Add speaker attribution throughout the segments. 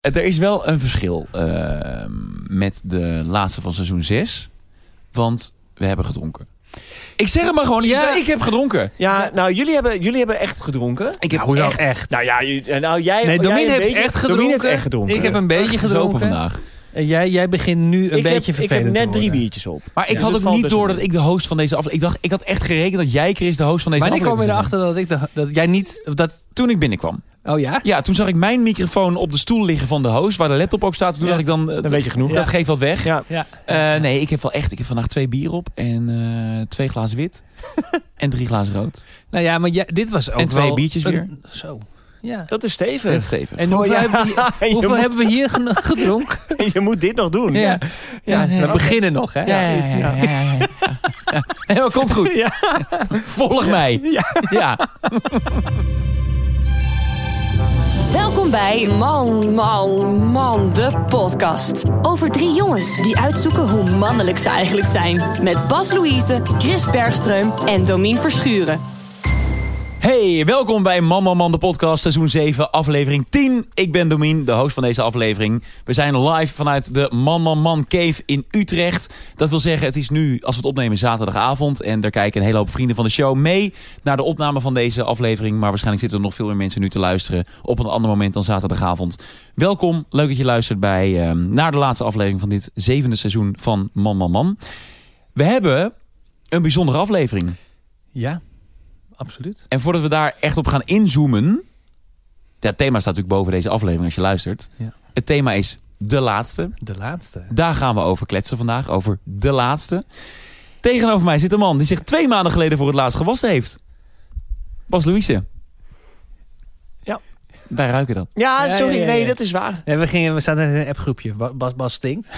Speaker 1: Eh, Er is wel een verschil eh, met de laatste van seizoen 6. Want we hebben gedronken. Ik zeg het maar gewoon.
Speaker 2: Ja.
Speaker 1: Ik, ik heb gedronken.
Speaker 2: Ja, nou, jullie hebben, jullie hebben echt gedronken.
Speaker 1: Ik heb
Speaker 3: Nou, hoezo echt?
Speaker 2: Nou ja, je- eh, nou, jij,
Speaker 3: Nee,
Speaker 2: jij
Speaker 3: Domien
Speaker 2: een
Speaker 3: heeft
Speaker 2: beetje-
Speaker 3: echt
Speaker 2: Domien
Speaker 3: gedronken.
Speaker 2: heeft echt gedronken.
Speaker 3: Ik heb een beetje
Speaker 1: Gedronken
Speaker 3: gedronken.
Speaker 1: vandaag.
Speaker 3: En jij, jij begint nu een
Speaker 2: Ik heb-
Speaker 3: beetje
Speaker 2: Ik
Speaker 3: vervelend
Speaker 2: heb net
Speaker 3: te
Speaker 2: drie
Speaker 3: worden.
Speaker 2: biertjes op.
Speaker 1: Maar ik
Speaker 2: Ja.
Speaker 1: had
Speaker 2: Dus
Speaker 1: ook
Speaker 2: het valt
Speaker 1: niet
Speaker 2: best
Speaker 1: door
Speaker 2: wel
Speaker 1: dat ik de host van deze aflevering... Ik dacht, ik had echt gerekend dat jij, Chris, de host van deze
Speaker 3: Maar ik kwam
Speaker 1: aflevering
Speaker 3: weer
Speaker 1: zou
Speaker 3: erachter dat ik de, dat jij niet... Dat,
Speaker 1: zijn. Toen ik binnenkwam.
Speaker 3: oh ja?
Speaker 1: Ja, toen zag ik mijn microfoon op de stoel liggen van de host... waar de laptop ook staat. Toen
Speaker 2: Ja.
Speaker 1: dacht ik dan... eh,
Speaker 2: Dan weet je genoeg.
Speaker 1: Dat geeft wat weg.
Speaker 2: Ja.
Speaker 3: Ja.
Speaker 1: Eh, nee, ik heb wel echt... Ik heb vandaag twee bier op en eh, twee glazen wit. en drie glazen rood.
Speaker 3: Nou ja, maar jij- dit was ook
Speaker 1: En twee
Speaker 3: wel
Speaker 1: biertjes
Speaker 3: een-
Speaker 1: weer.
Speaker 3: Zo. Ja.
Speaker 2: Dat is
Speaker 1: Dat is
Speaker 2: stevig.
Speaker 1: stevig.
Speaker 3: En
Speaker 2: Oh,
Speaker 3: hoeveel,
Speaker 2: ja.
Speaker 3: hebben, we hier-
Speaker 2: Je
Speaker 3: hoeveel
Speaker 2: moet-
Speaker 3: hebben we hier geno- gedronken?
Speaker 2: Je moet dit nog doen.
Speaker 1: Ja.
Speaker 3: Ja,
Speaker 1: nee.
Speaker 3: we beginnen nog, hè?
Speaker 1: Ja, ja, ja, ja, ja, ja. Ja. Nee, maar komt goed.
Speaker 2: Ja.
Speaker 1: Volg mij. Ja.
Speaker 4: Welkom bij Man, Man, Man, de podcast. Over drie jongens die uitzoeken hoe mannelijk ze eigenlijk zijn. Met Bas Louise, Chris Bergström en Domien Verschuren.
Speaker 1: Hey, welkom bij Man Man Man, de podcast, seizoen 7, aflevering 10. Ik ben Domien, de host van deze aflevering. We zijn live vanuit de Man Man Man Cave in Utrecht. Dat wil zeggen, het is nu, als we het opnemen, zaterdagavond. En daar kijken een hele hoop vrienden van de show mee naar de opname van deze aflevering. Maar waarschijnlijk zitten er nog veel meer mensen nu te luisteren op een ander moment dan zaterdagavond. Welkom, leuk dat je luistert bij, ehm, naar de laatste aflevering van dit zevende seizoen van Man Man Man. We hebben een bijzondere aflevering.
Speaker 3: Ja, absoluut.
Speaker 1: En voordat we daar echt op gaan inzoomen. Ja, het thema staat natuurlijk boven deze aflevering als je luistert.
Speaker 3: Ja.
Speaker 1: Het thema is de laatste.
Speaker 3: De laatste.
Speaker 1: Daar gaan we over kletsen vandaag, over de laatste. Tegenover mij zit een man die zich twee maanden geleden voor het laatst gewassen heeft. Bas Louise.
Speaker 2: Ja.
Speaker 1: Wij ruiken dat.
Speaker 2: Ja,
Speaker 3: Ja,
Speaker 2: sorry.
Speaker 3: ja, ja, ja.
Speaker 2: Nee, dat is waar.
Speaker 3: Ja, we, gingen, we zaten in een appgroepje. Ba- Bas, Bas stinkt.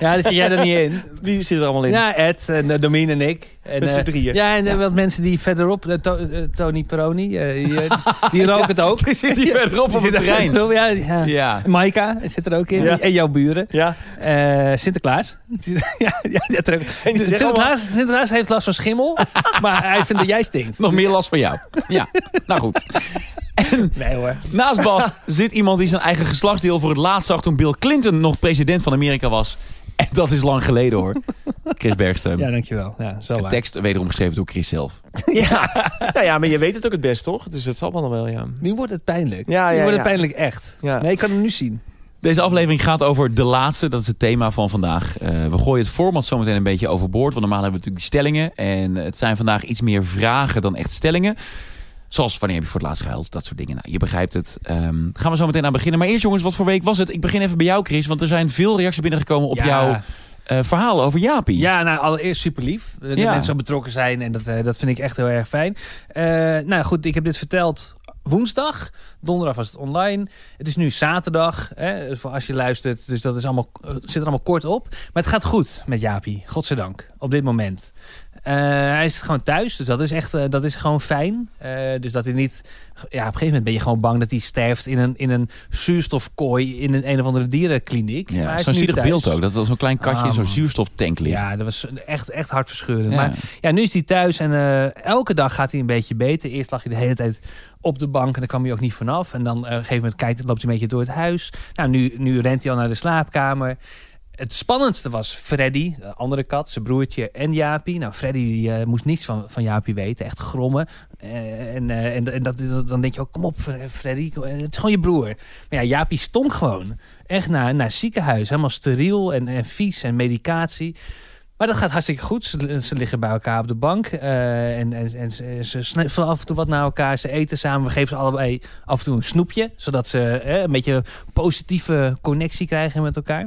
Speaker 3: Ja, daar zit jij er niet in.
Speaker 2: Wie zit er allemaal in?
Speaker 3: Ja, Ed, en, eh, Domien en ik. En,
Speaker 2: Met z'n
Speaker 3: eh,
Speaker 2: drieën.
Speaker 3: Ja, en eh, wat mensen die verderop... eh, To- eh, Tony Peroni, eh, die, eh, die rookt het ook.
Speaker 1: Die zit hier verderop
Speaker 3: Die
Speaker 1: op het
Speaker 3: zit daar
Speaker 1: terrein.
Speaker 3: verderop, Ja, ja.
Speaker 1: Ja.
Speaker 3: Maika zit er ook in.
Speaker 2: Ja.
Speaker 3: En jouw buren.
Speaker 2: Ja.
Speaker 3: Eh, Sinterklaas. ja, ja, dat er ook.
Speaker 2: zeggen allemaal-
Speaker 3: Sinterklaas, Sinterklaas heeft last van schimmel. maar hij vindt dat jij stinkt.
Speaker 1: Nog meer last van jou. Ja, nou goed.
Speaker 3: Nee hoor.
Speaker 1: Naast Bas zit iemand die zijn eigen geslachtsdeel voor het laatst zag toen Bill Clinton nog president van Amerika was. En dat is lang geleden hoor. Chris Bergström.
Speaker 3: Ja, dankjewel. Ja, zo waar.
Speaker 1: Tekst wederom geschreven door Chris zelf.
Speaker 2: Ja. Nou ja, maar je weet het ook het best, toch? Dus dat zal allemaal wel, ja.
Speaker 3: Nu wordt het pijnlijk.
Speaker 2: Ja,
Speaker 3: nu
Speaker 2: ja,
Speaker 3: wordt
Speaker 2: ja.
Speaker 3: het pijnlijk echt.
Speaker 2: Ja.
Speaker 3: Nee, ik kan hem nu zien.
Speaker 1: Deze aflevering gaat over de laatste. Dat is het thema van vandaag. Eh, we gooien het format zometeen een beetje overboord. Want normaal hebben we natuurlijk die stellingen. En het zijn vandaag iets meer vragen dan echt stellingen. Zoals wanneer heb je voor het laatst gehuild? Dat soort dingen. Nou, je begrijpt het. Ehm, gaan we zo meteen aan beginnen. Maar eerst jongens, wat voor week was het? Ik begin even bij jou Chris. Want er zijn veel reacties binnengekomen op
Speaker 3: Ja.
Speaker 1: jouw eh, verhaal over Jaapie.
Speaker 3: Ja, nou allereerst super lief. Dat
Speaker 1: Ja.
Speaker 3: mensen zo betrokken zijn en dat, eh, dat vind ik echt heel erg fijn. Eh, nou goed, ik heb dit verteld woensdag. Donderdag was het online. Het is nu zaterdag, hè, voor als je luistert. Dus dat is allemaal, eh, zit er allemaal kort op. Maar het gaat goed met Jaapie, godzijdank, op dit moment. Eh, hij is gewoon thuis, dus dat is echt eh, dat is gewoon fijn. Eh, dus dat hij niet. Ja, op een gegeven moment ben je gewoon bang dat hij sterft in een, in een zuurstofkooi in een, een of andere dierenkliniek. Maar hij
Speaker 1: Ja,
Speaker 3: is
Speaker 1: zo'n
Speaker 3: nu
Speaker 1: zielig
Speaker 3: thuis.
Speaker 1: beeld ook. Dat er zo'n klein katje
Speaker 3: Ah,
Speaker 1: in zo'n
Speaker 3: man.
Speaker 1: zuurstoftank ligt.
Speaker 3: Ja, dat was echt, echt hartverscheurend.
Speaker 1: Ja.
Speaker 3: Maar ja, nu is hij thuis en eh, elke dag gaat hij een beetje beter. Eerst lag hij de hele tijd op de bank en daar kwam hij ook niet vanaf. En dan eh, op een gegeven moment kijkt, loopt hij een beetje door het huis. Nou, nu, nu rent hij al naar de slaapkamer. Het spannendste was Freddy, de andere kat, zijn broertje en Jaapie. Nou, Freddy die, eh, moest niets van, van Jaapie weten. Echt grommen. Eh, en eh, en, en dat, dat- dan denk je ook, kom op Fre- Freddy, kom- eh, het is gewoon je broer. Maar ja, Jaapie stonk gewoon. Echt naar, naar ziekenhuis. Helemaal steriel en, en vies en medicatie. Maar dat gaat hartstikke goed. Ze, ze liggen bij elkaar op de bank. eh, en, en, en ze, ze snuffelen af en toe wat naar elkaar. Ze eten samen. We geven ze allebei af en toe een snoepje. Zodat ze eh, een beetje positieve connectie krijgen met elkaar.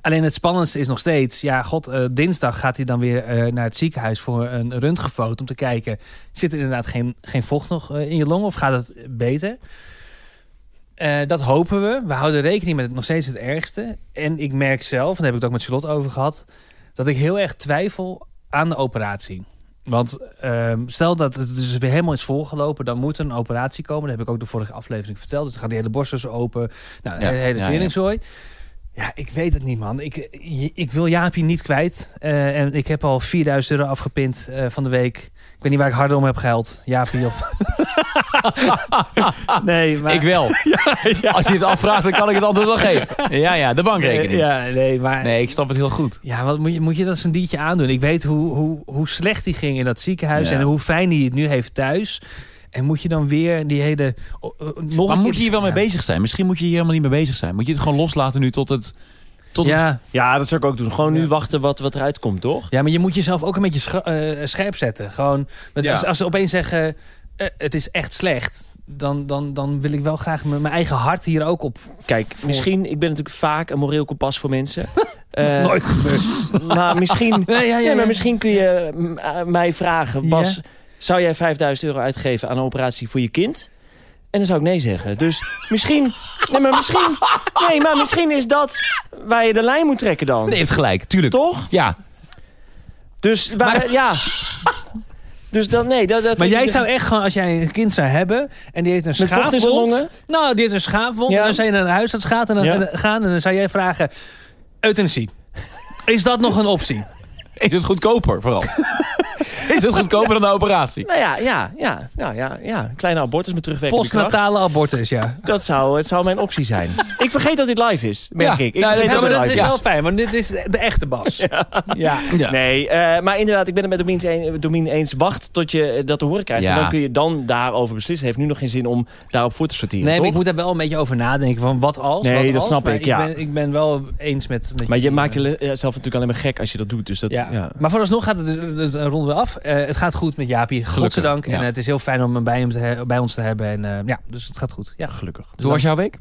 Speaker 3: Alleen het spannendste is nog steeds... Ja, god, eh, dinsdag gaat hij dan weer eh, naar het ziekenhuis voor een röntgenfoto... om te kijken, zit er inderdaad geen, geen vocht nog eh, in je longen of gaat het beter? Eh, dat hopen we. We houden rekening met het, nog steeds het ergste. En ik merk zelf, en daar heb ik het ook met Charlotte over gehad... dat ik heel erg twijfel aan de operatie. Want ehm, stel dat het dus weer helemaal is volgelopen... dan moet er een operatie komen. Dat heb ik ook de vorige aflevering verteld. Dus dan gaat die hele borst dus open. Nou,
Speaker 1: Ja,
Speaker 3: de hele
Speaker 1: ja, ja.
Speaker 3: teringzooi. Ja. Ja, ik weet het niet, man. Ik, eh, ik wil Jaapie niet kwijt. Eh, en ik heb al 4000 euro afgepind eh, van de week. Ik weet niet waar ik harder om heb gehuild. Jaapie of...
Speaker 2: Ah.
Speaker 3: nee, maar...
Speaker 1: Ik wel. Als je het afvraagt, dan kan ik het antwoord wel geven. Ja, ja, de bankrekening.
Speaker 3: Ja, nee, maar...
Speaker 1: Nee, ik snap het heel goed.
Speaker 3: Ja, wat moet je, moet je dat zo'n diertje aandoen? Ik weet hoe, hoe, hoe slecht die ging in dat ziekenhuis
Speaker 1: Ja.
Speaker 3: en hoe fijn die het nu heeft thuis. En moet je dan weer die hele. oh, oh, nog
Speaker 1: Maar
Speaker 3: een
Speaker 1: moet
Speaker 3: keer-
Speaker 1: je hier wel mee
Speaker 3: Ja.
Speaker 2: dus-
Speaker 1: bezig zijn? Misschien moet je hier helemaal niet mee bezig zijn. Moet je het gewoon loslaten nu tot het... Tot het-
Speaker 3: Ja,
Speaker 2: Ja, dat zou ik ook doen. Gewoon
Speaker 3: Ja.
Speaker 2: nu wachten wat, wat eruit komt, toch?
Speaker 3: ja, maar je moet jezelf ook een beetje scha- eh, scherp zetten. Gewoon, want
Speaker 1: Ja.
Speaker 3: als, als ze opeens zeggen: eh, het is echt slecht. Dan, dan, dan wil ik wel graag mijn mijn eigen hart hier ook op.
Speaker 2: Kijk, misschien... Ik ben natuurlijk vaak een moreel kompas voor mensen. Eh,
Speaker 3: gebeurd.
Speaker 2: Maar misschien...
Speaker 3: Ja, Ah, ja,
Speaker 2: Nee,
Speaker 3: ja.
Speaker 2: maar misschien kun je mm, eh, mij vragen, Bas,
Speaker 3: Ja.
Speaker 2: zou jij 5000 euro uitgeven aan een operatie voor je kind? En dan zou ik nee zeggen. Dus misschien, nee, maar misschien, nee, maar misschien is dat waar je de lijn moet trekken dan.
Speaker 1: Nee, je hebt gelijk, tuurlijk.
Speaker 2: Toch?
Speaker 1: Ja.
Speaker 2: Dus waar- ja. Dus dan nee, dat, dat
Speaker 3: Maar jij zou echt gewoon, als jij een kind zou hebben en die heeft een
Speaker 2: Met vocht in zijn
Speaker 3: schaafwond.
Speaker 2: longen?
Speaker 3: Nou, die heeft een schaafwond
Speaker 2: Ja.
Speaker 3: en dan zou je naar een huisarts gaan en dan,
Speaker 2: Ja.
Speaker 3: en dan- gaan en dan zou jij vragen, euthanasie. Is dat nog een optie?
Speaker 1: Is het goedkoper vooral? Is het goedkoper dan de operatie?
Speaker 2: Nou ja, ja, ja, nou ja, ja, kleine abortus met terugwerkende kracht.
Speaker 3: Postnatale abortus, ja.
Speaker 2: Dat zou, het zou mijn optie zijn. ik vergeet dat dit live is, merk
Speaker 1: Ja.
Speaker 2: ik. ik
Speaker 1: Nou,
Speaker 2: vergeet
Speaker 1: nee,
Speaker 3: Ja, maar
Speaker 1: dat
Speaker 3: dat is
Speaker 1: Ja.
Speaker 3: wel fijn, want dit is de echte Bas. Ja.
Speaker 1: Ja.
Speaker 2: Nee, eh, maar inderdaad, ik ben het met Domien eens, eh, Domien eens. Wacht tot je eh, dat te horen krijgt.
Speaker 1: Ja.
Speaker 2: En dan kun je dan daarover beslissen. Het heeft nu nog geen zin om daarop voor te sorteren,
Speaker 3: Nee, maar
Speaker 2: toch?
Speaker 3: ik moet daar wel een beetje over nadenken van wat als,
Speaker 2: Nee,
Speaker 3: wat
Speaker 2: dat
Speaker 3: als,
Speaker 2: snap
Speaker 3: maar
Speaker 2: ik, ja.
Speaker 3: ben, ik ben wel eens met... met
Speaker 2: Maar je maakt
Speaker 3: ja.
Speaker 2: jezelf natuurlijk alleen maar gek als je dat doet. Dus dat, ja.
Speaker 3: Maar vooralsnog gaat het eh, eh, ronden we af. Eh, het gaat goed met Jaapie, godzijdank. En
Speaker 1: ja.
Speaker 3: eh, het is heel fijn om hem bij, hem te he- bij ons te hebben. En, eh, ja, dus het gaat goed. Ja.
Speaker 2: gelukkig.
Speaker 1: Dus Hoe was jouw week?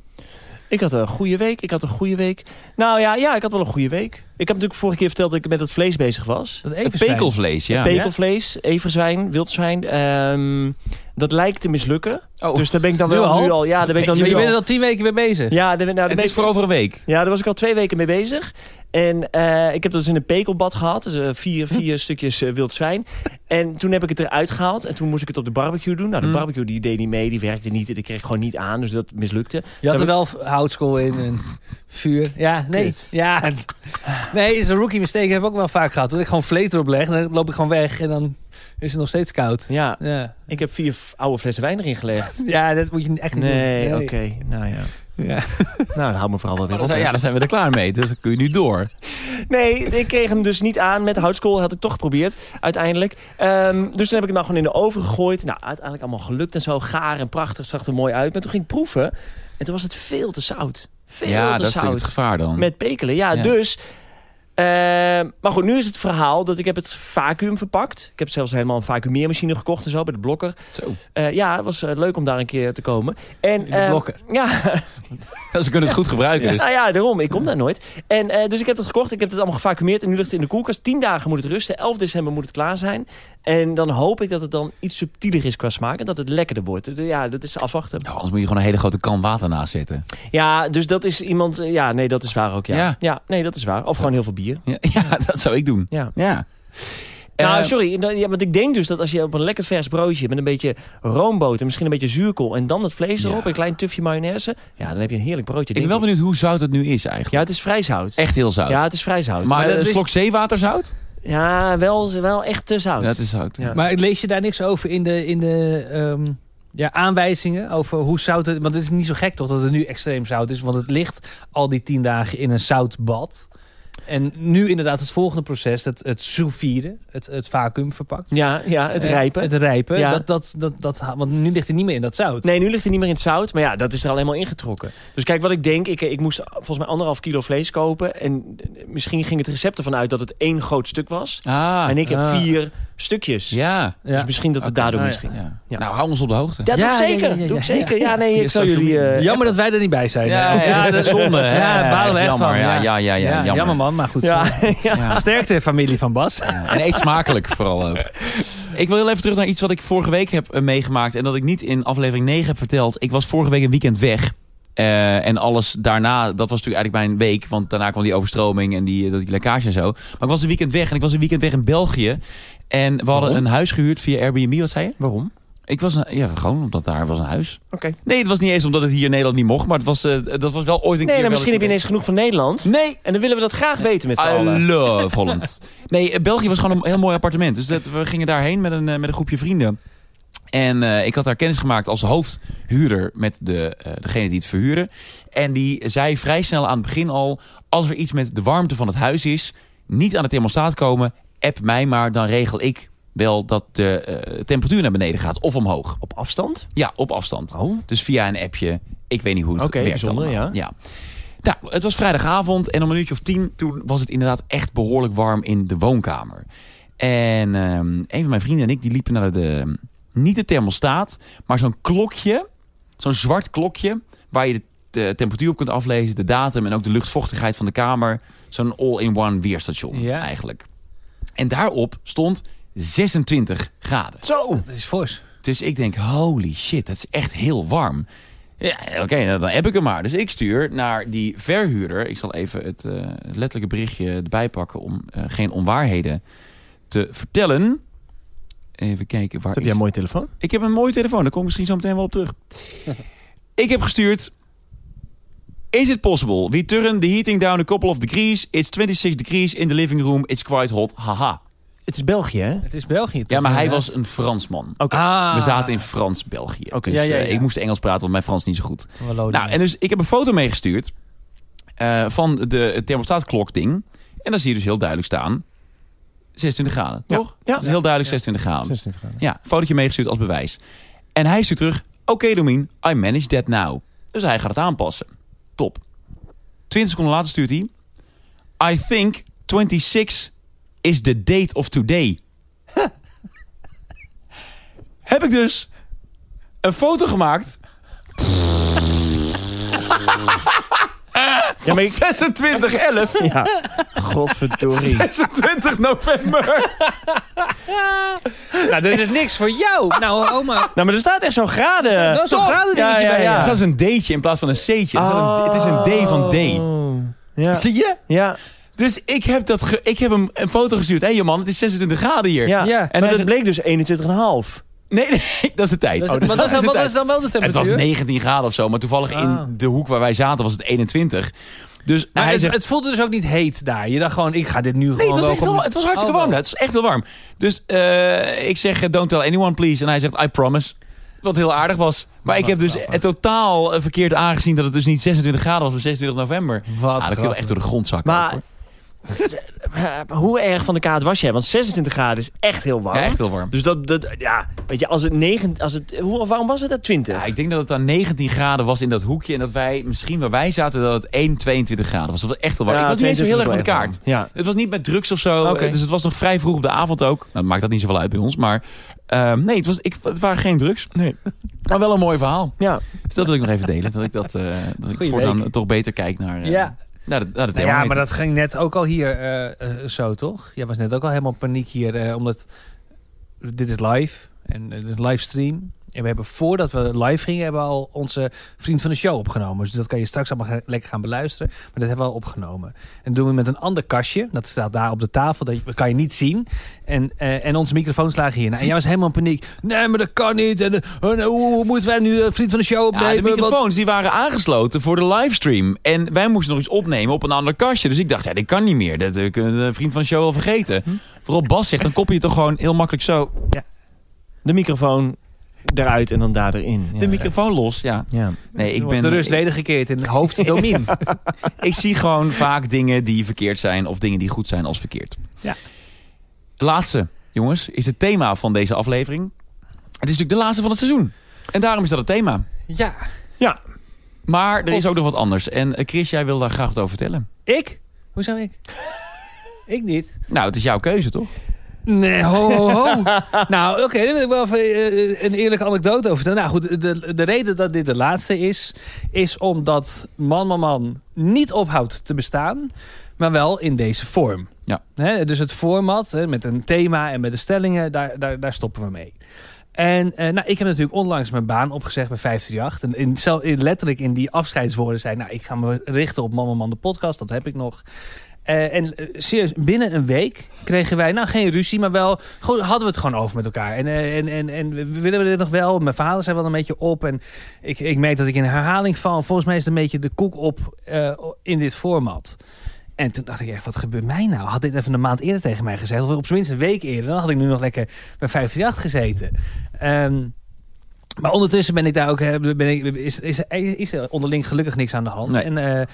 Speaker 2: Ik had een goede week, ik had een goede week. Nou ja, ja, ik had wel een goede week. Ik heb natuurlijk vorige keer verteld dat ik met het vlees bezig was.
Speaker 3: Dat
Speaker 1: Het
Speaker 3: everzwijn.
Speaker 1: pekelvlees, ja.
Speaker 2: Pekelvlees, everzwijn, wildzwijn. ehm, dat lijkt te mislukken.
Speaker 1: Oh.
Speaker 2: Dus daar ben ik dan
Speaker 3: Nu
Speaker 2: wel
Speaker 3: al?
Speaker 2: nu al. Ja, daar ben ik dan
Speaker 3: Maar
Speaker 2: nu
Speaker 3: je bent er
Speaker 2: al.
Speaker 3: al tien weken mee bezig.
Speaker 2: Ja, daar ben- nou, daar
Speaker 1: Het
Speaker 2: ben
Speaker 1: is
Speaker 2: ik-
Speaker 1: voor over een week.
Speaker 2: Ja, daar was ik al twee weken mee bezig. En eh, ik heb dat dus in een pekelbad gehad. Dus eh, vier, vier stukjes eh, wild zwijn. En toen heb ik het eruit gehaald. En toen moest ik het op de barbecue doen. Nou, de
Speaker 1: Mm.
Speaker 2: barbecue die deed niet mee. Die werkte niet. En die kreeg ik gewoon niet aan. Dus dat mislukte.
Speaker 3: Je had er
Speaker 2: Daar
Speaker 3: wel houtskool in en vuur. Ja, nee.
Speaker 2: Kut.
Speaker 3: Ja, het- nee, is een rookie mistake. Heb ik ook wel vaak gehad. Dat ik gewoon vleet erop leg. en Dan loop ik gewoon weg. En dan is het nog steeds koud.
Speaker 2: Ja,
Speaker 3: Ja,
Speaker 2: ik heb vier f- oude flessen wijn erin gelegd.
Speaker 3: ja dat moet je echt niet
Speaker 2: Nee,
Speaker 3: doen.
Speaker 2: oké. Nou ja.
Speaker 3: Ja.
Speaker 2: Nou, dan hou me vooral wel weer op. hè.
Speaker 1: Oh, Ja, dan zijn we er klaar mee. Dus dan kun je nu door.
Speaker 2: Nee, ik kreeg hem dus niet aan. Met houtskool had ik toch geprobeerd, uiteindelijk. Ehm, dus toen heb ik hem nou gewoon in de oven gegooid. Nou, uiteindelijk allemaal gelukt en zo. Gaar en prachtig, zag er mooi uit. Maar toen ging ik proeven. En toen was het veel te zout. Veel
Speaker 1: Ja,
Speaker 2: te
Speaker 1: dat is
Speaker 2: zout.
Speaker 1: het gevaar dan.
Speaker 2: Met pekelen, ja.
Speaker 1: Ja.
Speaker 2: Dus, ehm, maar goed, nu is het verhaal dat ik heb het vacuüm verpakt. Ik heb zelfs helemaal een vacuümeermachine gekocht en zo bij de blokker.
Speaker 1: Zo.
Speaker 2: Eh, ja, het was eh, leuk om daar een keer te komen. En,
Speaker 3: de
Speaker 2: ehm,
Speaker 3: Blokker.
Speaker 2: Ja,
Speaker 1: Ze kunnen het goed gebruiken. Dus.
Speaker 2: nou ja, daarom. Ik kom daar nooit. En, eh, dus ik heb dat gekocht. Ik heb het allemaal gevacumeerd. En nu ligt het in de koelkast. 10 dagen moet het rusten. 11 december moet het klaar zijn. En dan hoop ik dat het dan iets subtieler is qua smaak. En dat het lekkerder wordt. Ja, dat is afwachten.
Speaker 1: Nou, anders moet je gewoon een hele grote kan water naast zetten.
Speaker 2: Ja, dus dat is iemand... eh, Ja, nee, dat is waar ook. Ja,
Speaker 1: Ja.
Speaker 2: ja. nee, dat is waar. Of gewoon heel veel bier.
Speaker 1: Ja, ja, dat zou ik doen.
Speaker 2: Ja.
Speaker 1: Ja.
Speaker 2: nou,
Speaker 1: Eh,
Speaker 2: sorry. nou, Ja, want ik denk dus dat als je op een lekker vers broodje... met een beetje roomboter, misschien een beetje zuurkool... en dan het vlees
Speaker 1: Ja.
Speaker 2: erop, een klein tufje mayonaise... ja, dan heb je een heerlijk
Speaker 1: ik
Speaker 2: broodje.
Speaker 1: ben
Speaker 2: denk
Speaker 1: wel
Speaker 2: ik.
Speaker 1: benieuwd hoe zout het nu is eigenlijk.
Speaker 2: Ja, het is vrij zout.
Speaker 1: Echt heel zout.
Speaker 2: Ja, het is vrij zout.
Speaker 1: maar
Speaker 3: dat
Speaker 1: een
Speaker 3: is-
Speaker 1: slok zeewaterzout?
Speaker 2: Ja, wel, wel echt te zout.
Speaker 1: Ja, het is zout.
Speaker 2: Ja.
Speaker 3: Maar lees je daar niks over in de, in de ehm, ja, aanwijzingen? Over hoe zout het... Want het is niet zo gek toch dat het nu extreem zout is. Want het ligt al die tien dagen in een zoutbad. En nu inderdaad het volgende proces. Het, het sous vide, Het, het vacuüm verpakt.
Speaker 2: Ja, ja het
Speaker 3: Eh,
Speaker 2: rijpen.
Speaker 3: Het rijpen.
Speaker 2: Ja.
Speaker 3: Dat, dat, dat, dat, want nu ligt hij niet meer in dat zout.
Speaker 2: Nee, nu ligt hij niet meer in het zout. Maar ja, dat is er al helemaal ingetrokken. Dus kijk, wat ik denk, ik, ik moest volgens mij anderhalf kilo vlees kopen. En eh, misschien ging het recept ervan uit dat het één groot stuk was.
Speaker 1: Ah,
Speaker 2: en ik heb
Speaker 3: ah.
Speaker 2: vier stukjes.
Speaker 1: ja.
Speaker 3: Ja.
Speaker 2: Dus misschien dat het
Speaker 1: Oké,
Speaker 2: daardoor
Speaker 3: nou ja.
Speaker 2: misschien.
Speaker 1: Ja.
Speaker 2: Ja.
Speaker 1: Nou, hou ons op de hoogte.
Speaker 2: Dat
Speaker 3: Ja,
Speaker 2: doe
Speaker 3: ja,
Speaker 2: ik zeker.
Speaker 3: ja, ja,
Speaker 2: doe ik
Speaker 3: ja.
Speaker 2: zeker. Ja, nee,
Speaker 1: Via
Speaker 2: ik zou
Speaker 1: social
Speaker 2: jullie...
Speaker 1: media.
Speaker 2: eh,
Speaker 3: Jammer dat wij er niet bij zijn.
Speaker 1: Ja, ja, dat is zonde. hè.
Speaker 3: Ja, daar balen we echt
Speaker 1: jammer,
Speaker 3: van.
Speaker 1: Ja, ja, ja, ja, jammer.
Speaker 3: jammer man, maar goed.
Speaker 2: Ja,
Speaker 1: Ja.
Speaker 3: Sterkte familie van Bas.
Speaker 1: En eet smakelijk vooral ook. Ik wil heel even terug naar iets wat ik vorige week heb eh, meegemaakt. En dat ik niet in aflevering 9 heb verteld. Ik was vorige week een weekend weg. Eh, en alles daarna, dat was natuurlijk eigenlijk mijn week. Want daarna kwam die overstroming en die, eh, dat die lekkage en zo. Maar ik was een weekend weg en ik was een weekend weg in België. En we hadden
Speaker 2: Waarom?
Speaker 1: een huis gehuurd via Airbnb, wat zei je?
Speaker 2: Waarom?
Speaker 1: Ik was, een- ja, gewoon omdat daar was een huis.
Speaker 2: Oké.
Speaker 1: Nee, het was niet eens omdat het hier in Nederland niet mocht, maar het was, eh, dat was wel ooit een keer...
Speaker 2: Nee, dan
Speaker 1: wel
Speaker 2: misschien heb
Speaker 1: een
Speaker 2: je ineens genoeg van Nederland.
Speaker 1: Nee,
Speaker 2: En dan willen we dat graag weten met z'n allen.
Speaker 1: I love Holland. Nee, eh, België was gewoon een heel mooi appartement. Dus dat, we gingen daarheen met een, eh, met een groepje vrienden. En eh, ik had daar kennis gemaakt als hoofdhuurder met de, eh, degene die het verhuurde. En die zei vrij snel aan het begin al... als er iets met de warmte van het huis is... niet aan de thermostaat komen, app mij maar. Dan regel ik wel dat de eh, temperatuur naar beneden gaat of omhoog.
Speaker 2: Op afstand?
Speaker 1: Ja, op afstand.
Speaker 2: Oh.
Speaker 1: Dus via een appje. Ik weet niet hoe het
Speaker 2: Oké,
Speaker 1: werkt
Speaker 2: bijzonder,
Speaker 1: allemaal. Nou, het was vrijdagavond en om een uurtje of tien... toen was het inderdaad echt behoorlijk warm in de woonkamer. En ehm, een van mijn vrienden en ik die liepen naar de... niet de thermostaat, maar zo'n klokje. Zo'n zwart klokje waar je de, de temperatuur op kunt aflezen... de datum en ook de luchtvochtigheid van de kamer. Zo'n all-in-one weerstation
Speaker 3: Ja.
Speaker 1: eigenlijk. En daarop stond 26 graden.
Speaker 2: Zo!
Speaker 3: Dat is fors.
Speaker 1: Dus ik denk, holy shit, dat is echt heel warm. Ja, oké, nou, dan heb ik hem maar. Dus ik stuur naar die verhuurder. Ik zal even het eh, het letterlijke berichtje erbij pakken om eh, geen onwaarheden te vertellen. Even kijken waar
Speaker 2: Heb
Speaker 1: is-
Speaker 2: jij een mooie telefoon?
Speaker 1: Ik heb een mooie telefoon, daar kom ik misschien zo meteen wel op terug. ik heb gestuurd... Is it possible? We turn the heating down a couple of degrees. It's 26 degrees in the living room. It's quite hot. Haha.
Speaker 2: Het is België, hè?
Speaker 3: Het is België. toch,
Speaker 1: Ja, maar hij
Speaker 3: inderdaad?
Speaker 1: was een Fransman.
Speaker 2: Oh,
Speaker 3: Ah.
Speaker 1: We zaten in Frans-België.
Speaker 2: Oké.
Speaker 1: Dus
Speaker 3: Ja, ja,
Speaker 1: eh,
Speaker 3: ja.
Speaker 1: ik moest Engels praten, want mijn Frans is niet zo goed.
Speaker 3: Wallonië.
Speaker 1: Nou, en dus ik heb een foto meegestuurd eh, van de thermostaatklokding. En dan zie je dus heel duidelijk staan 26 graden,
Speaker 2: Ja.
Speaker 1: toch?
Speaker 2: Ja.
Speaker 1: Dat is heel duidelijk 26 graden.
Speaker 2: 26 graden.
Speaker 1: Ja, fotootje meegestuurd als bewijs. En hij stuurt terug, oké Domien, I manage that now. Dus hij gaat het aanpassen. Top. 20 seconden later stuurt hij, I think 26 is the date of today. Heb ik dus een foto gemaakt
Speaker 2: Ja, maar ik...
Speaker 1: 26 11
Speaker 2: Ja. Godverdorie.
Speaker 1: 26 november.
Speaker 3: Nou, dit is niks voor jou. Nou, oma.
Speaker 2: Nou, maar er staat echt zo'n graden.
Speaker 3: Dat is zo'n
Speaker 2: Toch?
Speaker 3: graden dingetje bij, ja.
Speaker 1: Er staat een D'tje in plaats van een C'tje. Er staat een- het is een D van D.
Speaker 3: Oh.
Speaker 2: Ja.
Speaker 1: Zie je?
Speaker 2: Ja.
Speaker 1: Dus ik heb, dat ge- ik heb hem een foto gestuurd. Hé hey, man, het is 26 graden hier.
Speaker 2: ja.
Speaker 3: Ja.
Speaker 2: En
Speaker 1: Maar
Speaker 2: dat
Speaker 1: het
Speaker 2: bleek dus 21,5.
Speaker 1: Nee, nee, dat is de tijd.
Speaker 3: Dat is,
Speaker 1: Oh, dat
Speaker 3: want dat is,
Speaker 1: is de
Speaker 3: dan- dat
Speaker 1: tijd.
Speaker 3: is dan wel de
Speaker 1: het was
Speaker 3: temperatuur.
Speaker 1: 19 graden of zo. Maar toevallig
Speaker 3: Ah.
Speaker 1: in de hoek waar wij zaten was het 21. Dus
Speaker 3: Maar
Speaker 1: hij
Speaker 3: het,
Speaker 1: zegt...
Speaker 3: het voelde dus ook niet heet daar. Je dacht gewoon, ik ga dit nu
Speaker 1: Nee,
Speaker 3: gewoon
Speaker 1: het was, echt
Speaker 3: welkom-
Speaker 1: heel, het was hartstikke
Speaker 3: Oh,
Speaker 1: warm. Het was echt heel warm. Dus eh, ik zeg, eh, don't tell anyone please. En hij zegt, I promise. Wat heel aardig was. Maar ik heb dus het totaal eh, verkeerd aangezien dat het dus niet 26 graden was, maar 26 november.
Speaker 3: Wat
Speaker 1: Ah, dat kun je wel echt door de grond zakken. ook,
Speaker 2: Maar
Speaker 1: hoor.
Speaker 2: eh, hoe erg van de kaart was jij? Want 26 graden is echt heel warm.
Speaker 1: Ja, echt heel warm.
Speaker 2: Dus dat, dat, ja, weet je, als het 9, als het, hoe warm was het dat 20?
Speaker 1: Ja, ik denk dat het aan 19 graden was in dat hoekje. En dat wij, misschien waar wij zaten, dat het 1, 22 graden was. Dat was echt heel warm.
Speaker 2: Ja,
Speaker 1: ik was niet eens zo heel erg
Speaker 2: 22
Speaker 1: van de
Speaker 2: wel
Speaker 1: kaart.
Speaker 2: warm. Ja.
Speaker 1: Het was niet met drugs of zo.
Speaker 2: Oké.
Speaker 1: eh, Dus het was nog vrij vroeg op de avond ook. Nou, dat maakt dat niet zoveel uit bij ons. Maar ehm, nee, het, was, ik, het waren geen drugs.
Speaker 2: Nee.
Speaker 1: Maar wel een mooi verhaal.
Speaker 2: Ja.
Speaker 1: Dus dat wil ik nog even delen. Dat ik, dat, eh dat ik
Speaker 3: Goeie
Speaker 1: voortaan
Speaker 3: week.
Speaker 1: toch beter kijk naar, eh,
Speaker 3: Ja.
Speaker 1: naar, de, naar de
Speaker 3: Nou ja,
Speaker 1: thermometer.
Speaker 3: maar dat ging net ook al hier eh, eh, zo, toch? Jij was net ook al helemaal in paniek hier, eh, omdat dit is live en eh, dit is livestream. En we hebben voordat we live gingen, hebben we al onze vriend van de show opgenomen. Dus dat kan je straks allemaal ga- lekker gaan beluisteren. Maar dat hebben we al opgenomen. En dat doen we met een ander kastje. Dat staat daar op de tafel. Dat je- kan je niet zien. En, eh, en onze microfoons lagen hier. Nou, en jij was helemaal in paniek. Nee, maar dat kan niet. En, eh, hoe, hoe moeten wij nu eh, vriend van de show
Speaker 1: Ja,
Speaker 3: opnemen?
Speaker 1: de
Speaker 3: Want-
Speaker 1: microfoons die waren aangesloten voor de livestream. En wij moesten nog iets opnemen op een ander kastje. Dus ik dacht, ja, dit kan niet meer. Dat eh, kunnen de vriend van de show wel vergeten.
Speaker 3: Hm?
Speaker 1: Vooral Bas zegt, dan kop je het toch gewoon heel makkelijk zo.
Speaker 2: De microfoon eruit en dan daar erin. Ja.
Speaker 1: De microfoon los, ja.
Speaker 2: Ja.
Speaker 1: Nee, ik
Speaker 3: Toen was de
Speaker 1: ben...
Speaker 3: rust
Speaker 1: Ik,
Speaker 3: wedergekeerd in het hoofddomein.
Speaker 1: ik zie gewoon vaak dingen die verkeerd zijn... of dingen die goed zijn als verkeerd.
Speaker 3: Ja.
Speaker 1: Laatste, jongens, is het thema van deze aflevering. Het is natuurlijk de laatste van het seizoen. En daarom is dat het thema.
Speaker 3: ja.
Speaker 2: Ja.
Speaker 1: Maar er is
Speaker 3: Of-
Speaker 1: ook nog wat anders. En eh, Chris, jij wil daar graag wat over vertellen.
Speaker 3: Ik? Hoe zou ik? ik niet.
Speaker 1: Nou, het is jouw keuze, toch?
Speaker 3: Nee, ho, ho, ho. nou, oké, daar wil ik wel even eh, een eerlijke anekdote over vertellen. Nou goed, de, de reden dat dit de laatste is, is omdat Man Man Man niet ophoudt te bestaan, maar wel in deze vorm.
Speaker 1: Ja.
Speaker 3: Hè, dus het format hè, met een thema en met de stellingen, daar, daar, daar stoppen we mee. En eh, nou, ik heb natuurlijk onlangs mijn baan opgezegd bij 538. En in, zel- in, letterlijk in die afscheidswoorden zei ik, nou, ik ga me richten op Man Man Man de podcast, dat heb ik nog. Eh, en eh, serieus, binnen een week kregen wij, nou geen ruzie, maar wel, gewoon, hadden we het gewoon over met elkaar. En, eh, en, en, en willen we dit nog wel? Mijn vader zei wel een beetje op. En ik, ik merk dat ik in herhaling val. Volgens mij is het een beetje de koek op eh, in dit format. En toen dacht ik echt, wat gebeurt mij nou? Had dit even een maand eerder tegen mij gezegd, of op zijn minst een week eerder, dan had ik nu nog lekker bij 538 gezeten. Ehm, maar ondertussen ben ik daar ook, eh, ben ik, is, is, is er onderling gelukkig niks aan de hand.
Speaker 1: Nee.
Speaker 3: En,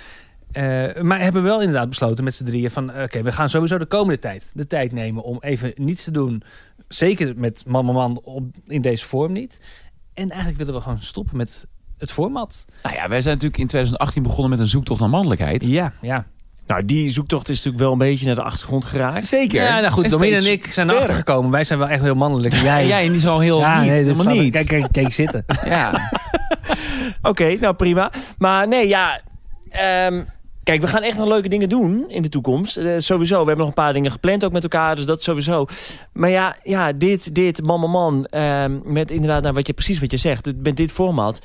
Speaker 3: eh, eh, maar hebben we wel inderdaad besloten met z'n drieën van... oké, we gaan sowieso de komende tijd de tijd nemen om even niets te doen. Zeker met man, man, man op, in deze vorm niet. En eigenlijk willen we gewoon stoppen met het format.
Speaker 1: Nou ja, wij zijn natuurlijk in 2018 begonnen met een zoektocht naar mannelijkheid.
Speaker 3: Ja, ja.
Speaker 2: Nou, die zoektocht is natuurlijk wel een beetje naar de achtergrond geraakt.
Speaker 1: Zeker.
Speaker 3: Ja, nou goed, Domien en
Speaker 1: steeds
Speaker 3: ik zijn
Speaker 1: verder.
Speaker 3: erachter gekomen. Wij zijn wel echt heel mannelijk. Jij,
Speaker 1: En jij en die is al heel
Speaker 3: ja,
Speaker 1: niet,
Speaker 3: nee, dit
Speaker 1: helemaal
Speaker 3: staat-
Speaker 1: niet.
Speaker 3: Kijk, kijk, kijk zitten.
Speaker 1: Ja.
Speaker 2: Oké, nou prima. Maar nee, ja. ehm, kijk, we gaan echt nog leuke dingen doen in de toekomst. Eh, sowieso. We hebben nog een paar dingen gepland ook met elkaar. Dus dat sowieso. Maar ja, ja dit, dit, man, man, man. ehm, met inderdaad, nou, wat je, precies wat je zegt. Dit, met dit format.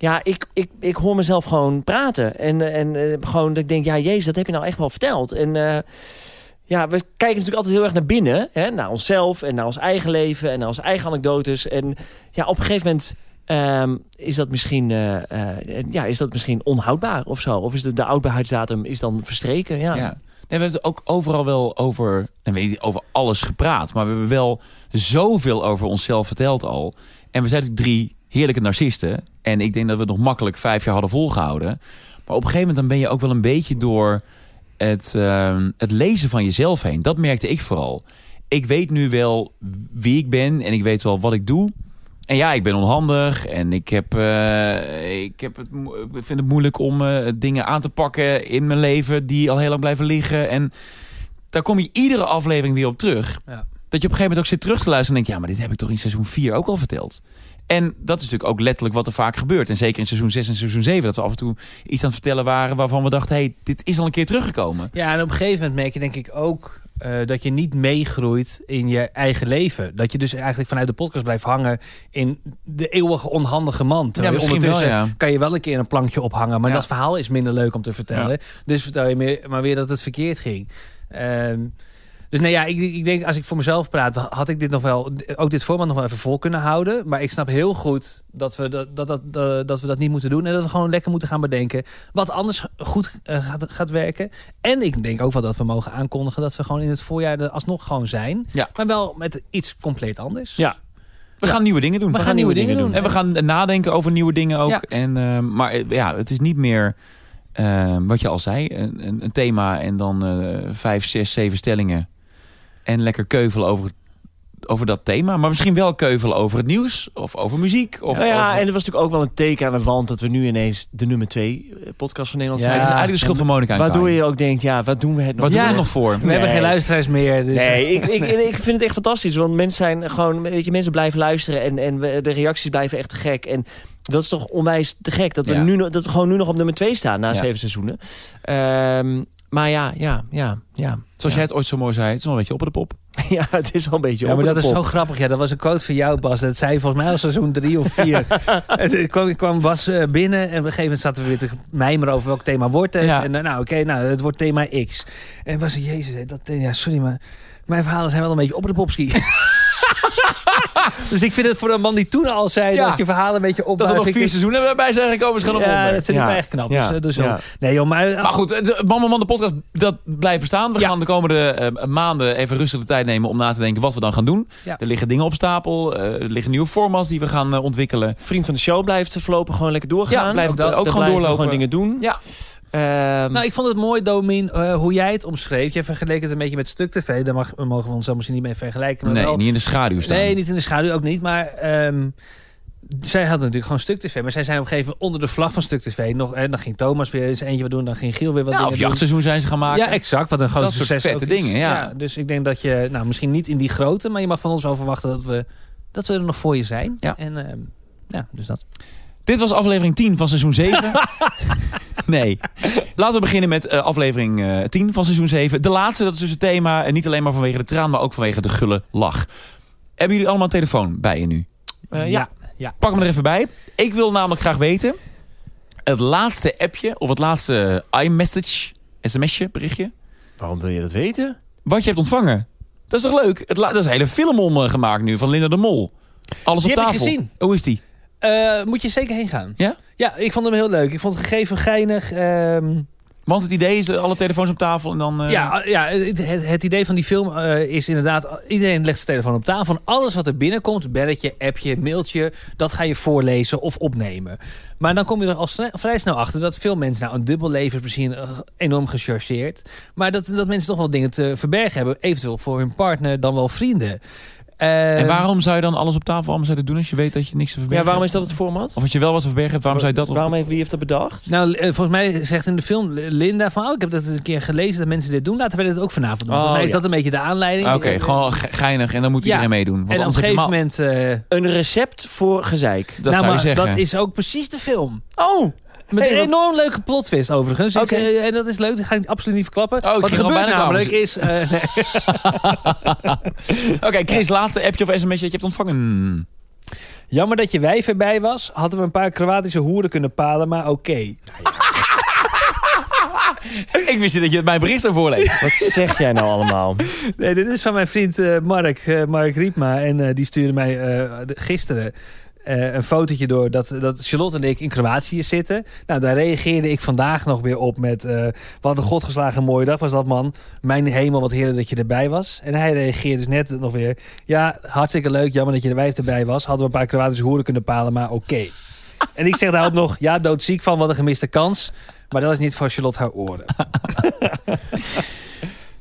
Speaker 2: Ja, ik, ik, ik hoor mezelf gewoon praten. En, eh, en eh, gewoon dat ik denk, ja, jezus, dat heb je nou echt wel verteld. En eh, ja, we kijken natuurlijk altijd heel erg naar binnen. Hè? Naar onszelf en naar ons eigen leven en naar onze eigen anekdotes. En ja, op een gegeven moment Ehm, is, dat misschien, eh, eh, ja, is dat misschien onhoudbaar of zo? Of is de, de houdbaarheidsdatum is dan verstreken? Ja.
Speaker 1: Ja. Nee, we hebben het ook overal wel over, en weet niet over alles gepraat, maar we hebben wel zoveel over onszelf verteld al. En we zijn natuurlijk drie heerlijke narcisten. En ik denk dat we het nog makkelijk vijf jaar hadden volgehouden. Maar op een gegeven moment dan ben je ook wel een beetje door het, ehm, het lezen van jezelf heen. Dat merkte ik vooral. Ik weet nu wel wie ik ben en ik weet wel wat ik doe. En ja, ik ben onhandig en ik, heb, eh, ik, heb het, mo- ik vind het moeilijk om eh, dingen aan te pakken in mijn leven die al heel lang blijven liggen. En daar kom je iedere aflevering weer op terug.
Speaker 3: Ja.
Speaker 1: Dat je op een gegeven moment ook zit terug te luisteren en denkt, ja, maar dit heb ik toch in seizoen 4 ook al verteld. En dat is natuurlijk ook letterlijk wat er vaak gebeurt. En zeker in seizoen 6 en seizoen 7, dat we af en toe iets aan het vertellen waren waarvan we dachten, hey, dit is al een keer teruggekomen.
Speaker 3: Ja, en op een gegeven moment merk je denk ik ook eh, dat je niet meegroeit in je eigen leven. Dat je dus eigenlijk vanuit de podcast blijft hangen in de eeuwige onhandige man. Terwijl je
Speaker 1: misschien wel,
Speaker 3: ondertussen
Speaker 1: ja.
Speaker 3: kan je wel een keer een plankje ophangen, maar
Speaker 1: Ja.
Speaker 3: dat verhaal is minder leuk om te vertellen. Dus vertel je meer, maar weer dat het verkeerd ging. Ehm, dus nee, ja, ik, ik denk als ik voor mezelf praat, dan had ik dit nog wel, ook dit format nog wel even vol kunnen houden. Maar ik snap heel goed dat we dat, dat, dat, dat, dat we dat niet moeten doen. En dat we gewoon lekker moeten gaan bedenken wat anders goed eh, gaat, gaat werken. En ik denk ook wel dat we mogen aankondigen dat we gewoon in het voorjaar er alsnog gewoon zijn.
Speaker 1: Ja.
Speaker 3: Maar wel met iets compleet anders.
Speaker 2: Ja.
Speaker 1: We gaan nieuwe dingen doen.
Speaker 3: We gaan nieuwe dingen doen.
Speaker 1: En we gaan nadenken over nieuwe dingen ook.
Speaker 3: Ja.
Speaker 1: En, eh, maar eh, ja, het is niet meer eh, wat je al zei. Een, een, een thema en dan eh, vijf, zes, zeven stellingen. En lekker keuvelen over, over dat thema. Maar misschien wel keuvelen over het nieuws. Of over muziek. Of
Speaker 2: Nou ja,
Speaker 1: over-
Speaker 2: en er was natuurlijk ook wel een teken aan de wand dat we nu ineens de nummer twee eh, podcast van Nederland
Speaker 3: Ja.
Speaker 1: het is
Speaker 2: zijn.
Speaker 1: eigenlijk de schuld van Monica en
Speaker 2: Waardoor
Speaker 1: Kai.
Speaker 2: je ook denkt, ja, wat doen we het nog?
Speaker 1: Wat
Speaker 2: voor?
Speaker 1: doen we er nog voor?
Speaker 3: We hebben geen luisteraars meer. Dus
Speaker 2: Nee, ik, ik, ik vind het echt fantastisch. Want mensen zijn gewoon, weet je, mensen blijven luisteren en, en we- de reacties blijven echt te gek. En dat is toch onwijs te gek dat we,
Speaker 1: Ja.
Speaker 2: nu, nog- dat we gewoon nu nog op nummer 2 staan na
Speaker 1: Ja.
Speaker 2: zeven seizoenen. Ehm, maar ja, ja, ja, ja.
Speaker 1: Zoals jij het ooit zo mooi zei. Het is wel een beetje op de pop.
Speaker 2: Ja, het is al een beetje
Speaker 3: Ja, maar
Speaker 2: op
Speaker 3: dat
Speaker 2: de
Speaker 3: is zo
Speaker 2: kop.
Speaker 3: grappig. Ja, dat was een quote van jou, Bas. Dat zei je volgens mij al seizoen drie of vier. Het kwam, kwam Bas eh, binnen en op een gegeven moment zaten we weer te mijmeren over welk thema wordt het.
Speaker 1: Ja.
Speaker 3: En eh, nou, oké, nou, het wordt thema X. En was het, jezus, hè, dat, thema- ja, sorry, maar mijn verhalen zijn wel een beetje op de popski. dus ik vind het voor een man die toen al zei
Speaker 1: Ja.
Speaker 3: dat je verhalen een beetje op.
Speaker 1: Dat we nog vier seizoenen erbij zijn gekomen is gewoon een
Speaker 3: Ja,
Speaker 1: wonder.
Speaker 3: dat vind ik
Speaker 2: Ja.
Speaker 3: wel echt knap.
Speaker 2: Ja.
Speaker 3: Dus, eh, dus
Speaker 2: Ja.
Speaker 3: wel. Nee joh, maar... eh,
Speaker 1: Maar goed, de Man Man Man, de podcast, dat blijft bestaan. We
Speaker 3: Ja.
Speaker 1: gaan de komende eh, maanden even rustig de tijd nemen om na te denken wat we dan gaan doen.
Speaker 3: Ja.
Speaker 1: Er liggen dingen op stapel, eh, er liggen nieuwe formats die we gaan eh, ontwikkelen.
Speaker 2: Vriend van de show blijft voorlopig gewoon lekker doorgaan.
Speaker 1: Ja, blijft
Speaker 2: dat,
Speaker 1: ook
Speaker 2: dat
Speaker 1: gewoon
Speaker 2: blijven we
Speaker 1: doorlopen.
Speaker 2: Gewoon dingen doen.
Speaker 1: Ja.
Speaker 2: Ehm,
Speaker 3: Nou, ik vond het mooi, Domin, eh, hoe jij het omschreef. Jij vergeleek het een beetje met Stuk TV. Daar mag, mogen we ons dan misschien niet mee vergelijken. Maar
Speaker 1: Nee,
Speaker 3: wel,
Speaker 1: niet in de schaduw staan.
Speaker 3: nee, niet in de schaduw, ook niet. Maar ehm, zij hadden natuurlijk gewoon Stuk TV. Maar zij zijn op een gegeven moment onder de vlag van Stuk TV. Nog, en dan ging Thomas weer eens eentje wat doen. Dan ging Giel weer wat
Speaker 1: ja,
Speaker 3: dingen
Speaker 1: of
Speaker 3: doen.
Speaker 1: jachtseizoen zijn ze gaan maken.
Speaker 3: Ja, exact. Wat een groot
Speaker 1: Dat soort
Speaker 3: succes.
Speaker 1: vette
Speaker 3: ook is.
Speaker 1: dingen, ja.
Speaker 3: Dus ik denk dat je, nou, misschien niet in die grootte, maar je mag van ons wel verwachten dat we, dat we er nog voor je zijn.
Speaker 1: Ja.
Speaker 3: En, ehm, ja, dus dat.
Speaker 1: Dit was aflevering 10 van seizoen 7. nee. Laten we beginnen met eh, aflevering eh, 10 van seizoen 7. De laatste, dat is dus het thema. En niet alleen maar vanwege de traan, maar ook vanwege de gulle lach. Hebben jullie allemaal een telefoon bij je nu?
Speaker 2: eh, ja.
Speaker 3: ja.
Speaker 1: Pak hem er even bij. Ik wil namelijk graag weten... het laatste appje of het laatste iMessage, sms'je, berichtje...
Speaker 2: Waarom wil je dat weten?
Speaker 1: Wat je hebt ontvangen. Dat is toch leuk? Het la- dat is een hele film om eh, gemaakt nu van Linda de Mol. Alles
Speaker 3: Die
Speaker 1: op
Speaker 3: heb ik
Speaker 1: tafel.
Speaker 3: gezien.
Speaker 1: Hoe is die?
Speaker 3: Eh, moet je zeker heen gaan.
Speaker 1: Ja?
Speaker 3: Ja, ik vond hem heel leuk. Ik vond het gegeven geinig. ehm,
Speaker 1: Want het idee is dat alle telefoons op tafel en dan... eh,
Speaker 3: Ja, ja het, het- het idee van die film eh, is inderdaad... iedereen legt zijn telefoon op tafel. Van alles wat er binnenkomt, belletje, appje, mailtje... dat ga je voorlezen of opnemen. Maar dan kom je er al sne- vrij snel achter... dat veel mensen, nou een dubbel leven is misschien eh, enorm gechargeerd... maar dat, dat mensen toch wel dingen te verbergen hebben. Eventueel voor hun partner, dan wel vrienden. Eh,
Speaker 1: En waarom zou je dan alles op tafel waarom zou je dat doen als je weet dat je niks te verbergen
Speaker 2: Ja, waarom is
Speaker 1: hebt?
Speaker 2: dat het format?
Speaker 1: Of als je wel wat te verbergen hebt, waarom zou je dat... Op...
Speaker 2: Waarom heeft, wie heeft dat bedacht?
Speaker 3: Nou, eh, volgens mij zegt in de film Linda van... Oh, ik heb dat een keer gelezen dat mensen dit doen. Laten wij dit ook vanavond doen.
Speaker 2: Oh,
Speaker 3: volgens mij is
Speaker 2: ja.
Speaker 3: dat een beetje de aanleiding.
Speaker 1: Ah, Oké,
Speaker 3: Eh,
Speaker 1: gewoon ge- geinig en dan moet
Speaker 3: Ja.
Speaker 1: iedereen meedoen. Want
Speaker 3: En op een
Speaker 1: anders heb
Speaker 3: gegeven
Speaker 1: je hem al-
Speaker 3: moment... eh,
Speaker 2: Een recept voor gezeik.
Speaker 1: Dat
Speaker 3: nou,
Speaker 1: zou je
Speaker 3: maar
Speaker 1: zeggen.
Speaker 3: dat is ook precies de film.
Speaker 2: Oh!
Speaker 3: Met
Speaker 2: Hey,
Speaker 3: een
Speaker 2: wat-
Speaker 3: enorm leuke plot twist overigens. Ik,
Speaker 2: Oké.
Speaker 3: eh, en dat is leuk, dat ga ik absoluut niet verklappen.
Speaker 1: Oh, ik
Speaker 3: Wat er
Speaker 1: ging al
Speaker 3: gebeurt
Speaker 1: bijna klaar
Speaker 3: namelijk is... eh, nee.
Speaker 1: Oké, Chris, laatste appje of sms'je dat je hebt ontvangen.
Speaker 3: eh, jammer dat je wijf erbij was. Hadden we een paar Kroatische hoeren kunnen palen, maar oké.
Speaker 1: Ik wist niet dat je mijn bericht zou voorlezen.
Speaker 2: Wat zeg jij nou allemaal?
Speaker 3: Nee, dit is van mijn vriend eh, Mark, eh, Mark Riepma. En eh, die stuurde mij eh, de- gisteren eh, een fotootje door dat, dat Charlotte en ik in Kroatië zitten. Nou, daar reageerde ik vandaag nog weer op met... eh, wat een godgeslagen mooie dag was dat, man. Mijn hemel, wat heerlijk dat je erbij was. En hij reageerde dus net nog weer... Ja, hartstikke leuk, jammer dat je erbij erbij was. Hadden we een paar Kroatische hoeren kunnen palen, maar oké. En ik zeg daarop nog... Ja, doodziek van, wat een gemiste kans. Maar dat is niet voor Charlotte haar oren.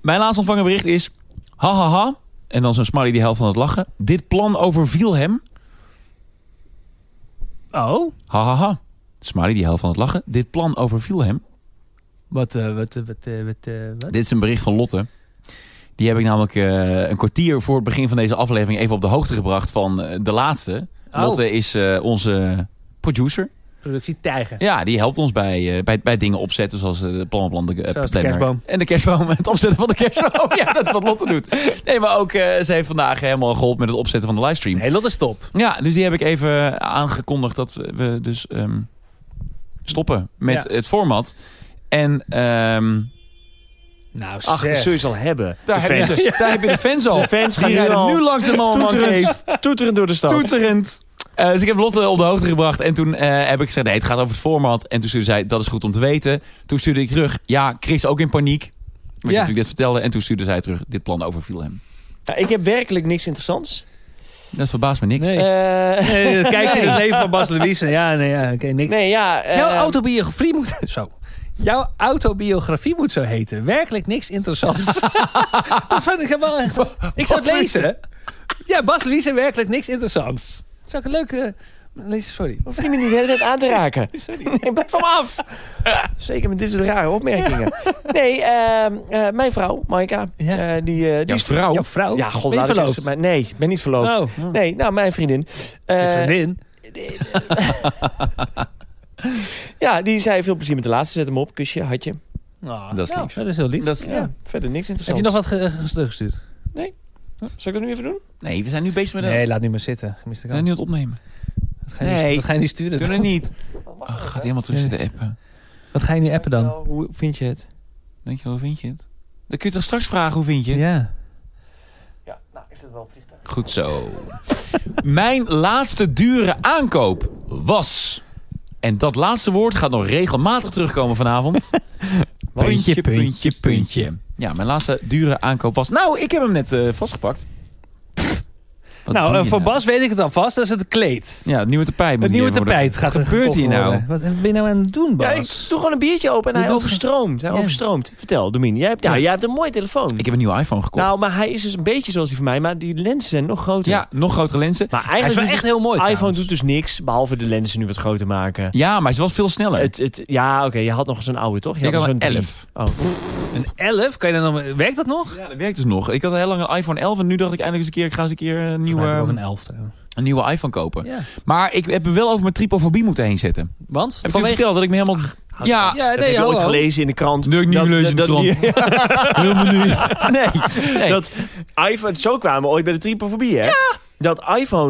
Speaker 1: Mijn laatst ontvangen bericht is... Hahaha. En dan zo'n smiley die helft van het lachen. Dit plan overviel hem.
Speaker 3: Oh?
Speaker 1: Hahaha. Smiley die helft van het lachen. Dit plan overviel hem.
Speaker 3: Wat, eh, wat, eh, wat, eh, wat, eh, wat?
Speaker 1: Dit is een bericht van Lotte. Die heb ik namelijk eh, een kwartier voor het begin van deze aflevering even op de hoogte gebracht van eh, de laatste.
Speaker 3: Oh.
Speaker 1: Lotte is eh, onze producer.
Speaker 3: Productie Tijger.
Speaker 1: Ja, die helpt ons bij, eh, bij, bij dingen opzetten zoals eh, de plannen, de, eh,
Speaker 3: Zoals de
Speaker 1: planner.
Speaker 3: kerstboom.
Speaker 1: En de kerstboom, het opzetten van de kerstboom. ja, dat is wat Lotte doet. Nee, maar ook, eh ze heeft vandaag helemaal geholpen met het opzetten van de livestream.
Speaker 3: Nee, dat is top.
Speaker 1: Ja, dus die heb ik even aangekondigd dat we dus ehm, stoppen met
Speaker 3: Ja.
Speaker 1: het format. En ehm,
Speaker 3: Nou,
Speaker 2: Ach, de
Speaker 3: zeg.
Speaker 2: zul je al hebben.
Speaker 1: daar,
Speaker 2: de
Speaker 1: heb je,
Speaker 2: fans.
Speaker 1: de- daar heb je de fans al.
Speaker 2: De fans gaan
Speaker 1: die
Speaker 2: nu
Speaker 1: rijden
Speaker 2: al
Speaker 1: nu langs de man. man Cave.
Speaker 2: Toeterend, toeterend door de stad.
Speaker 1: Toeterend. Eh, dus ik heb Lotte op de hoogte gebracht. En toen eh, heb ik gezegd, nee, het gaat over het format. En toen stuurde zij, dat is goed om te weten. Toen stuurde ik terug, ja, Chris ook in paniek. Wat ik
Speaker 3: Ja.
Speaker 1: natuurlijk dit vertelde. En toen stuurde zij terug, dit plan overviel hem.
Speaker 2: Ja, ik heb werkelijk niks interessants.
Speaker 1: Dat verbaast me niks.
Speaker 3: Nee.
Speaker 2: Eh,
Speaker 3: Nee, dat Kijk in het leven van Bas Louise. Ja, nee, ja, oké, niks.
Speaker 2: nee, ja. eh,
Speaker 3: Jouw autobiografie moet... Zo. Jouw autobiografie moet zo heten. Werkelijk niks interessants. dat vind ik wel echt... Ik zou het
Speaker 1: Louise.
Speaker 3: lezen. Ja, Bas Louise, werkelijk niks interessants. Zou ik een leuke... Nee, sorry.
Speaker 2: Hoef je me niet de hele tijd aan te raken. Nee, blijf van me af. Zeker met dit soort rare opmerkingen. Nee, ehm, eh, mijn vrouw, Maika.
Speaker 3: Ja.
Speaker 2: eh, die, eh, die
Speaker 1: Jouw
Speaker 2: is-
Speaker 1: vrouw?
Speaker 3: Jouw vrouw?
Speaker 2: Ja, god,
Speaker 3: ben je
Speaker 2: laat ik eens-
Speaker 3: verloofd?
Speaker 2: maar, nee, ik ben niet verloofd.
Speaker 3: Oh,
Speaker 2: Nee, nou, mijn vriendin. Eh,
Speaker 3: je vriendin.
Speaker 2: ja, die zei veel plezier met de laatste. Zet hem op, kusje, hartje.
Speaker 3: Ah,
Speaker 1: Dat is
Speaker 3: nou,
Speaker 1: lief.
Speaker 3: Dat is heel lief.
Speaker 1: Dat is-
Speaker 2: Ja, verder niks
Speaker 3: Heb je nog
Speaker 2: interessants.
Speaker 3: wat ge- eh, ge- teruggestuurd?
Speaker 2: Zal ik dat nu even doen?
Speaker 1: nee, we zijn nu bezig met dat.
Speaker 3: Nee, laat nu maar zitten. Gemiste
Speaker 1: We zijn
Speaker 3: kans.
Speaker 1: nu aan het opnemen.
Speaker 3: Wat ga je nu-
Speaker 1: Nee.
Speaker 3: wat ga je nu sturen?
Speaker 1: Doe het niet. Oh, gaat helemaal terug zitten appen.
Speaker 3: Wat ga je nu appen dan?
Speaker 2: Nou, hoe vind je het?
Speaker 1: Denk je, wel, hoe vind je het? Dan kun je toch straks vragen, hoe vind je het?
Speaker 3: Ja.
Speaker 2: Ja, nou, is dat wel een vliegtuig?
Speaker 1: Goed zo. Mijn laatste dure aankoop was... En dat laatste woord gaat nog regelmatig terugkomen vanavond.
Speaker 3: Puntje, puntje, puntje.
Speaker 1: Ja, mijn laatste dure aankoop was... Nou, ik heb hem net eh, vastgepakt. Wat
Speaker 3: nou,
Speaker 1: doe
Speaker 3: eh,
Speaker 1: je
Speaker 3: voor Bas weet ik het alvast. Dat is het kleed.
Speaker 1: Ja, het nieuwe tapijt. moet
Speaker 3: Het
Speaker 1: hier
Speaker 3: nieuwe
Speaker 1: even worden-
Speaker 3: tapijt gaat er
Speaker 1: Wat gebeurt
Speaker 3: gekocht
Speaker 1: hier nou?
Speaker 3: worden. Wat ben je nou aan het doen, Bas?
Speaker 2: Ja, ik doe gewoon een biertje open en
Speaker 3: Je
Speaker 2: hij
Speaker 3: doet-
Speaker 2: overstroomt. Hij
Speaker 3: Ja.
Speaker 2: overstroomt. Vertel, Domien. Jij hebt, ja,
Speaker 3: Ja.
Speaker 2: jij hebt een mooie telefoon.
Speaker 1: Ik heb een nieuwe iPhone gekocht.
Speaker 2: nou, maar hij is dus een beetje zoals die van mij, maar die lenzen zijn nog groter.
Speaker 1: Ja, nog grotere lenzen.
Speaker 2: Maar
Speaker 3: Hij is wel
Speaker 2: eigenlijk
Speaker 3: echt heel mooi
Speaker 2: iPhone
Speaker 3: trouwens.
Speaker 2: doet dus niks, behalve de lenzen nu wat groter maken.
Speaker 1: Ja, maar ze was veel sneller.
Speaker 2: Het, het, ja, oké, je had nog eens een oude, toch? Je
Speaker 1: ik had
Speaker 2: nog
Speaker 1: een
Speaker 2: zo'n
Speaker 1: 11.
Speaker 2: drie. Oh.
Speaker 3: Een 11? Kan je dan nog, werkt dat nog?
Speaker 1: Ja, dat werkt dus nog. Ik had heel lang een iPhone 11 en nu dacht ik eindelijk eens een keer, ik ga eens een keer een nieuwe,
Speaker 3: Nou, ik heb ook een 11 trouwens.
Speaker 1: een nieuwe iPhone kopen.
Speaker 3: Ja.
Speaker 1: Maar ik heb me wel over mijn tripofobie moeten heen zetten.
Speaker 3: Want?
Speaker 1: Heb ik je verteld dat ik me helemaal... Ja,
Speaker 3: Ja,
Speaker 2: dat heb
Speaker 3: nee, oh.
Speaker 2: je ooit
Speaker 3: hallo.
Speaker 2: gelezen in de krant.
Speaker 1: Nee, ik niet gelezen in de helemaal niet. Nee. nee.
Speaker 2: Dat iPhone, zo kwamen we ooit bij de tripofobie, hè? Ja. dat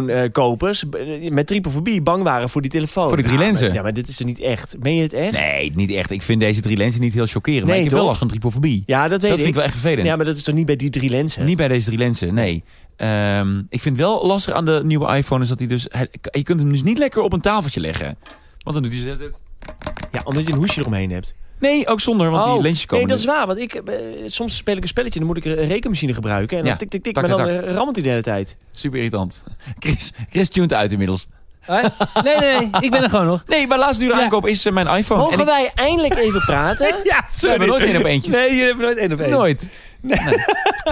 Speaker 2: iPhone-kopers met tripofobie bang waren voor die telefoon.
Speaker 1: Voor die drie
Speaker 2: Ja, maar-
Speaker 1: lenzen.
Speaker 2: ja, maar dit is er niet echt. Ben je het echt?
Speaker 1: Nee, niet echt. Ik vind deze drie lenzen niet heel chockerend. maar ik
Speaker 2: Nee,
Speaker 1: heb wel
Speaker 2: toch?
Speaker 1: last van tripofobie.
Speaker 2: Ja, dat weet
Speaker 1: dat vind ik wel echt vervelend.
Speaker 2: Ja, maar dat is toch niet bij die drie lenzen?
Speaker 1: Niet bij deze drie lenzen, nee. Ehm, ik vind wel lastig aan de nieuwe iPhone is dat hij dus... hij- je kunt hem dus niet lekker op een tafeltje leggen. Want dan doet hij... zo-
Speaker 2: Ja, omdat je een hoesje eromheen hebt.
Speaker 1: Nee, ook zonder, want die lensjes komen...
Speaker 2: Oh, Nee, dat is waar. Want ik, eh, soms speel ik een spelletje en dan moet ik een rekenmachine gebruiken. En dan
Speaker 1: Ja,
Speaker 2: tik, tik, tik.
Speaker 1: tak,
Speaker 2: maar
Speaker 1: tak, Oh,
Speaker 2: dan eh, rammelt hij de hele tijd.
Speaker 1: Super irritant. Chris, Chris tuned uit inmiddels.
Speaker 3: Nee, nee, nee. Ik ben er gewoon nog.
Speaker 1: Nee, maar laatste dure
Speaker 3: Ja.
Speaker 1: aankoop is eh, mijn iPhone.
Speaker 2: Mogen
Speaker 1: en ik,
Speaker 2: wij eindelijk even praten?
Speaker 3: Ja,
Speaker 1: we hebben nooit één op eentjes.
Speaker 3: Nee, jullie hebben nooit één op één.
Speaker 1: Nooit.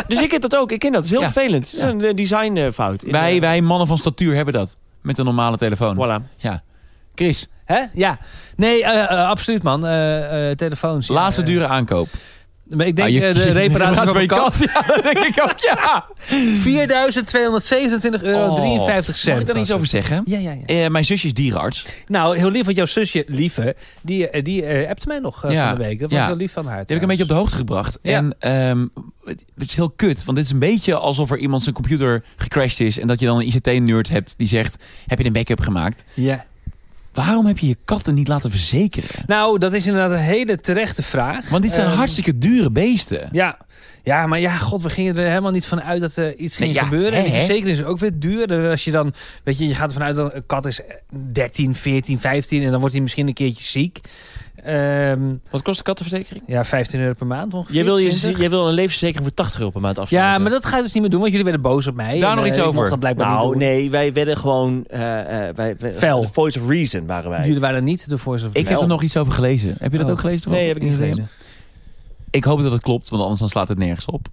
Speaker 2: Dus ik heb dat ook. Ik ken dat. Het is heel
Speaker 1: Ja.
Speaker 2: vervelend. Het is
Speaker 1: Ja.
Speaker 2: een eh, designfout. In,
Speaker 1: Wij,
Speaker 2: eh,
Speaker 1: wij mannen van statuur hebben dat. Met een normale telefoon.
Speaker 2: Voilà.
Speaker 1: Ja. Chris,
Speaker 3: Hè? Ja. Nee, eh, eh, absoluut man. Eh, eh, telefoons. ja.
Speaker 1: laatste
Speaker 3: Eh,
Speaker 1: dure aankoop.
Speaker 3: maar ik denk
Speaker 1: Ah, je-
Speaker 3: eh, de
Speaker 1: je-
Speaker 3: reparatie van mijn kat.
Speaker 1: Ja, dat denk ik ook, ja.
Speaker 3: 4.227 euro
Speaker 1: Oh.
Speaker 3: 53 Eh, cent.
Speaker 1: Mag ik daar iets
Speaker 3: was
Speaker 1: over zeggen?
Speaker 3: het. Ja, ja, ja.
Speaker 1: Eh, mijn zusje is dierenarts.
Speaker 3: Nou, heel lief, want jouw zusje, lieve, die, eh, die eh, appte mij nog eh,
Speaker 1: Ja,
Speaker 3: van de week. Dat was
Speaker 1: ja.
Speaker 3: heel lief van
Speaker 1: Die
Speaker 3: haar.
Speaker 1: heb ik een beetje op de hoogte gebracht.
Speaker 3: Ja.
Speaker 1: En ehm, het het is heel kut, want dit is een beetje alsof er iemand zijn computer gecrashed is... en dat je dan een ICT-nerd hebt die zegt, heb je een backup gemaakt?
Speaker 3: Ja.
Speaker 1: Waarom heb je je katten niet laten verzekeren?
Speaker 3: Nou, dat is inderdaad een hele terechte vraag.
Speaker 1: Want dit zijn
Speaker 3: Ehm,
Speaker 1: hartstikke dure beesten.
Speaker 3: Ja. ja, maar ja, god, we gingen er helemaal niet van uit dat er iets ging
Speaker 1: Nee, ja,
Speaker 3: gebeuren.
Speaker 1: hè,
Speaker 3: En die
Speaker 1: hè?
Speaker 3: verzekering is ook weer duur. En Als je dan, weet je, je gaat ervan uit dat een kat is eh, 13, 14, 15 en dan wordt hij misschien een keertje ziek. Ehm,
Speaker 2: Wat kost de kattenverzekering?
Speaker 3: ja, 15 euro per maand ongeveer.
Speaker 2: Jij wil, je,
Speaker 3: 20.
Speaker 2: jij wil een levensverzekering voor 80 euro per maand afsluiten.
Speaker 3: Ja, maar dat ga je dus niet meer doen, want jullie werden boos op mij.
Speaker 1: Daar
Speaker 3: En,
Speaker 1: nog
Speaker 3: eh,
Speaker 1: iets
Speaker 3: ik mocht
Speaker 1: over.
Speaker 3: Dat blijkbaar niet
Speaker 2: Nou,
Speaker 3: doen.
Speaker 2: nee, wij werden gewoon... eh, eh, wij, wij-
Speaker 3: Fel.
Speaker 2: de Voice of Reason waren wij.
Speaker 3: Jullie waren niet de voorzitter. van
Speaker 1: Ik heb
Speaker 3: Wel.
Speaker 1: er nog iets over gelezen. Heb je dat
Speaker 3: Oh.
Speaker 1: ook gelezen? Rob?
Speaker 2: Nee, heb ik niet gelezen.
Speaker 1: Ik hoop dat het klopt, want anders dan slaat het nergens op.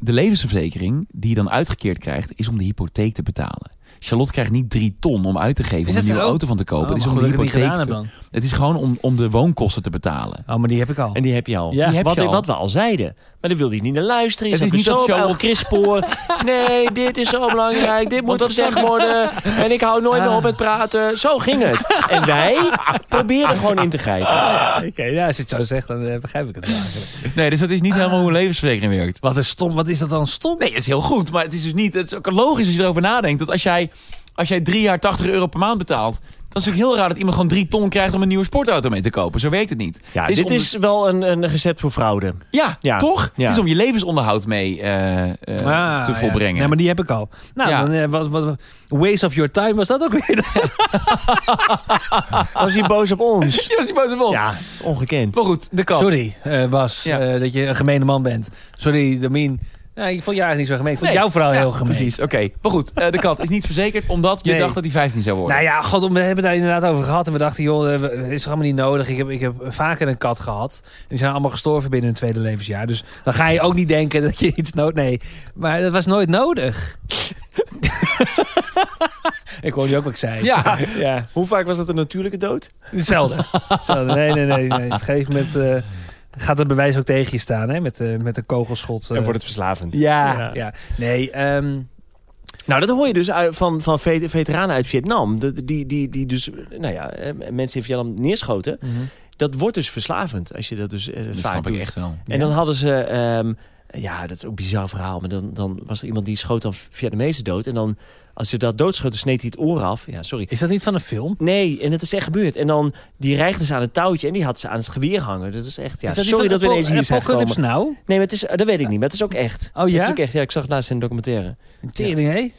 Speaker 1: De levensverzekering die je dan uitgekeerd krijgt, is om de hypotheek te betalen. Charlotte krijgt niet drie ton om uit te geven
Speaker 3: Is
Speaker 1: om een
Speaker 3: dat
Speaker 1: nieuwe
Speaker 3: zo?
Speaker 1: auto van te kopen.
Speaker 3: Oh,
Speaker 1: het is
Speaker 3: maar
Speaker 1: om
Speaker 3: goed
Speaker 1: de
Speaker 3: dat ik het niet
Speaker 1: hypotheek
Speaker 3: gedaan heb
Speaker 1: te-
Speaker 3: dan.
Speaker 1: Het is gewoon om, om de woonkosten te betalen.
Speaker 3: Oh, maar die heb ik al.
Speaker 2: En die heb je al.
Speaker 3: Ja,
Speaker 1: die heb
Speaker 2: wat,
Speaker 1: je al.
Speaker 2: wat we al zeiden. Maar daar wilde hij niet naar luisteren. Je
Speaker 1: Het
Speaker 2: zat
Speaker 1: is niet
Speaker 2: me
Speaker 1: dat
Speaker 2: zo op
Speaker 1: Charlotte-
Speaker 2: oude Christpoor. nee, dit is zo belangrijk. Dit moet
Speaker 1: dat
Speaker 2: gezegd worden. En ik hou nooit meer op met praten. Zo ging het. En wij proberen gewoon in te grijpen.
Speaker 3: Oké, ja, als je het zo zegt, dan eh, begrijp ik het. wel eigenlijk.
Speaker 1: Nee, dus dat is niet
Speaker 3: Ah.
Speaker 1: helemaal hoe een levensverzekering werkt.
Speaker 3: Wat is stom, wat is dat dan stom?
Speaker 1: Nee, dat is heel goed, maar het is dus niet. Het is ook logisch als je erover nadenkt dat als jij, als jij drie jaar 80 euro per maand betaalt. Dan is het natuurlijk heel raar dat iemand gewoon drie ton krijgt om een nieuwe sportauto mee te kopen. Zo werkt het niet.
Speaker 2: Ja,
Speaker 1: het is
Speaker 2: dit
Speaker 1: om de-
Speaker 2: is wel een, een recept voor fraude.
Speaker 1: Ja,
Speaker 2: Ja.
Speaker 1: toch?
Speaker 2: Ja.
Speaker 1: Het is om je levensonderhoud mee eh, eh,
Speaker 3: Ah,
Speaker 1: te
Speaker 3: ja.
Speaker 1: volbrengen.
Speaker 3: Nee, maar die heb ik al. Nou,
Speaker 1: Ja.
Speaker 3: dan, eh, wat, wat, waste of your time was dat ook weer.
Speaker 2: Was hij boos op ons?
Speaker 1: Ja, was die boze wolf.
Speaker 2: Ja, ongekend.
Speaker 1: Maar goed, de kat.
Speaker 3: Sorry, eh, Bas,
Speaker 1: Ja.
Speaker 3: eh, dat je een gemene man bent. Sorry, Damien. Nou, ik vond jou eigenlijk niet zo gemeen. Ik vond
Speaker 1: Nee.
Speaker 3: jou vooral
Speaker 1: Ja,
Speaker 3: heel gemeen.
Speaker 1: Precies, oké. Maar goed, eh, de kat is niet verzekerd omdat je
Speaker 3: Nee.
Speaker 1: dacht dat hij 15 zou worden.
Speaker 3: Nou ja, god, we hebben het daar inderdaad over gehad. En we dachten, joh, eh, we- is toch allemaal niet nodig. Ik heb, ik heb vaker een kat gehad. En die zijn allemaal gestorven binnen hun tweede levensjaar. Dus dan ga je ook niet denken dat je iets nood... Nee, maar dat was nooit nodig. ik hoor nu ook wat ik zei.
Speaker 1: Ja,
Speaker 3: ja.
Speaker 2: Hoe vaak was dat een natuurlijke dood?
Speaker 3: Hetzelfde. Hetzelfde. Nee, nee, nee. nee. Op een gegeven moment eh, gaat het bewijs ook tegen je staan, hè? Met, eh, met een kogelschot. eh.
Speaker 2: Dan wordt het verslavend.
Speaker 3: ja,
Speaker 2: Ja.
Speaker 3: ja, Nee, ehm,
Speaker 2: Nou, dat hoor je dus uit- van, van ve- veteranen uit Vietnam. De- Die, die, die dus, nou ja, eh, mensen in Vietnam neerschoten. Dat wordt dus verslavend als je dat dus eh,
Speaker 1: dat
Speaker 2: vaak
Speaker 1: snap
Speaker 2: doet.
Speaker 1: ik echt wel.
Speaker 2: En dan hadden ze... ehm, ja, dat is ook een bizar verhaal. Maar dan, dan was er iemand die schoot dan Vietnamezen dood. En dan, als je dat doodschoot, dan sneed hij het oor af. Ja, sorry.
Speaker 3: is dat niet van een film?
Speaker 2: Nee, en het is echt gebeurd. En dan, die reigde ze aan het touwtje en die had ze aan het geweer hangen. Dat is echt, ja.
Speaker 3: is dat
Speaker 2: sorry dat we ineens hier zijn
Speaker 3: Apocalypse
Speaker 2: gekomen.
Speaker 3: nou?
Speaker 2: Nee, maar het is, dat weet ik niet, maar het is ook echt.
Speaker 3: Oh, ja?
Speaker 2: Het is ook echt, ja. Ik zag het laatst in een documentaire.
Speaker 3: Tering, hé?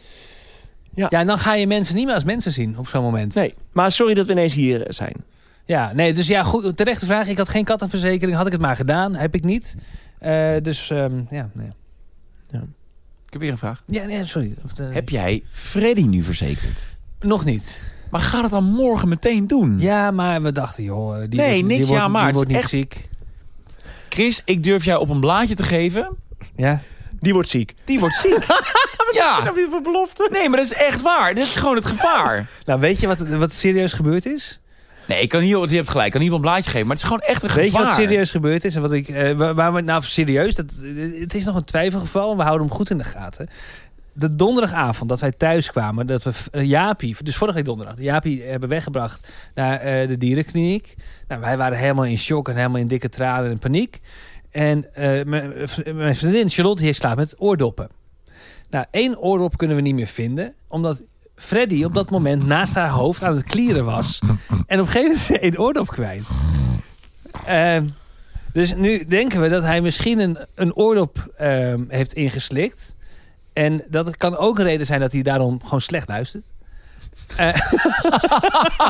Speaker 2: Ja.
Speaker 3: Ja. en dan ga je mensen niet meer als mensen zien op zo'n moment.
Speaker 2: Nee, maar sorry dat we ineens hier zijn.
Speaker 3: Ja, nee, dus ja, goed, terechte vraag. Ik had geen kattenverzekering. Had ik het maar gedaan, heb ik niet. Eh, dus ehm, ja, nee.
Speaker 1: Ik heb weer een vraag.
Speaker 3: Ja, nee, sorry. Of, eh,
Speaker 1: Heb jij Freddy nu verzekerd?
Speaker 3: Nog niet.
Speaker 1: Maar ga dat dan morgen meteen doen?
Speaker 2: Hmm.
Speaker 3: Ja, maar we dachten, joh, eh, die,
Speaker 1: Nee,
Speaker 3: wordt, die
Speaker 1: niks, ja,
Speaker 3: wordt, die
Speaker 1: maar het is
Speaker 3: wordt niet
Speaker 1: echt-
Speaker 3: ziek.
Speaker 1: Chris, ik durf jou op een blaadje te
Speaker 3: Nou,
Speaker 1: geven.
Speaker 3: Ja.
Speaker 2: Die wordt ziek.
Speaker 1: Die wordt ziek.
Speaker 3: nou,
Speaker 1: ja.
Speaker 2: je voor belofte?
Speaker 1: Nee, maar dat is echt waar. Dit is gewoon het gevaar.
Speaker 3: Nou, weet je wat, wat serieus gebeurd is?
Speaker 1: Nee, ik kan niet, je hebt gelijk. Ik kan niet op een blaadje geven. Maar het is gewoon echt een
Speaker 3: Weet je
Speaker 1: gevaar.
Speaker 3: wat serieus gebeurd is? En wat ik, eh, waar, waar we nou serieus, dat, het is nog een twijfelgeval en we houden hem goed in de gaten. De donderdagavond dat wij thuis kwamen, dat we eh, Jaapie, dus vorige week donderdag, Jaapie hebben weggebracht naar eh, de dierenkliniek. Nou, wij waren helemaal in shock en helemaal in dikke tranen en paniek. En eh, mijn- mijn vriendin Charlotte hier slaapt met oordoppen. Nou, één oordop kunnen we niet meer vinden. Omdat Freddy op dat moment naast haar hoofd aan het klieren was. En op een gegeven moment is ze één oordop kwijt. Ehm, dus nu denken we dat hij misschien een, een oordop ehm, heeft ingeslikt. En dat kan ook een reden zijn dat hij daarom gewoon slecht luistert. Eh,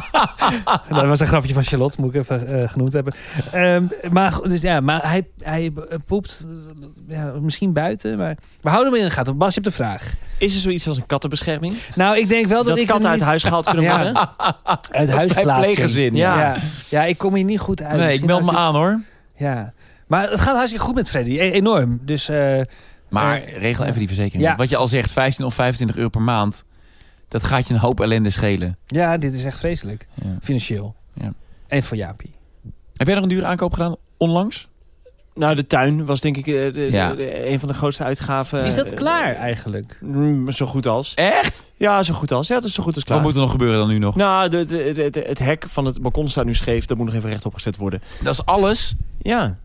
Speaker 3: dat was een grapje van Charlotte, moet ik even eh, genoemd hebben. Ehm, maar, goed, dus ja, maar hij, hij eh, poept eh, ja, misschien buiten. Maar we houden hem in de gaten. Bas, je hebt de vraag.
Speaker 2: Is er zoiets als een kattenbescherming?
Speaker 3: Nou, ik denk wel dat,
Speaker 2: Dat,
Speaker 3: ik
Speaker 2: katten
Speaker 3: hem
Speaker 2: uit
Speaker 3: niet-
Speaker 2: huis gehaald kunnen
Speaker 3: Ja.
Speaker 2: worden?
Speaker 3: uit huis
Speaker 1: Bij
Speaker 3: plaatsen.
Speaker 1: pleeggezin.
Speaker 2: Ja.
Speaker 1: Ja.
Speaker 3: Ja. ja, ik kom hier niet goed uit.
Speaker 1: Nee, ik
Speaker 3: Misschien
Speaker 1: meld me
Speaker 3: had
Speaker 1: aan hoor.
Speaker 3: je- Ja. Maar het gaat hartstikke goed met Freddy. E- enorm. Dus eh,
Speaker 1: Maar
Speaker 3: Eh,
Speaker 1: regel even die verzekering.
Speaker 3: ja.
Speaker 1: Wat je al zegt, 15 of 25 euro per maand. Dat gaat je een hoop ellende schelen.
Speaker 3: ja, dit is echt vreselijk.
Speaker 1: Ja.
Speaker 3: Financieel.
Speaker 1: Ja.
Speaker 3: En voor Jaapie.
Speaker 1: Heb jij nog een dure aankoop gedaan onlangs?
Speaker 2: Nou, de tuin was denk ik eh, de- de-
Speaker 1: Ja.
Speaker 2: de- een van de grootste uitgaven.
Speaker 3: Is dat
Speaker 2: Eh,
Speaker 3: klaar eigenlijk?
Speaker 2: Mm, zo goed als.
Speaker 1: Echt?
Speaker 2: Ja, zo goed als. Ja, dat is zo goed als klaar.
Speaker 1: Wat moet er nog gebeuren dan nu nog?
Speaker 2: Nou, de- de- de- de- het hek van het balkon staat nu scheef. Dat moet nog even rechtop gezet worden.
Speaker 1: Dat is alles.
Speaker 2: Ja.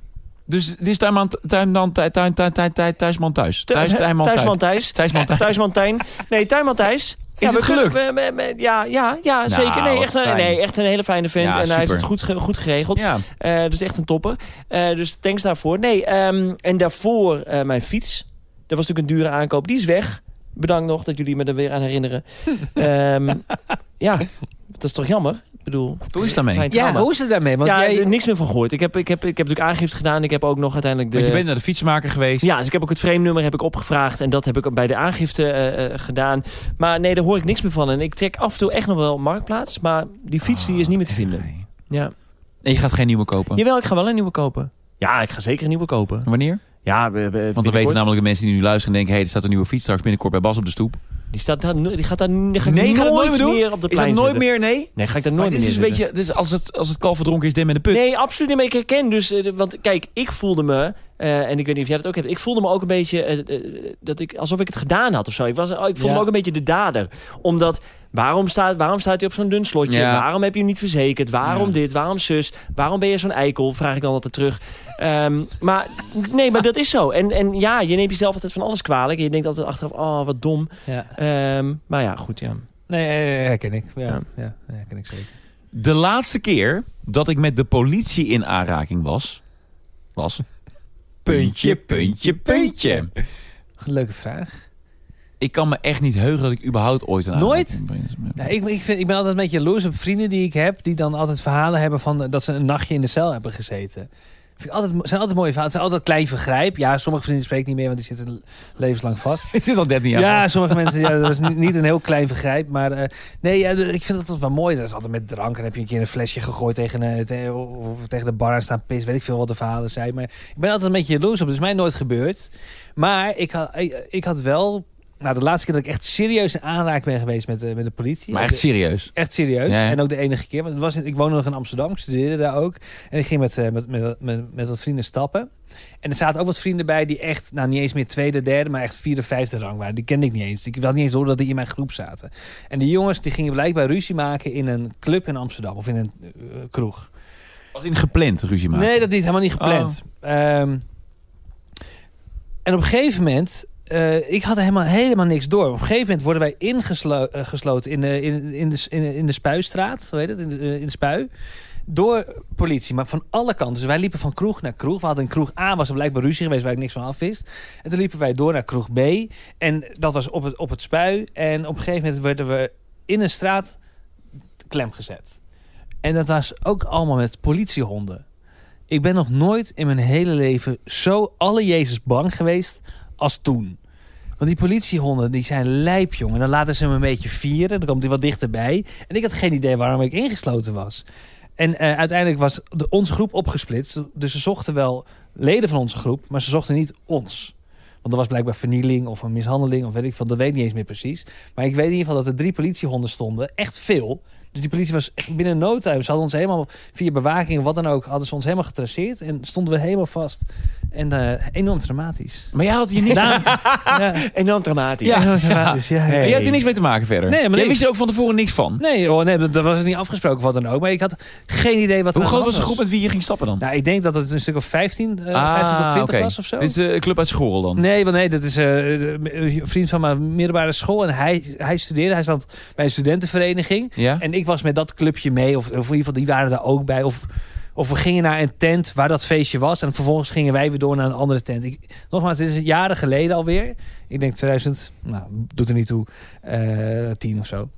Speaker 1: Dus dit is tuinman, tuinman, tuin, tuin, tuin, tuin, tuin, thuisman thuis. Thuis, tuinman thuis.
Speaker 2: Thuisman Thijs.
Speaker 1: Thuisman thuis.
Speaker 2: Thuisman Tijn. Nee, Tuinman Thijs. Ja,
Speaker 1: het
Speaker 2: we kunnen-
Speaker 1: gelukt?
Speaker 2: we- we- we- ja, ja, ja zeker. Nee
Speaker 1: Nou, wat
Speaker 2: echt, een,
Speaker 1: fijn.
Speaker 2: nee, echt een hele fijne vent.
Speaker 1: Ja,
Speaker 2: en hij heeft
Speaker 1: super.
Speaker 2: het goed, ge- goed geregeld.
Speaker 1: Ja.
Speaker 2: Eh, dus echt een topper. Eh, dus thanks daarvoor. Nee, ehm, en daarvoor eh, mijn fiets. Dat was natuurlijk een dure aankoop. Die is weg. Bedankt nog dat jullie me er weer aan herinneren. Ehm, ja, dat is toch jammer? Ik bedoel,
Speaker 1: Hoe is het daarmee?
Speaker 2: fijn
Speaker 1: Want
Speaker 3: Ja, eh,
Speaker 2: trauma.
Speaker 3: hoe is het daarmee? Want
Speaker 2: ja,
Speaker 3: jij...
Speaker 2: er niks meer van gehoord. Ik heb, ik, heb, ik heb natuurlijk aangifte gedaan. Ik heb ook nog uiteindelijk de...
Speaker 1: je bent naar de fietsenmaker geweest.
Speaker 2: Ja, dus ik heb ook het frame-nummer heb ik opgevraagd. En dat heb ik bij de aangifte eh, eh, gedaan. Maar nee, daar hoor ik niks meer van. En ik check af en toe echt nog wel Marktplaats. Maar die fiets die is niet meer te vinden.
Speaker 1: Ah, Nee.
Speaker 2: Ja.
Speaker 1: En je gaat geen nieuwe kopen.
Speaker 2: Jawel, ik ga wel een nieuwe kopen. Ja, ik ga zeker een nieuwe kopen.
Speaker 1: Wanneer?
Speaker 2: Ja, we, we-
Speaker 1: Want dan
Speaker 2: binnenkort.
Speaker 1: weten nou- namelijk de mensen die nu luisteren en denken... hé, er staat een nieuwe fiets straks binnenkort bij Bas op de stoep.
Speaker 2: Die, staat daar, no- die gaat daar die ga ik
Speaker 1: Nee, ga je dat
Speaker 2: nooit
Speaker 1: nooit meer doen?
Speaker 2: meer op de
Speaker 1: Is dat
Speaker 2: plein
Speaker 1: nooit
Speaker 2: zetten.
Speaker 1: meer? Nee?
Speaker 2: Nee, ga ik daar
Speaker 1: Maar
Speaker 2: nooit
Speaker 1: dit
Speaker 2: meer
Speaker 1: is dus een
Speaker 2: neerzetten.
Speaker 1: beetje... Dit is als, het, als het kalf verdronken is, dem in de put.
Speaker 2: Nee, absoluut niet. Maar ik herken dus... eh, de- want kijk, ik voelde me... eh, en ik weet niet of jij dat ook hebt. Ik voelde me ook een beetje... eh, eh, dat ik, alsof ik het gedaan had of zo. Ik, was, oh, ik voelde
Speaker 3: Ja.
Speaker 2: me ook een beetje de dader. Omdat... Waarom staat, waarom staat hij op zo'n dun slotje?
Speaker 1: Ja.
Speaker 2: Waarom heb je hem niet verzekerd? Waarom
Speaker 1: Ja.
Speaker 2: dit? Waarom zus? Waarom ben je zo'n eikel? Vraag ik dan altijd terug. Ehm, maar nee, maar dat is zo. En, en ja, je neemt jezelf altijd van alles kwalijk. En je denkt altijd achteraf, oh, wat dom.
Speaker 3: Ja.
Speaker 2: Ehm, maar ja, goed, ja.
Speaker 3: Nee, eh, herken ik. Ja,
Speaker 2: Ja.
Speaker 3: ja. herken ik zeker.
Speaker 1: De laatste keer dat ik met de politie in aanraking was... was... Puntje, puntje, puntje.
Speaker 3: Leuke vraag.
Speaker 1: Ik kan me echt niet heugen dat ik überhaupt ooit een
Speaker 3: Nooit?
Speaker 1: aanraking ben.
Speaker 3: Nou, ik, ik, vind, ik ben altijd een beetje jaloers op vrienden die ik heb... die dan altijd verhalen hebben van eh, dat ze een nachtje in de cel hebben gezeten. Vind ik altijd, mo- zijn altijd mooie verhalen. Het zijn altijd klein vergrijp. Ja, sommige vrienden spreken niet meer, want die zitten le- levenslang vast.
Speaker 1: Ik zit al 13 jaar.
Speaker 3: Ja, sommige mensen, ja, dat was niet, niet een heel klein vergrijp. Maar eh, nee, ja, de- ik vind dat altijd wel mooi. Dat is altijd met drank. En dan heb je een keer een flesje gegooid tegen, eh, te- of tegen de bar aan staan pis. Weet ik veel wat de verhalen zijn. Maar ik ben altijd een beetje jaloers op. Dus mij nooit gebeurd. Maar ik had, ik, ik had wel... Nou, de laatste keer dat ik echt serieus in aanraking ben geweest met, de- met de politie. eh,
Speaker 1: Maar echt serieus.
Speaker 3: Echt serieus.
Speaker 1: Ja, ja.
Speaker 3: En ook de enige keer. Want het was, in- ik woonde nog in Amsterdam. Ik studeerde daar ook. En ik ging met, eh, met, met, met, met wat vrienden stappen. En er zaten ook wat vrienden bij die echt, nou niet eens meer tweede, derde, maar echt vierde, vijfde rang waren. Die kende ik niet eens. Ik had niet eens door dat die in mijn groep zaten. En die jongens die gingen blijkbaar ruzie maken in een club in Amsterdam. Of in een eh, kroeg.
Speaker 1: Was in gepland ruzie maken. Oh.
Speaker 3: Nee, dat is helemaal niet gepland. Ehm, en op een gegeven moment... eh, ik had er helemaal, helemaal niks door. Op een gegeven moment worden wij ingesloten gesloten in de, in, in, de, in, de- in de spuistraat. Hoe heet het? In de, eh, in de spui. Door politie, maar van alle kanten. Dus wij liepen van kroeg naar kroeg. We hadden een kroeg A, was er blijkbaar ruzie geweest waar ik niks van af wist. En toen liepen wij door naar kroeg B. En dat was op het, op het spui. En op een gegeven moment werden we in een straat klem gezet. En dat was ook allemaal met politiehonden. Ik ben nog nooit in mijn hele leven zo alle Jezus bang geweest als toen. Want die politiehonden die zijn lijp, jongen. Dan laten ze hem een beetje vieren. Dan komt hij wat dichterbij. En ik had geen idee waarom ik ingesloten was. En eh, uiteindelijk was de, onze groep opgesplitst. Dus ze zochten wel leden van onze groep, maar ze zochten niet ons. Want er was blijkbaar vernieling of een mishandeling of weet ik veel. Dat weet ik niet eens meer precies. Maar ik weet in ieder geval dat er drie politiehonden stonden. Echt veel. Dus die politie was echt binnen no time. Ze hadden ons helemaal via bewaking of wat dan ook... hadden ze ons helemaal getraceerd en stonden we helemaal vast. En eh, enorm traumatisch.
Speaker 1: Maar jij had hier niks,
Speaker 3: Daarom- ja,
Speaker 2: Enorm dramatisch.
Speaker 1: Ja.
Speaker 3: enorm traumatisch. Nou, Ja, ja.
Speaker 1: maar jij had hier niks mee te maken verder.
Speaker 3: Nee, maar
Speaker 1: jij
Speaker 3: niks.
Speaker 1: wist er ook van tevoren niks van.
Speaker 3: Nee, hoor, nee, dat, dat was niet afgesproken wat dan ook. Maar ik had geen idee wat er
Speaker 1: Hoe
Speaker 3: aan
Speaker 1: groot
Speaker 3: de hand
Speaker 1: was de groep met wie je ging stappen dan? Ah,
Speaker 3: Nou, ik denk dat het een stuk of 15, eh, 15 tot 20
Speaker 1: oké.
Speaker 3: was of zo.
Speaker 1: Dit is eh, een club uit Schorel dan.
Speaker 3: Nee, want nee, dat is eh, een vriend van mijn middelbare school. En hij, hij studeerde, hij zat bij een studentenvereniging.
Speaker 1: Ja?
Speaker 3: En ik was met dat clubje mee, of, of in ieder geval die waren daar ook bij. Of, of we gingen naar een tent waar dat feestje was. En vervolgens gingen wij weer door naar een andere tent. Ik, nogmaals, dit is jaren geleden alweer. Ik denk 2000, nou, doet er niet toe, eh 10 of zo.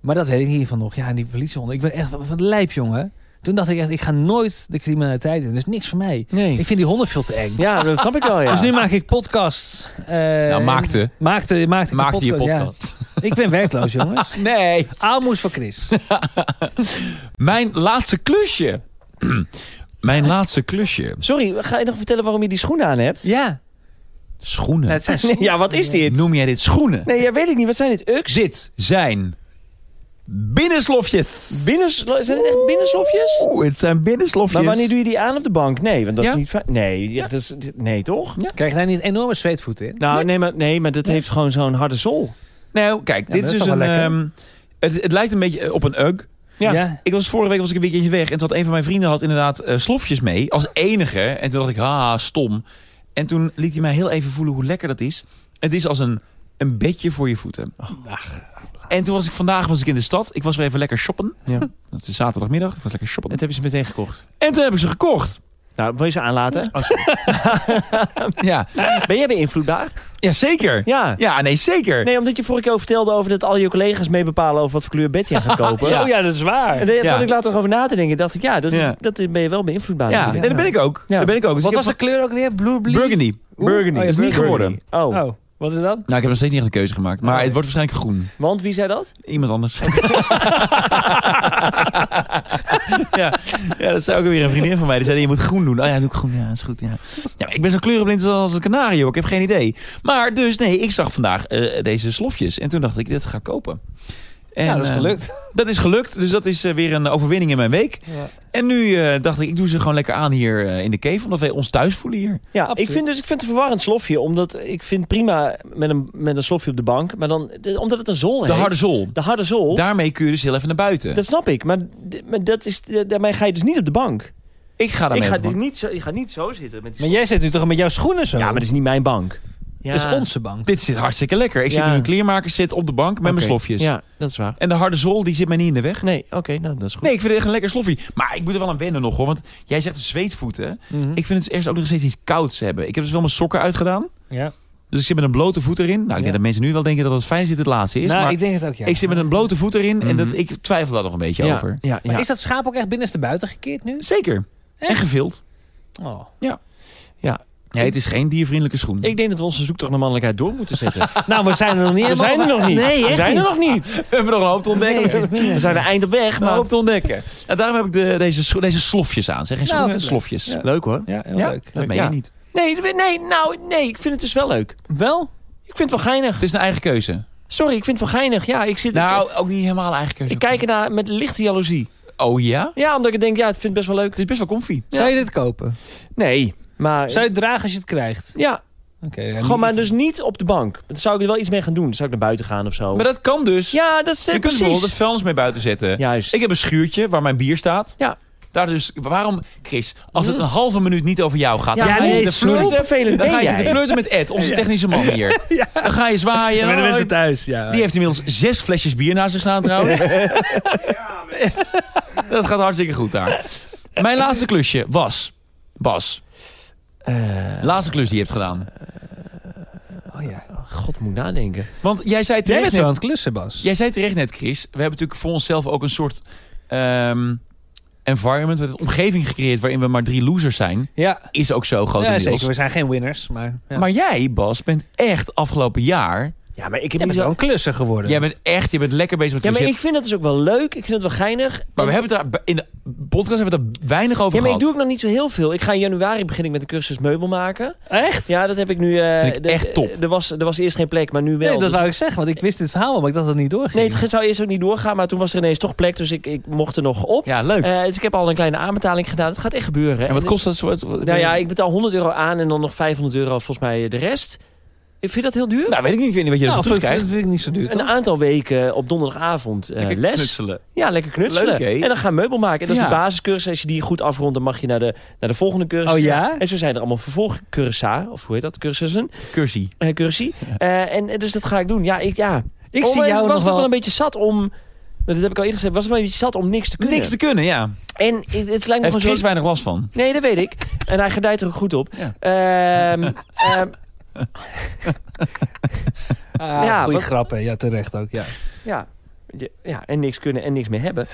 Speaker 3: Maar dat weet ik hiervan nog. Ja, en die politiehonden. Ik ben echt van van de lijp, jongen. Toen dacht ik echt, ik ga nooit de criminaliteit in. Dat is niks voor mij.
Speaker 2: Nee.
Speaker 3: Ik vind die honden veel te eng.
Speaker 2: Ja, dat snap ik wel, ja.
Speaker 3: Dus nu maak ik podcasts. Eh,
Speaker 1: nou, maakte.
Speaker 3: Maakte, maakte, ik een
Speaker 1: Maakte je
Speaker 3: ja.
Speaker 1: podcast.
Speaker 3: Ik ben werkloos, jongens.
Speaker 1: Nee.
Speaker 3: Aalmoes van Chris.
Speaker 1: Mijn laatste klusje. Mijn laatste klusje.
Speaker 2: Sorry, ga je nog vertellen waarom je die schoenen aan hebt?
Speaker 3: Ja.
Speaker 1: Schoenen.
Speaker 3: het zijn
Speaker 2: Nee, ja, wat is dit?
Speaker 1: Noem jij dit schoenen?
Speaker 2: Nee, ja, weet ik niet. Wat zijn dit? Ux?
Speaker 1: Dit zijn binnenslofjes.
Speaker 2: Binnens... Zijn dit echt binnenslofjes?
Speaker 1: Oeh, het zijn binnenslofjes.
Speaker 2: Maar wanneer doe je die aan op de bank? Nee, want dat
Speaker 1: Ja.
Speaker 2: is niet fijn. Nee, ja, dat is, nee, toch?
Speaker 3: Krijg je daar niet enorme zweetvoeten in?
Speaker 2: Nou, nee, maar, nee, maar dat heeft gewoon zo'n harde zool.
Speaker 1: Nou, kijk,
Speaker 3: Ja,
Speaker 1: dit is
Speaker 3: dat is
Speaker 1: dus
Speaker 3: toch
Speaker 1: een...
Speaker 3: wel lekker?
Speaker 1: ehm, het, het lijkt een beetje eh, op een ug.
Speaker 2: Ja.
Speaker 1: Ik was vorige week was ik een weekendje weg en toen had een van mijn vrienden had inderdaad eh, slofjes mee als enige. En toen dacht ik, ha, stom. En toen liet hij mij heel even voelen hoe lekker dat is. Het is als een, een bedje voor je voeten. En toen was ik vandaag was ik in de stad. Ik was weer even lekker shoppen.
Speaker 2: Ja.
Speaker 1: Dat is zaterdagmiddag. Ik was lekker shoppen.
Speaker 2: Dat hebben ze meteen gekocht.
Speaker 1: En toen heb ik ze gekocht.
Speaker 2: Nou, wil je ze aanlaten?
Speaker 1: Ja,
Speaker 2: Ben jij beïnvloedbaar?
Speaker 1: ja zeker.
Speaker 2: Ja.
Speaker 1: Ja, nee, zeker.
Speaker 2: Nee, omdat je vorige keer ook vertelde over dat al je collega's mee bepalen over wat voor kleur bed jij gaat kopen.
Speaker 1: Ja.
Speaker 3: Oh ja, dat is waar.
Speaker 2: En daar
Speaker 1: Ja.
Speaker 2: zat ik later nog over na te denken. dacht ik, ja, dat, is,
Speaker 1: Ja.
Speaker 2: dat ben je wel beïnvloedbaar
Speaker 1: Ja,
Speaker 2: natuurlijk.
Speaker 1: nee, dat ben ik ook.
Speaker 2: Ja.
Speaker 1: Dat ben ik ook. Dus
Speaker 3: Wat
Speaker 1: ik
Speaker 3: was
Speaker 1: heb
Speaker 3: de kleur ook weer? Blue
Speaker 1: van-
Speaker 3: Blee?
Speaker 1: Burgundy.
Speaker 3: Oeh,
Speaker 2: Burgundy.
Speaker 3: oh ja,
Speaker 1: is niet geworden.
Speaker 3: Burgundy.
Speaker 2: Oh.
Speaker 3: Oh, wat is dat?
Speaker 1: Nou, ik heb nog steeds niet echt een keuze gemaakt. Maar het wordt waarschijnlijk groen.
Speaker 2: want wie zei dat?
Speaker 1: Iemand anders. ja. ja, dat zei ook weer een vriendin van mij. Die zei, je moet groen doen. Oh ja, doe ik groen. Ja, is goed. Ja. Ja, maar ik ben zo kleurenblind als een kanarie. Ik heb geen idee. Maar dus, nee, ik zag vandaag eh, deze slofjes. En toen dacht ik, dit ga ik kopen. En,
Speaker 3: ja, dat is
Speaker 1: eh,
Speaker 3: gelukt.
Speaker 1: dat is gelukt. Dus dat is eh, weer een overwinning in mijn week.
Speaker 3: Ja.
Speaker 1: En nu eh, dacht ik, ik doe ze gewoon lekker aan hier eh, in de cave. Omdat wij ons thuis voelen hier.
Speaker 2: Ja,
Speaker 3: Absoluut.
Speaker 2: ik vind dus ik vind het een verwarrend slofje. Omdat ik vind prima met een, met een slofje op de bank. Maar dan, de- omdat het een zool
Speaker 1: De
Speaker 2: heeft.
Speaker 1: harde zol.
Speaker 2: de harde zool.
Speaker 1: Daarmee kun je dus heel even naar buiten.
Speaker 2: dat snap ik. Maar, d- maar dat is, daarmee ga je dus niet op de bank.
Speaker 1: Ik ga
Speaker 2: Ik
Speaker 1: daarmee.
Speaker 2: ga,
Speaker 1: op de
Speaker 2: dus
Speaker 1: bank.
Speaker 2: niet zo, ik ga niet zo zitten. Met die
Speaker 3: Maar jij zit nu toch met jouw schoenen zo?
Speaker 2: Ja, maar dat is niet mijn bank. Ja.
Speaker 3: Dat is onze bank.
Speaker 1: Dit zit hartstikke lekker. Ik zit
Speaker 2: Ja.
Speaker 1: nu in een kleermaker zit op de bank met mijn
Speaker 2: Oké.
Speaker 1: slofjes.
Speaker 2: Ja, dat is waar.
Speaker 1: En de harde zol die zit mij niet in de weg.
Speaker 3: Mm.
Speaker 2: Nee, oké, nou, dat is goed.
Speaker 1: Nee, ik vind het echt een lekker sloffie. Maar ik moet er wel aan wennen nog hoor. Want jij zegt zweetvoeten.
Speaker 3: Mhm.
Speaker 1: Ik vind het eerst ook nog steeds iets kouds hebben. Ik heb dus wel mijn sokken uitgedaan.
Speaker 3: ja.
Speaker 1: Dus ik zit met een blote voet erin. Nou, ik
Speaker 3: Ja.
Speaker 1: denk dat mensen nu wel denken dat het fijn zit het laatste is.
Speaker 3: nou,
Speaker 1: maar
Speaker 3: ik
Speaker 1: ik,
Speaker 3: denk Mm-hmm. het ook, ja.
Speaker 1: zit met een blote voet erin. En dat,
Speaker 2: Mhm.
Speaker 1: ik twijfel daar nog een beetje
Speaker 2: ja,
Speaker 1: over.
Speaker 2: Ja,
Speaker 3: Maar
Speaker 2: ja.
Speaker 3: is dat schaap ook echt binnenste buiten gekeerd nu?
Speaker 1: Zeker. En
Speaker 3: Echt?
Speaker 1: gevild.
Speaker 3: Oh.
Speaker 1: Nee, het is geen diervriendelijke schoen.
Speaker 2: Ik denk dat we onze zoektocht naar mannelijkheid door moeten zetten.
Speaker 3: Nou, we zijn er nog niet
Speaker 2: we
Speaker 3: helemaal-
Speaker 2: zijn er nog niet.
Speaker 3: Nee, echt
Speaker 2: we zijn er
Speaker 3: niet.
Speaker 2: nog niet.
Speaker 1: We hebben nog een hoop te ontdekken.
Speaker 3: Nee, het is
Speaker 2: We
Speaker 3: minder.
Speaker 2: zijn er eind op weg,
Speaker 1: Een
Speaker 2: maar...
Speaker 1: hoop te ontdekken. Nou, daarom heb ik de, deze, scho- deze slofjes aan. Zeg geen
Speaker 3: Nou,
Speaker 1: schoenen,
Speaker 3: vind ik leuk.
Speaker 1: slofjes.
Speaker 3: Ja.
Speaker 2: Leuk hoor.
Speaker 3: Ja, heel
Speaker 1: Ja,
Speaker 3: leuk.
Speaker 1: dat meen
Speaker 2: ja.
Speaker 1: je niet.
Speaker 2: Nee, dat weet- nee, nou, nee, ik vind het dus wel leuk.
Speaker 3: Wel?
Speaker 2: Ik vind het wel geinig.
Speaker 1: Het is een eigen keuze.
Speaker 2: Sorry, ik vind het wel geinig. Ja, ik zit...
Speaker 1: Nou, ook niet helemaal een eigen
Speaker 2: ik,
Speaker 1: keuze.
Speaker 2: ik kijk ernaar met lichte jaloezie.
Speaker 1: Oh ja?
Speaker 2: Ja, omdat ik denk, ja, het vind het best wel leuk.
Speaker 1: Het is best wel comfy.
Speaker 3: Zou je dit kopen?
Speaker 2: Dus- Nee, maar...
Speaker 3: Zou je het dragen als je het krijgt?
Speaker 2: Ja,
Speaker 3: Oké. ja,
Speaker 2: gewoon
Speaker 3: niet-
Speaker 2: maar dus niet op de bank. Dan zou ik er wel iets mee gaan doen. Dan zou ik naar buiten gaan of zo.
Speaker 1: Maar dat kan dus.
Speaker 2: Ja, dat is
Speaker 1: je kunt er
Speaker 2: precies.
Speaker 1: bijvoorbeeld het vuilnis mee buiten zetten.
Speaker 2: Juist.
Speaker 1: Ik heb een schuurtje waar mijn bier staat.
Speaker 2: Ja.
Speaker 1: Daar dus, waarom, Chris, als het een halve minuut niet over jou
Speaker 2: Ah,
Speaker 1: gaat...
Speaker 3: Ja,
Speaker 1: dan ga
Speaker 3: nee,
Speaker 1: je de
Speaker 3: sorry.
Speaker 1: flirten,
Speaker 2: vervelend
Speaker 1: dan
Speaker 2: ben
Speaker 1: ga je
Speaker 2: jij?
Speaker 1: te flirten met Ed, onze technische man hier. Dan ga je zwaaien.
Speaker 3: Bij de
Speaker 1: Oh,
Speaker 3: mensen thuis, ja.
Speaker 1: die heeft inmiddels zes flesjes bier naast zich staan trouwens. dat gaat hartstikke goed daar. Mijn laatste klusje was... Bas,
Speaker 2: Eh,
Speaker 1: laatste klus die je hebt gedaan.
Speaker 2: oh ja, god moet nadenken.
Speaker 1: Want jij zei
Speaker 3: Jij
Speaker 1: terecht
Speaker 3: bent wel aan
Speaker 1: net,
Speaker 3: het klussen, Bas.
Speaker 1: jij zei terecht net, Chris... we hebben natuurlijk voor onszelf ook een soort... ehm, environment, met een omgeving gecreëerd... waarin we maar drie losers zijn.
Speaker 3: Ja.
Speaker 1: Is ook zo grotendeels.
Speaker 3: Ja, zeker. We zijn geen winners, maar... Ja.
Speaker 1: Maar jij, Bas, bent echt afgelopen jaar
Speaker 2: Ja, maar ik heb
Speaker 3: Je
Speaker 2: niet
Speaker 3: bent
Speaker 2: zo...
Speaker 3: wel een klusser geworden.
Speaker 1: Jij bent echt, je bent lekker bezig met
Speaker 2: Ja, maar
Speaker 1: clichés.
Speaker 2: ik vind dat dus ook wel leuk. Ik vind het wel geinig.
Speaker 1: Maar we hebben het daar in de podcast hebben we het daar weinig over
Speaker 2: Ja, maar ik
Speaker 1: gehad.
Speaker 2: doe ook nog niet zo heel veel. Ik ga in januari beginnen met een cursus meubel maken.
Speaker 3: Echt?
Speaker 2: Ja, dat heb ik nu... eh
Speaker 1: Vind ik
Speaker 2: dat-
Speaker 1: echt top.
Speaker 2: Er was, er was eerst geen plek, maar nu wel.
Speaker 3: Nee, dat
Speaker 2: Dus-
Speaker 3: wou ik zeggen, want ik wist dit verhaal, al, maar ik dacht dat het niet doorging.
Speaker 2: nee, het zou eerst ook niet doorgaan, maar toen was er ineens toch plek. Dus ik, ik mocht er nog op.
Speaker 1: Ja, leuk.
Speaker 2: Eh, dus ik heb al een kleine aanbetaling gedaan. Het gaat echt gebeuren.
Speaker 1: en wat kost dat soort? wat-
Speaker 2: Nou ja, ik betaal 100 euro aan en dan nog 500 euro volgens mij de rest. Ik vind dat heel duur.
Speaker 1: Nou, weet ik niet. Ik weet niet wat je
Speaker 3: nou,
Speaker 1: ervoor
Speaker 3: dat vind
Speaker 1: terugkrijgt.
Speaker 3: ik natuurlijk niet zo duur, Ah,
Speaker 2: een
Speaker 3: toch?
Speaker 2: aantal weken op donderdagavond eh,
Speaker 1: Lekker
Speaker 2: les.
Speaker 1: knutselen.
Speaker 2: Ja, lekker knutselen.
Speaker 1: Leuk, hè?
Speaker 2: en dan gaan we meubel maken. En dat is
Speaker 1: Ja.
Speaker 2: de basiscursus. Als je die goed afrondt, dan mag je naar de, naar de volgende cursus.
Speaker 3: Oh ja?
Speaker 2: Ah. En zo zijn er allemaal vervolgcursussen. Of hoe heet dat? Cursussen.
Speaker 1: Cursie.
Speaker 2: eh cursie. Eh, en, en dus dat ga ik doen. Ja, ik, ja.
Speaker 3: Ik
Speaker 2: Oh,
Speaker 3: zie
Speaker 2: en
Speaker 3: jou
Speaker 2: was
Speaker 3: nog
Speaker 2: het ook
Speaker 3: wel-
Speaker 2: wel een beetje zat om... Dat heb ik al eerder gezegd. Was het wel een beetje zat om niks te kunnen.
Speaker 1: Niks te kunnen, ja.
Speaker 2: En ik- het lijkt me
Speaker 1: Heeft
Speaker 2: gewoon
Speaker 1: Chris
Speaker 2: zo...
Speaker 1: weinig last van.
Speaker 2: Nee, dat weet ik. En hij gedijt er ook goed op.
Speaker 1: Ja.
Speaker 2: Ehm, ehm,
Speaker 3: Ah,
Speaker 2: Ja,
Speaker 3: goeie
Speaker 2: wat-
Speaker 3: grappen, ja, terecht ook, ja.
Speaker 2: Ja. Je- Ja, en niks kunnen en niks meer hebben.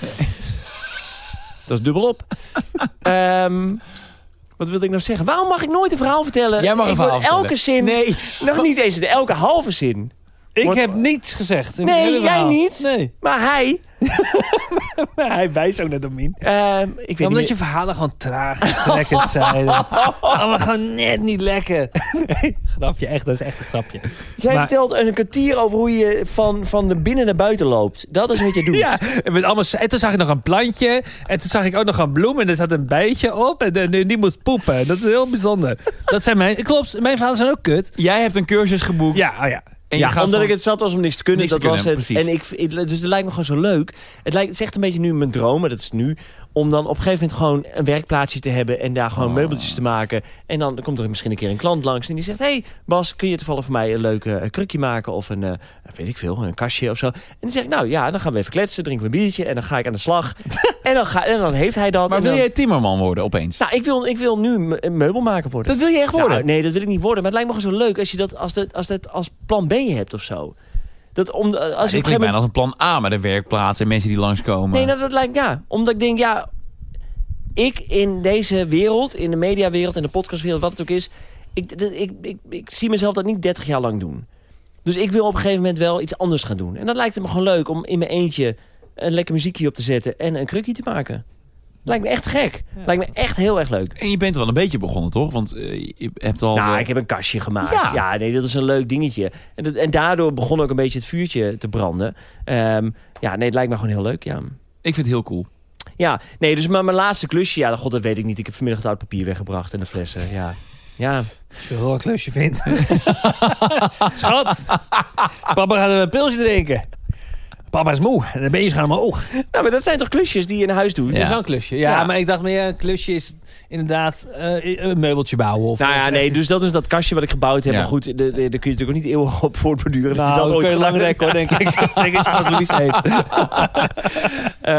Speaker 2: Dat is dubbelop. Ehm, wat wilde ik nou zeggen? Waarom mag ik nooit een verhaal vertellen?
Speaker 1: Jij mag een
Speaker 2: ik
Speaker 1: verhaal
Speaker 2: wil elke zin,
Speaker 1: Nee.
Speaker 2: nog niet eens de elke halve zin.
Speaker 3: Ik
Speaker 2: Wordt-
Speaker 3: heb niets gezegd. in
Speaker 2: Nee,
Speaker 3: het hele
Speaker 2: jij
Speaker 3: verhaal.
Speaker 2: niet.
Speaker 3: Nee.
Speaker 2: Maar hij,
Speaker 3: hij wijst ook naar Domien.
Speaker 2: ehm, ik weet
Speaker 3: Omdat
Speaker 2: niet
Speaker 3: je verhalen gewoon traag en trekkend zijn. Allemaal gewoon net niet lekker. Nee, grapje, echt, dat is echt een grapje.
Speaker 2: meer. Jij
Speaker 3: maar-
Speaker 2: vertelt een kwartier over hoe je van, van de binnen naar buiten loopt. Dat is wat je doet.
Speaker 3: Ja, en, met allemaal, en toen zag ik nog een plantje. En toen zag ik ook nog een bloem. En er zat een bijtje op. En, de- die moest poepen. Dat is heel bijzonder. Dat zijn mijn... Klopt, mijn verhalen zijn ook kut.
Speaker 1: Jij hebt een cursus geboekt.
Speaker 3: Ja, oh ja.
Speaker 1: En je
Speaker 2: ja,
Speaker 1: gaat
Speaker 2: omdat
Speaker 1: van-
Speaker 2: ik het zat was om niks te kunnen.
Speaker 1: Niks te
Speaker 2: dat
Speaker 1: kunnen,
Speaker 2: was het.
Speaker 1: precies.
Speaker 2: En ik, ik- dus het lijkt me gewoon zo leuk. Het, lijkt, het is echt een beetje nu mijn droom, maar dat is nu. Om dan op een gegeven moment gewoon een werkplaatsje te hebben. En daar gewoon
Speaker 1: Oh.
Speaker 2: meubeltjes te maken. En dan komt er misschien een keer een klant langs. En die zegt, hey Bas, kun je toevallig voor mij een leuk eh, krukje maken? Of een, eh, weet ik veel, een kastje of zo. En die zegt, nou ja, dan gaan we even kletsen. Drinken we een biertje. En dan ga ik aan de slag. en, dan ga, en dan heeft hij dat.
Speaker 1: Maar
Speaker 2: en
Speaker 1: wil
Speaker 2: dan-
Speaker 1: jij timmerman worden opeens?
Speaker 2: Nou, ik wil, ik wil nu me- een meubelmaker worden.
Speaker 1: Dat wil je echt worden?
Speaker 2: Nou, nee, dat wil ik niet worden. Maar het lijkt me gewoon zo leuk als je dat als, dat, als, dat als plan B hebt of zo. Dat om, eh,
Speaker 1: Dit
Speaker 2: als je op
Speaker 1: klinkt
Speaker 2: een gegeven
Speaker 1: bijna
Speaker 2: moment...
Speaker 1: als een plan A met de werkplaats en mensen die langskomen.
Speaker 2: Nee, nou, dat lijkt, ja. Omdat ik denk, ja... Ik in deze wereld, in de mediawereld, in de podcastwereld, wat het ook is... Ik, dat- ik, ik, ik zie mezelf dat niet 30 jaar lang doen. Dus ik wil op een gegeven moment wel iets anders gaan doen. En dat lijkt het me gewoon leuk om in mijn eentje een lekker muziekje op te zetten en een krukje te maken. Lijkt me echt gek. Lijkt me echt heel erg leuk.
Speaker 1: En je bent wel een beetje begonnen, toch? Want eh, je hebt al...
Speaker 2: Nou,
Speaker 1: eh,
Speaker 2: ik heb een kastje gemaakt.
Speaker 1: Ja.
Speaker 2: Ja, nee, dat is een leuk dingetje. En, dat- en daardoor begon ook een beetje het vuurtje te branden. Ehm, ja, nee, het lijkt me gewoon heel leuk, ja.
Speaker 1: ik vind het heel cool.
Speaker 2: Ja, nee, dus maar mijn laatste klusje, ja, god, dat weet ik niet. Ik heb vanmiddag het oud papier weggebracht en de flessen, ja. Ja,
Speaker 3: Als je een rotklusje vindt. Schat, papa gaat een pilsje drinken. Papa is moe. En dan ben je gaan omhoog.
Speaker 2: nou, maar dat zijn toch klusjes die je in huis doet? Dus
Speaker 1: Ja.
Speaker 3: Dat is wel een klusje. Ja,
Speaker 2: Ja.
Speaker 3: maar ik dacht meer, een klusje is inderdaad eh, een meubeltje bouwen. Of,
Speaker 2: Nou ja,
Speaker 3: of
Speaker 2: nee,
Speaker 3: echt-
Speaker 2: dus dat is dat kastje wat ik gebouwd heb.
Speaker 1: Ja.
Speaker 2: Maar goed, de- de- daar kun je natuurlijk ook niet eeuwig op voortborduren.
Speaker 3: Nou,
Speaker 2: dat je dat ooit
Speaker 3: kun je lang
Speaker 2: gedaan hebt.
Speaker 3: rekken, hoor, denk ik. Zeker als je als Louise heet.
Speaker 2: Eh,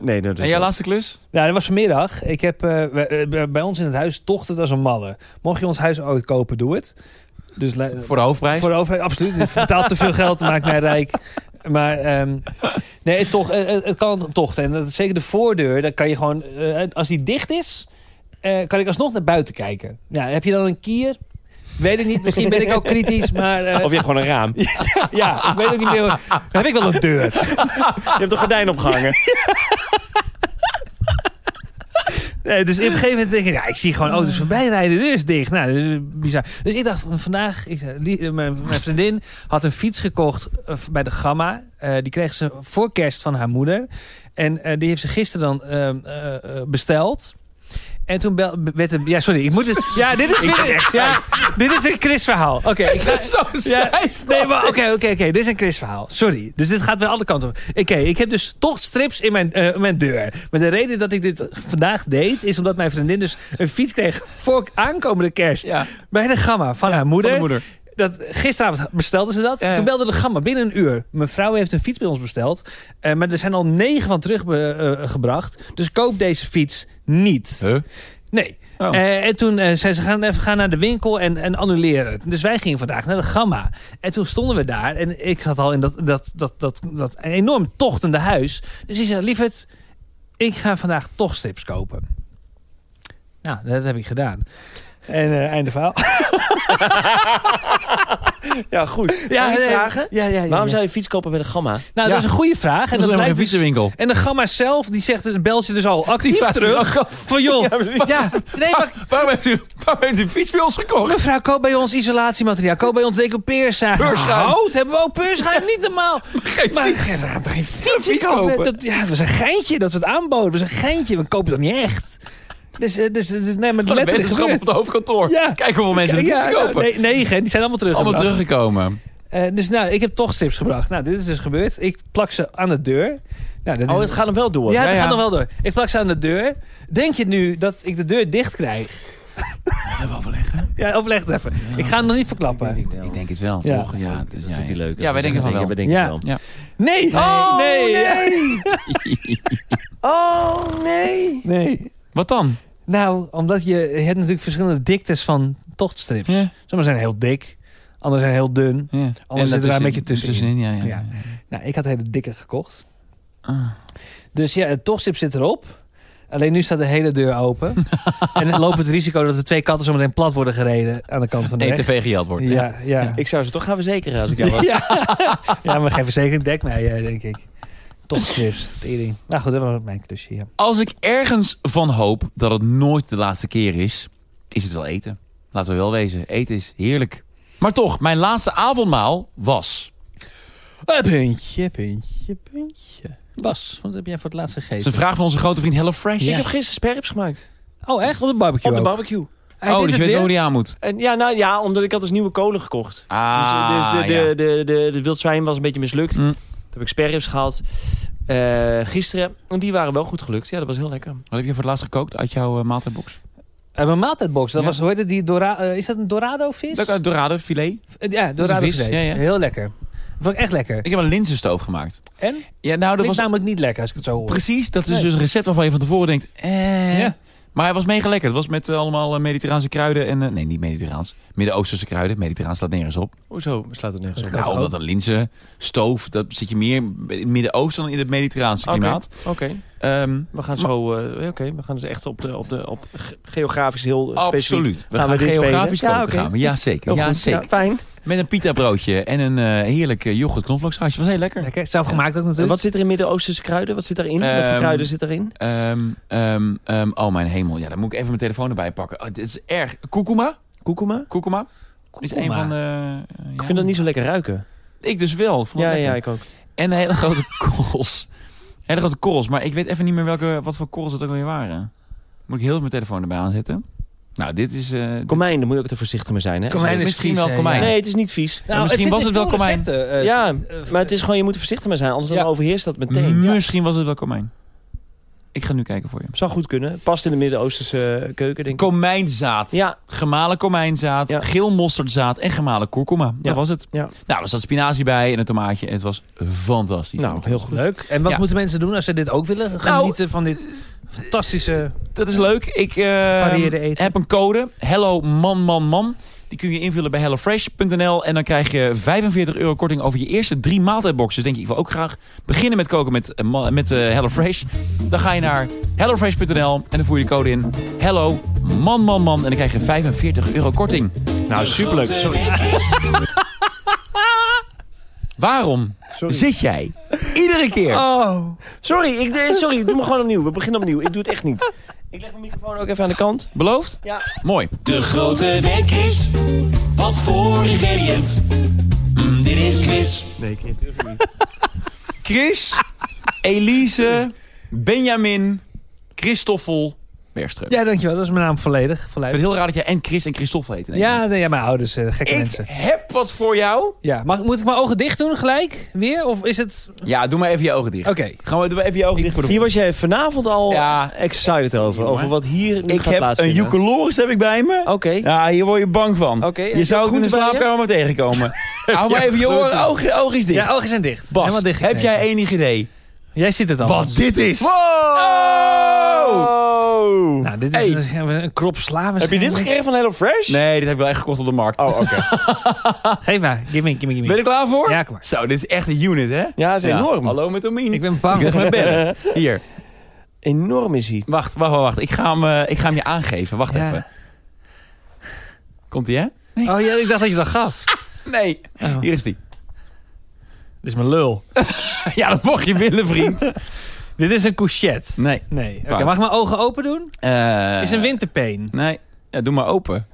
Speaker 2: nee, nou,
Speaker 1: En
Speaker 2: dat is
Speaker 1: jouw
Speaker 2: wel-
Speaker 1: laatste klus?
Speaker 3: Nou, dat was vanmiddag. Ik heb, eh, we- eh, bij- bij ons in het huis tocht het als een malle. Mocht je ons huis ooit kopen, doe het. Dus li-
Speaker 1: Voor de hoofdprijs?
Speaker 3: voor de overheid, absoluut. Het betaalt te veel geld, maakt mij rijk. Maar ehm, nee, het, toch, eh, eh, het kan toch. En dat, zeker de voordeur, dan kan je gewoon, eh, als die dicht is, eh, kan ik alsnog naar buiten kijken. Ja, heb je dan een kier? Weet ik niet, misschien ben ik ook kritisch, maar eh,
Speaker 2: Of je hebt gewoon een raam. Je
Speaker 3: ja, ik weet ook niet meer. Dan heb ik wel een deur.
Speaker 2: hebt een gordijn opgehangen.
Speaker 3: Nee, dus op een gegeven moment denk ik, ja, ik zie gewoon auto's voorbij rijden, de deur is dicht. Nou, dat is bizar. Dus ik dacht van vandaag, ik, zei, die- eh, mijn, mijn vriendin had een fiets gekocht eh, bij de Gamma. Eh, die kreeg ze voor kerst van haar moeder. En eh, die heeft ze gisteren dan ehm, eh, eh, besteld. En toen bel, werd het... Ja, sorry, ik moet het... Ja, dit is, weer, ja, dit is een Chris verhaal. Oké, ik ga...
Speaker 1: Zo zij is dat.
Speaker 3: Nee, maar oké, oké, oké. Dit is een Chris-verhaal. Sorry. Dus dit gaat weer alle kanten op. Oké, ik heb dus toch strips in mijn, eh, mijn deur. Maar de reden dat ik dit vandaag deed, is omdat mijn vriendin dus een fiets kreeg voor aankomende kerst.
Speaker 1: Ja,
Speaker 3: Bij de gamma van haar
Speaker 1: voor
Speaker 3: moeder.
Speaker 1: de moeder. Oh.
Speaker 3: Dat, gisteravond bestelde ze dat.
Speaker 1: Ja, ja.
Speaker 3: Toen belde de gamma binnen een uur. Mevrouw heeft een fiets bij ons besteld. Eh, maar er zijn al negen van teruggebracht. dus koop deze fiets niet.
Speaker 1: Huh?
Speaker 3: Nee.
Speaker 1: Oh.
Speaker 3: Eh, en toen eh, zei ze, gaan even gaan naar de winkel en, en annuleren het. Dus wij gingen vandaag naar de Gamma. En toen stonden we daar en ik zat al in dat, dat, dat, dat, dat enorm tochtende huis. Dus ik zei, lieverd, ik ga vandaag toch strips kopen. Nou, dat heb ik gedaan. En eh, einde verhaal.
Speaker 2: Ja, goed. Ja,
Speaker 3: Ja, nee.
Speaker 2: vragen?
Speaker 3: Ja, ja, ja,
Speaker 2: Waarom
Speaker 3: ja.
Speaker 2: zou je fiets kopen bij de Gamma?
Speaker 3: Nou,
Speaker 1: Ja.
Speaker 3: dat is een goede vraag. En
Speaker 1: Dat is helemaal geen
Speaker 3: blijkt dus-
Speaker 1: fietsenwinkel.
Speaker 3: En de gamma zelf, die zegt, dus- belt je dus al actief
Speaker 1: vraagt zich
Speaker 3: terug. Van joh, ja, nee, maar
Speaker 1: Waarom heeft u, waarom heeft u een fiets bij ons gekocht?
Speaker 3: mevrouw, koop bij ons isolatiemateriaal. Koop bij ons decoupeerzaag.
Speaker 1: Peurschuim.
Speaker 3: Hout, hebben we ook peurschuim? Niet normaal.
Speaker 1: Geen
Speaker 3: Maar
Speaker 1: fiets.
Speaker 3: ja, nou, geen fiets,
Speaker 1: fiets
Speaker 3: kopen.
Speaker 1: kopen.
Speaker 3: Dat, ja, dat was een geintje dat we het aanboden. Dat was een geintje. We kopen het ook niet echt. Dus, eh, dus, dus nee, maar
Speaker 1: Wat een
Speaker 3: letterlijk
Speaker 1: wetenschap op
Speaker 3: gebeurd.
Speaker 1: het hoofdkantoor.
Speaker 3: Ja.
Speaker 1: Kijk hoeveel mensen een
Speaker 3: Ja,
Speaker 1: fiets
Speaker 3: nou,
Speaker 1: kopen.
Speaker 3: nee, negen, die zijn allemaal terug.
Speaker 1: Allemaal teruggekomen.
Speaker 3: dus nou, ik heb toch tips gebracht. Nou, dit is dus gebeurd. Ik plak ze aan de deur. Nou, dat
Speaker 2: Oh,
Speaker 3: is-
Speaker 2: het gaat hem wel door.
Speaker 3: ja, dat
Speaker 1: Ja, ja.
Speaker 3: gaat nog wel door. Ik plak ze aan de deur. Denk je nu dat ik de deur dicht krijg?
Speaker 1: Even overleggen.
Speaker 3: Ja, overleg het even. Ik ga hem nog niet verklappen.
Speaker 1: Ik, ik denk het wel,
Speaker 3: Ja.
Speaker 1: toch? Ja, dus, ja,
Speaker 2: Vindt
Speaker 1: ja.
Speaker 2: hij leuk?
Speaker 1: Ja, wij denken van wel.
Speaker 2: Wij denken
Speaker 3: Ja.
Speaker 2: van wel.
Speaker 3: Nee!
Speaker 1: Oh,
Speaker 3: nee!
Speaker 2: Oh, nee.
Speaker 3: nee.
Speaker 1: Wat dan?
Speaker 3: Nou, omdat je, je hebt natuurlijk verschillende diktes van tochtstrips.
Speaker 1: Ja.
Speaker 3: Sommigen zijn heel dik, anderen zijn heel dun.
Speaker 1: Ja. En
Speaker 3: zit er daar een
Speaker 1: daartussen-
Speaker 3: beetje tussenin.
Speaker 1: ja, ja.
Speaker 3: Ja. Nou, ik had hele dikke gekocht.
Speaker 1: Ah.
Speaker 3: Dus ja, het tochtstrip zit erop. Alleen nu staat de hele deur open. en dan loopt het risico dat de twee katten zometeen plat worden gereden aan de kant van de
Speaker 1: Nee,
Speaker 3: weg.
Speaker 1: tv gejat wordt.
Speaker 3: Ja, ja.
Speaker 2: Ik zou ze toch gaan verzekeren als ik jou was.
Speaker 3: Ja, ja maar geef er zeker een dek mee, eh, denk ik. Tochtstrips, tering. Nou goed, dat was mijn klusje, ja.
Speaker 1: Als ik ergens van hoop dat het nooit de laatste keer is, is het wel eten. Laten we wel wezen, eten is heerlijk. Maar toch, mijn laatste avondmaal was...
Speaker 3: Een puntje, puntje, puntje. Bas, wat heb jij voor het laatst
Speaker 1: Dat is
Speaker 3: gegeten?
Speaker 1: een vraag van onze grote vriend Hello Fresh.
Speaker 2: Ik heb gisteren sperps gemaakt.
Speaker 3: Oh, echt? Op de barbecue
Speaker 2: Op de
Speaker 3: ook?
Speaker 2: barbecue.
Speaker 3: Hij
Speaker 1: oh,
Speaker 3: deed
Speaker 1: dus je
Speaker 3: het
Speaker 1: weet wel hoe
Speaker 3: weer?
Speaker 1: die aan moet.
Speaker 2: En ja, nou ja, omdat ik had dus nieuwe kolen gekocht.
Speaker 1: Ah,
Speaker 2: dus eh, dus de,
Speaker 1: ja.
Speaker 2: de, de, de, de wild zwijn was een beetje mislukt.
Speaker 1: Mm.
Speaker 2: Toen heb ik sperrips gehaald eh, gisteren. En die waren wel goed gelukt. Ja, dat was heel lekker.
Speaker 1: Wat heb je voor het laatst gekookt uit jouw eh, maaltijdbox?
Speaker 3: Eh, Mijn maaltijdbox, dat
Speaker 1: Ja.
Speaker 3: was, hoe heet het, die Dora, eh, is dat een Dorado-vis?
Speaker 1: Lekker dorade, filet.
Speaker 3: Eh, ja, Dorado
Speaker 1: vis,
Speaker 3: vis.
Speaker 1: ja, ja.
Speaker 3: Heel lekker. Vond ik echt lekker.
Speaker 1: Ik heb een linzenstoof gemaakt.
Speaker 3: En? Dat
Speaker 1: Ja, nou, dat
Speaker 3: Klinkt
Speaker 1: was
Speaker 3: namelijk niet lekker, als ik het zo hoor.
Speaker 1: precies. Dat is
Speaker 3: Nee.
Speaker 1: dus een recept waarvan je van tevoren denkt... Eh.
Speaker 3: Ja.
Speaker 1: Maar hij was mega lekker. Het was met eh, allemaal eh, mediterraanse kruiden en... eh, nee, niet mediterraans. Midden-Oosterse kruiden. Mediterraans staat nergens op.
Speaker 2: Hoezo? Slaat het nergens op.
Speaker 3: Kan
Speaker 1: Nou,
Speaker 3: toch
Speaker 1: omdat een linzen, stoof, dat zit je meer in het Midden-Oosten dan in het Mediterraanse
Speaker 2: Oké.
Speaker 1: klimaat.
Speaker 2: Oké,
Speaker 1: Ehm,
Speaker 2: we gaan zo. eh, Oké, we gaan dus echt op, de, op, de, op ge- geografisch heel eh, specifiek.
Speaker 1: absoluut. We
Speaker 2: Gaan
Speaker 1: gaan,
Speaker 2: we dit
Speaker 1: geografisch
Speaker 2: spelen?
Speaker 1: koken.
Speaker 2: Ja,
Speaker 1: Ja,
Speaker 2: oké.
Speaker 1: gaan we. ja zeker.
Speaker 2: Heel
Speaker 1: Ja,
Speaker 2: goed.
Speaker 1: zeker.
Speaker 2: Ja, fijn.
Speaker 1: Met een pita broodje en een eh, heerlijk eh, yoghurt knoflooksausje. Was heel lekker.
Speaker 3: Lekker. Zelf gemaakt ook natuurlijk.
Speaker 2: wat zit er in Midden-Oosterse kruiden? Wat zit daarin? Wat voor
Speaker 1: Ehm,
Speaker 2: kruiden zit erin?
Speaker 1: Ehm, ehm, ehm, oh mijn hemel. Ja, dan moet ik even mijn telefoon erbij pakken. Oh, dit is erg. Kurkuma?
Speaker 2: Kurkuma?
Speaker 1: Kurkuma? Is een
Speaker 3: Kurkuma.
Speaker 1: van de... eh,
Speaker 2: Ik
Speaker 1: ja.
Speaker 2: vind dat niet zo lekker ruiken.
Speaker 1: Ik dus wel. Ik vond
Speaker 2: Ja,
Speaker 1: het
Speaker 2: ja,
Speaker 1: lekker.
Speaker 2: ik ook.
Speaker 1: En hele grote korrels. Hele grote korrels. Maar ik weet even niet meer welke, wat voor korrels het ook alweer waren. Moet ik heel even mijn telefoon erbij aanzetten. Nou, dit is... eh, dit-
Speaker 2: Komijn, daar moet je ook te voorzichtig mee zijn. Hè?
Speaker 3: Komijn is
Speaker 1: misschien
Speaker 3: vies,
Speaker 1: wel
Speaker 3: hè,
Speaker 1: komijn.
Speaker 3: ja.
Speaker 2: Nee, het is niet vies.
Speaker 3: Nou,
Speaker 1: misschien
Speaker 3: het zit
Speaker 1: was
Speaker 3: in
Speaker 1: het wel
Speaker 3: veel
Speaker 1: komijn.
Speaker 3: recepten, eh,
Speaker 2: Ja,
Speaker 3: eh,
Speaker 2: Maar het is gewoon, je moet er voorzichtig mee zijn, anders dan
Speaker 3: Ja.
Speaker 2: overheerst dat meteen. Het
Speaker 1: Misschien was het wel komijn. Ik ga nu kijken voor je.
Speaker 2: Zou goed kunnen. Past in de Midden-Oosterse eh, keuken, denk ik.
Speaker 1: Komijnzaad.
Speaker 2: Ja,
Speaker 1: Gemalen komijnzaad,
Speaker 2: Ja.
Speaker 1: geel mosterdzaad en gemalen kurkuma. Dat
Speaker 2: Ja.
Speaker 1: was het.
Speaker 2: Ja.
Speaker 1: Nou, er zat spinazie bij en een tomaatje. En het was fantastisch.
Speaker 2: nou, heel goed.
Speaker 3: Leuk. En wat
Speaker 1: Ja. Nou-
Speaker 3: moeten mensen doen als ze dit ook willen? Genieten van dit fantastische...
Speaker 1: Dat is leuk. Ik eh,
Speaker 3: Varieerde eten.
Speaker 1: heb een code. Hello man man man. Die kun je invullen bij hellofresh.nl. En dan krijg je 45 euro korting over je eerste drie maaltijdboxen. Dus denk je, ik wil ook graag beginnen met koken met, eh, ma- met eh, HelloFresh. Dan ga je naar hellofresh.nl en dan voer je de code in. Hello man man man. En dan krijg je 45 euro korting.
Speaker 2: Nou, superleuk. Sorry.
Speaker 1: Waarom zit jij iedere keer...
Speaker 3: Oh.
Speaker 2: Sorry, ik, eh, sorry, doe maar gewoon opnieuw. We beginnen opnieuw. Ik doe het echt niet. Ik leg mijn microfoon ook even aan de kant.
Speaker 1: Beloofd?
Speaker 2: Ja.
Speaker 1: Mooi.
Speaker 5: De grote week is wat voor ingrediënt? Mm, dit is quiz.
Speaker 1: Chris, Elise, Benjamin, Christoffel, Bergström.
Speaker 3: Ja, dankjewel. Dat is mijn naam volledig.
Speaker 1: Ik
Speaker 3: volledig.
Speaker 1: vind het heel raar dat jij en Chris en Christoffel heet. in één
Speaker 3: Ja, nee, ja, mijn ouders, eh, gekke
Speaker 1: keer. Ik
Speaker 3: mensen.
Speaker 1: heb wat voor jou.
Speaker 3: Ja, mag, moet ik mijn ogen dicht doen gelijk weer? Of is het...
Speaker 1: Ja, doe maar even je ogen dicht.
Speaker 3: Oké.
Speaker 1: Gaan we, doen we even je ogen dicht voor de
Speaker 2: Hier was jij vanavond al
Speaker 1: Ja.
Speaker 2: excited over. Over wat hier nu
Speaker 1: Ik
Speaker 2: gaat
Speaker 1: heb een
Speaker 2: plaatsvinden.
Speaker 1: eucoloris heb ik bij me.
Speaker 2: Oké.
Speaker 1: Ja, hier word je bang van.
Speaker 2: Oké, heb
Speaker 1: je
Speaker 2: je
Speaker 1: zou
Speaker 2: ook
Speaker 1: het in de
Speaker 2: groenten bij je?
Speaker 1: slaapkamer maar tegenkomen. Hou maar even je oren- ogen, oogjes dicht.
Speaker 3: Ja, ogen zijn dicht.
Speaker 1: Bas,
Speaker 3: Helemaal dicht
Speaker 1: heb jij
Speaker 3: geknepen. Oh.
Speaker 1: enig idee
Speaker 3: Jij ziet het al.
Speaker 1: wat dit is?
Speaker 2: Wow!
Speaker 3: Nou, dit is
Speaker 1: Hey.
Speaker 3: een, een krop sla
Speaker 2: Oh! Heb je dit gekregen van HelloFresh?
Speaker 1: Nee, dit heb ik wel echt gekocht op de markt. Oh, oké.
Speaker 3: Geef maar. Give me, give me, give me.
Speaker 1: Ben je er klaar voor?
Speaker 3: Ja, kom maar.
Speaker 1: Zo, dit is echt een unit, hè?
Speaker 2: Ja, dat is enorm.
Speaker 1: Hallo met Domien.
Speaker 3: Ik ben bang.
Speaker 1: Ik ben bellen. Hier.
Speaker 2: Enorm is hij.
Speaker 1: Wacht, wacht, wacht. wacht. Ik, ga hem, eh, ik ga hem je aangeven. Wacht
Speaker 3: Ja.
Speaker 1: even. Komt ie, hè?
Speaker 3: Oh ja, ik dacht dat je dat gaf. Oh.
Speaker 1: Nee. Hier is die.
Speaker 3: Dit is mijn lul.
Speaker 1: Ja, dat mocht je willen, vriend.
Speaker 3: Dit is een couchette.
Speaker 1: Nee.
Speaker 3: Nee. Oké,
Speaker 1: Fout.
Speaker 3: mag ik mijn ogen open doen?
Speaker 1: Eh,
Speaker 3: is een winterpeen.
Speaker 1: Nee. Ja, doe maar open.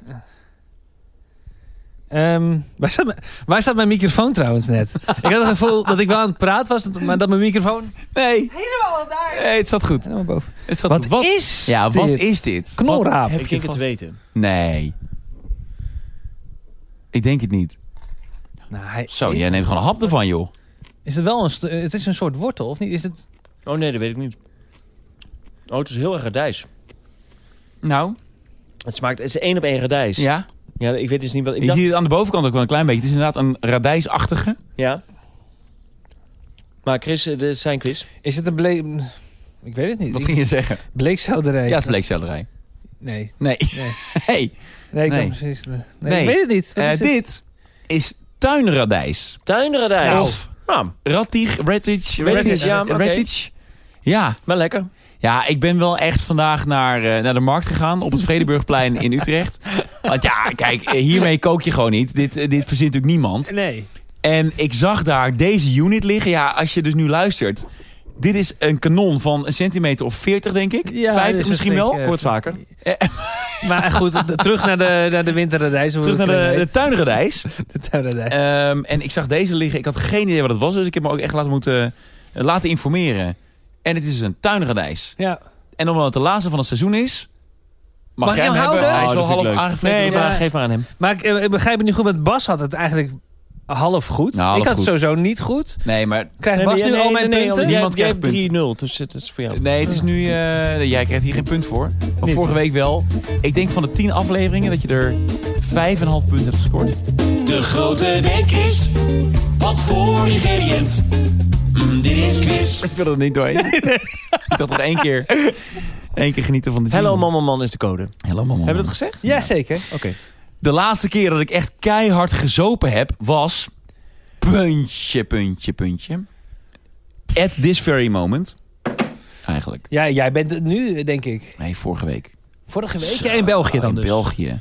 Speaker 3: Ehm, waar, staat mijn, waar staat mijn microfoon trouwens net? ik had het gevoel dat ik wel aan het praten was, maar dat mijn microfoon...
Speaker 1: Nee. Helemaal daar. Nee, het zat goed.
Speaker 3: Helemaal boven.
Speaker 1: Het zat
Speaker 3: Wat,
Speaker 1: goed.
Speaker 3: is
Speaker 1: Ja,
Speaker 3: dit?
Speaker 1: wat is dit?
Speaker 3: Knolraap.
Speaker 1: Wat heb
Speaker 2: Ik
Speaker 1: je
Speaker 2: denk het
Speaker 1: vast-
Speaker 2: weten.
Speaker 1: Nee. Ik denk het niet.
Speaker 3: Nou, hij-
Speaker 1: Zo, jij neemt gewoon een hap ervan, joh.
Speaker 3: Is het wel een... st- Het is een soort wortel, of niet? Is het...
Speaker 2: Oh nee, dat weet ik niet. Oh, het is heel erg radijs.
Speaker 1: Nou,
Speaker 2: Het smaakt, het is één op één radijs.
Speaker 1: ja.
Speaker 2: Ja, ik weet dus niet wat ik
Speaker 1: Je
Speaker 2: dacht.
Speaker 1: ziet het aan de bovenkant ook wel een klein beetje. Het is inderdaad een radijsachtige.
Speaker 2: Ja. Maar Chris, eh, dit is zijn quiz.
Speaker 3: Is het een bleek... Ik weet het niet.
Speaker 1: Wat
Speaker 3: Ik-
Speaker 1: ging je zeggen?
Speaker 3: Bleekselderij.
Speaker 1: Ja, het is bleekselderij.
Speaker 3: Nee.
Speaker 1: Nee.
Speaker 3: Nee.
Speaker 1: hey,
Speaker 3: Nee,
Speaker 1: Nee.
Speaker 3: ik dacht precies... Nee,
Speaker 1: Nee.
Speaker 3: ik weet het niet. Wat
Speaker 1: eh,
Speaker 3: is het?
Speaker 1: dit is tuinradijs.
Speaker 2: Tuinradijs.
Speaker 3: Nou.
Speaker 1: Of
Speaker 2: Nou,
Speaker 1: rattig, rettich, rettich,
Speaker 2: ja, oké.
Speaker 1: rettich. Ja,
Speaker 2: maar lekker.
Speaker 1: ja, ik ben wel echt vandaag naar, eh, naar de markt gegaan op het Vredeburgplein in Utrecht. Want ja, kijk, eh, hiermee kook je gewoon niet. Dit, eh, dit verzint natuurlijk niemand.
Speaker 3: Nee.
Speaker 1: En ik zag daar deze unit liggen. Ja, als je dus nu luistert. Dit is een kanon van een centimeter of 40, denk ik.
Speaker 3: Ja,
Speaker 1: 50
Speaker 3: dus dat
Speaker 1: misschien
Speaker 3: denk
Speaker 1: wel.
Speaker 3: ik, eh,
Speaker 2: Kort vaker.
Speaker 3: Maar goed, de- terug naar de, naar de winterradijs. hoe eh,
Speaker 1: Terug
Speaker 3: het
Speaker 1: naar de,
Speaker 3: heet.
Speaker 1: de tuinradijs.
Speaker 3: De tuinradijs.
Speaker 1: Ehm, en ik zag deze liggen. Ik had geen idee wat het was. Dus ik heb me ook echt laten, moeten, eh, laten informeren. En het is dus een tuinradijs.
Speaker 3: ja.
Speaker 1: En omdat het de laatste van het seizoen is... Mag,
Speaker 3: Mag
Speaker 1: jij
Speaker 3: ik
Speaker 1: hem
Speaker 3: hem
Speaker 1: hebben?
Speaker 3: houden?
Speaker 1: Hij is
Speaker 2: Oh,
Speaker 1: wel
Speaker 2: dat vind ik
Speaker 1: half
Speaker 2: leuk.
Speaker 1: aangevreven.
Speaker 2: Nee, maar
Speaker 3: Ja.
Speaker 2: Ah, geef maar aan hem.
Speaker 3: Maar ik, eh, ik begrijp het nu goed, want Bas had het eigenlijk half goed.
Speaker 1: Nou, half
Speaker 3: ik had
Speaker 1: goed.
Speaker 3: het sowieso niet goed.
Speaker 1: Nee, maar...
Speaker 3: Krijgt Bas nu al mijn punten?
Speaker 1: nee.
Speaker 2: Jij,
Speaker 1: Niemand
Speaker 2: jij
Speaker 1: krijgt
Speaker 2: hebt 3-0, dus het is voor jou.
Speaker 1: Nee, het is nu... eh, jij krijgt hier geen punt voor. Maar
Speaker 3: Niet.
Speaker 1: vorige week wel. Ik denk van de 10 afleveringen dat je er 5,5 punten hebt gescoord.
Speaker 5: De grote weetquiz. Wat voor ingrediënt? Mm, dit is quiz.
Speaker 1: Ik wil er niet doorheen. Ik dacht dat één keer... Eén keer genieten van de
Speaker 2: Hello
Speaker 1: jingle.
Speaker 2: Mama Man is de code. Hebben
Speaker 1: Hello mama.
Speaker 2: we dat gezegd?
Speaker 3: Ja, zeker.
Speaker 2: Oké.
Speaker 1: De laatste keer dat ik echt keihard gezopen heb was. Puntje, puntje, puntje. At this very moment. Eigenlijk.
Speaker 3: Ja, jij bent het nu, denk ik.
Speaker 1: Nee, vorige week.
Speaker 3: Vorige week.
Speaker 1: Zo,
Speaker 3: Ja, in België dan
Speaker 1: in
Speaker 3: dus.
Speaker 1: België.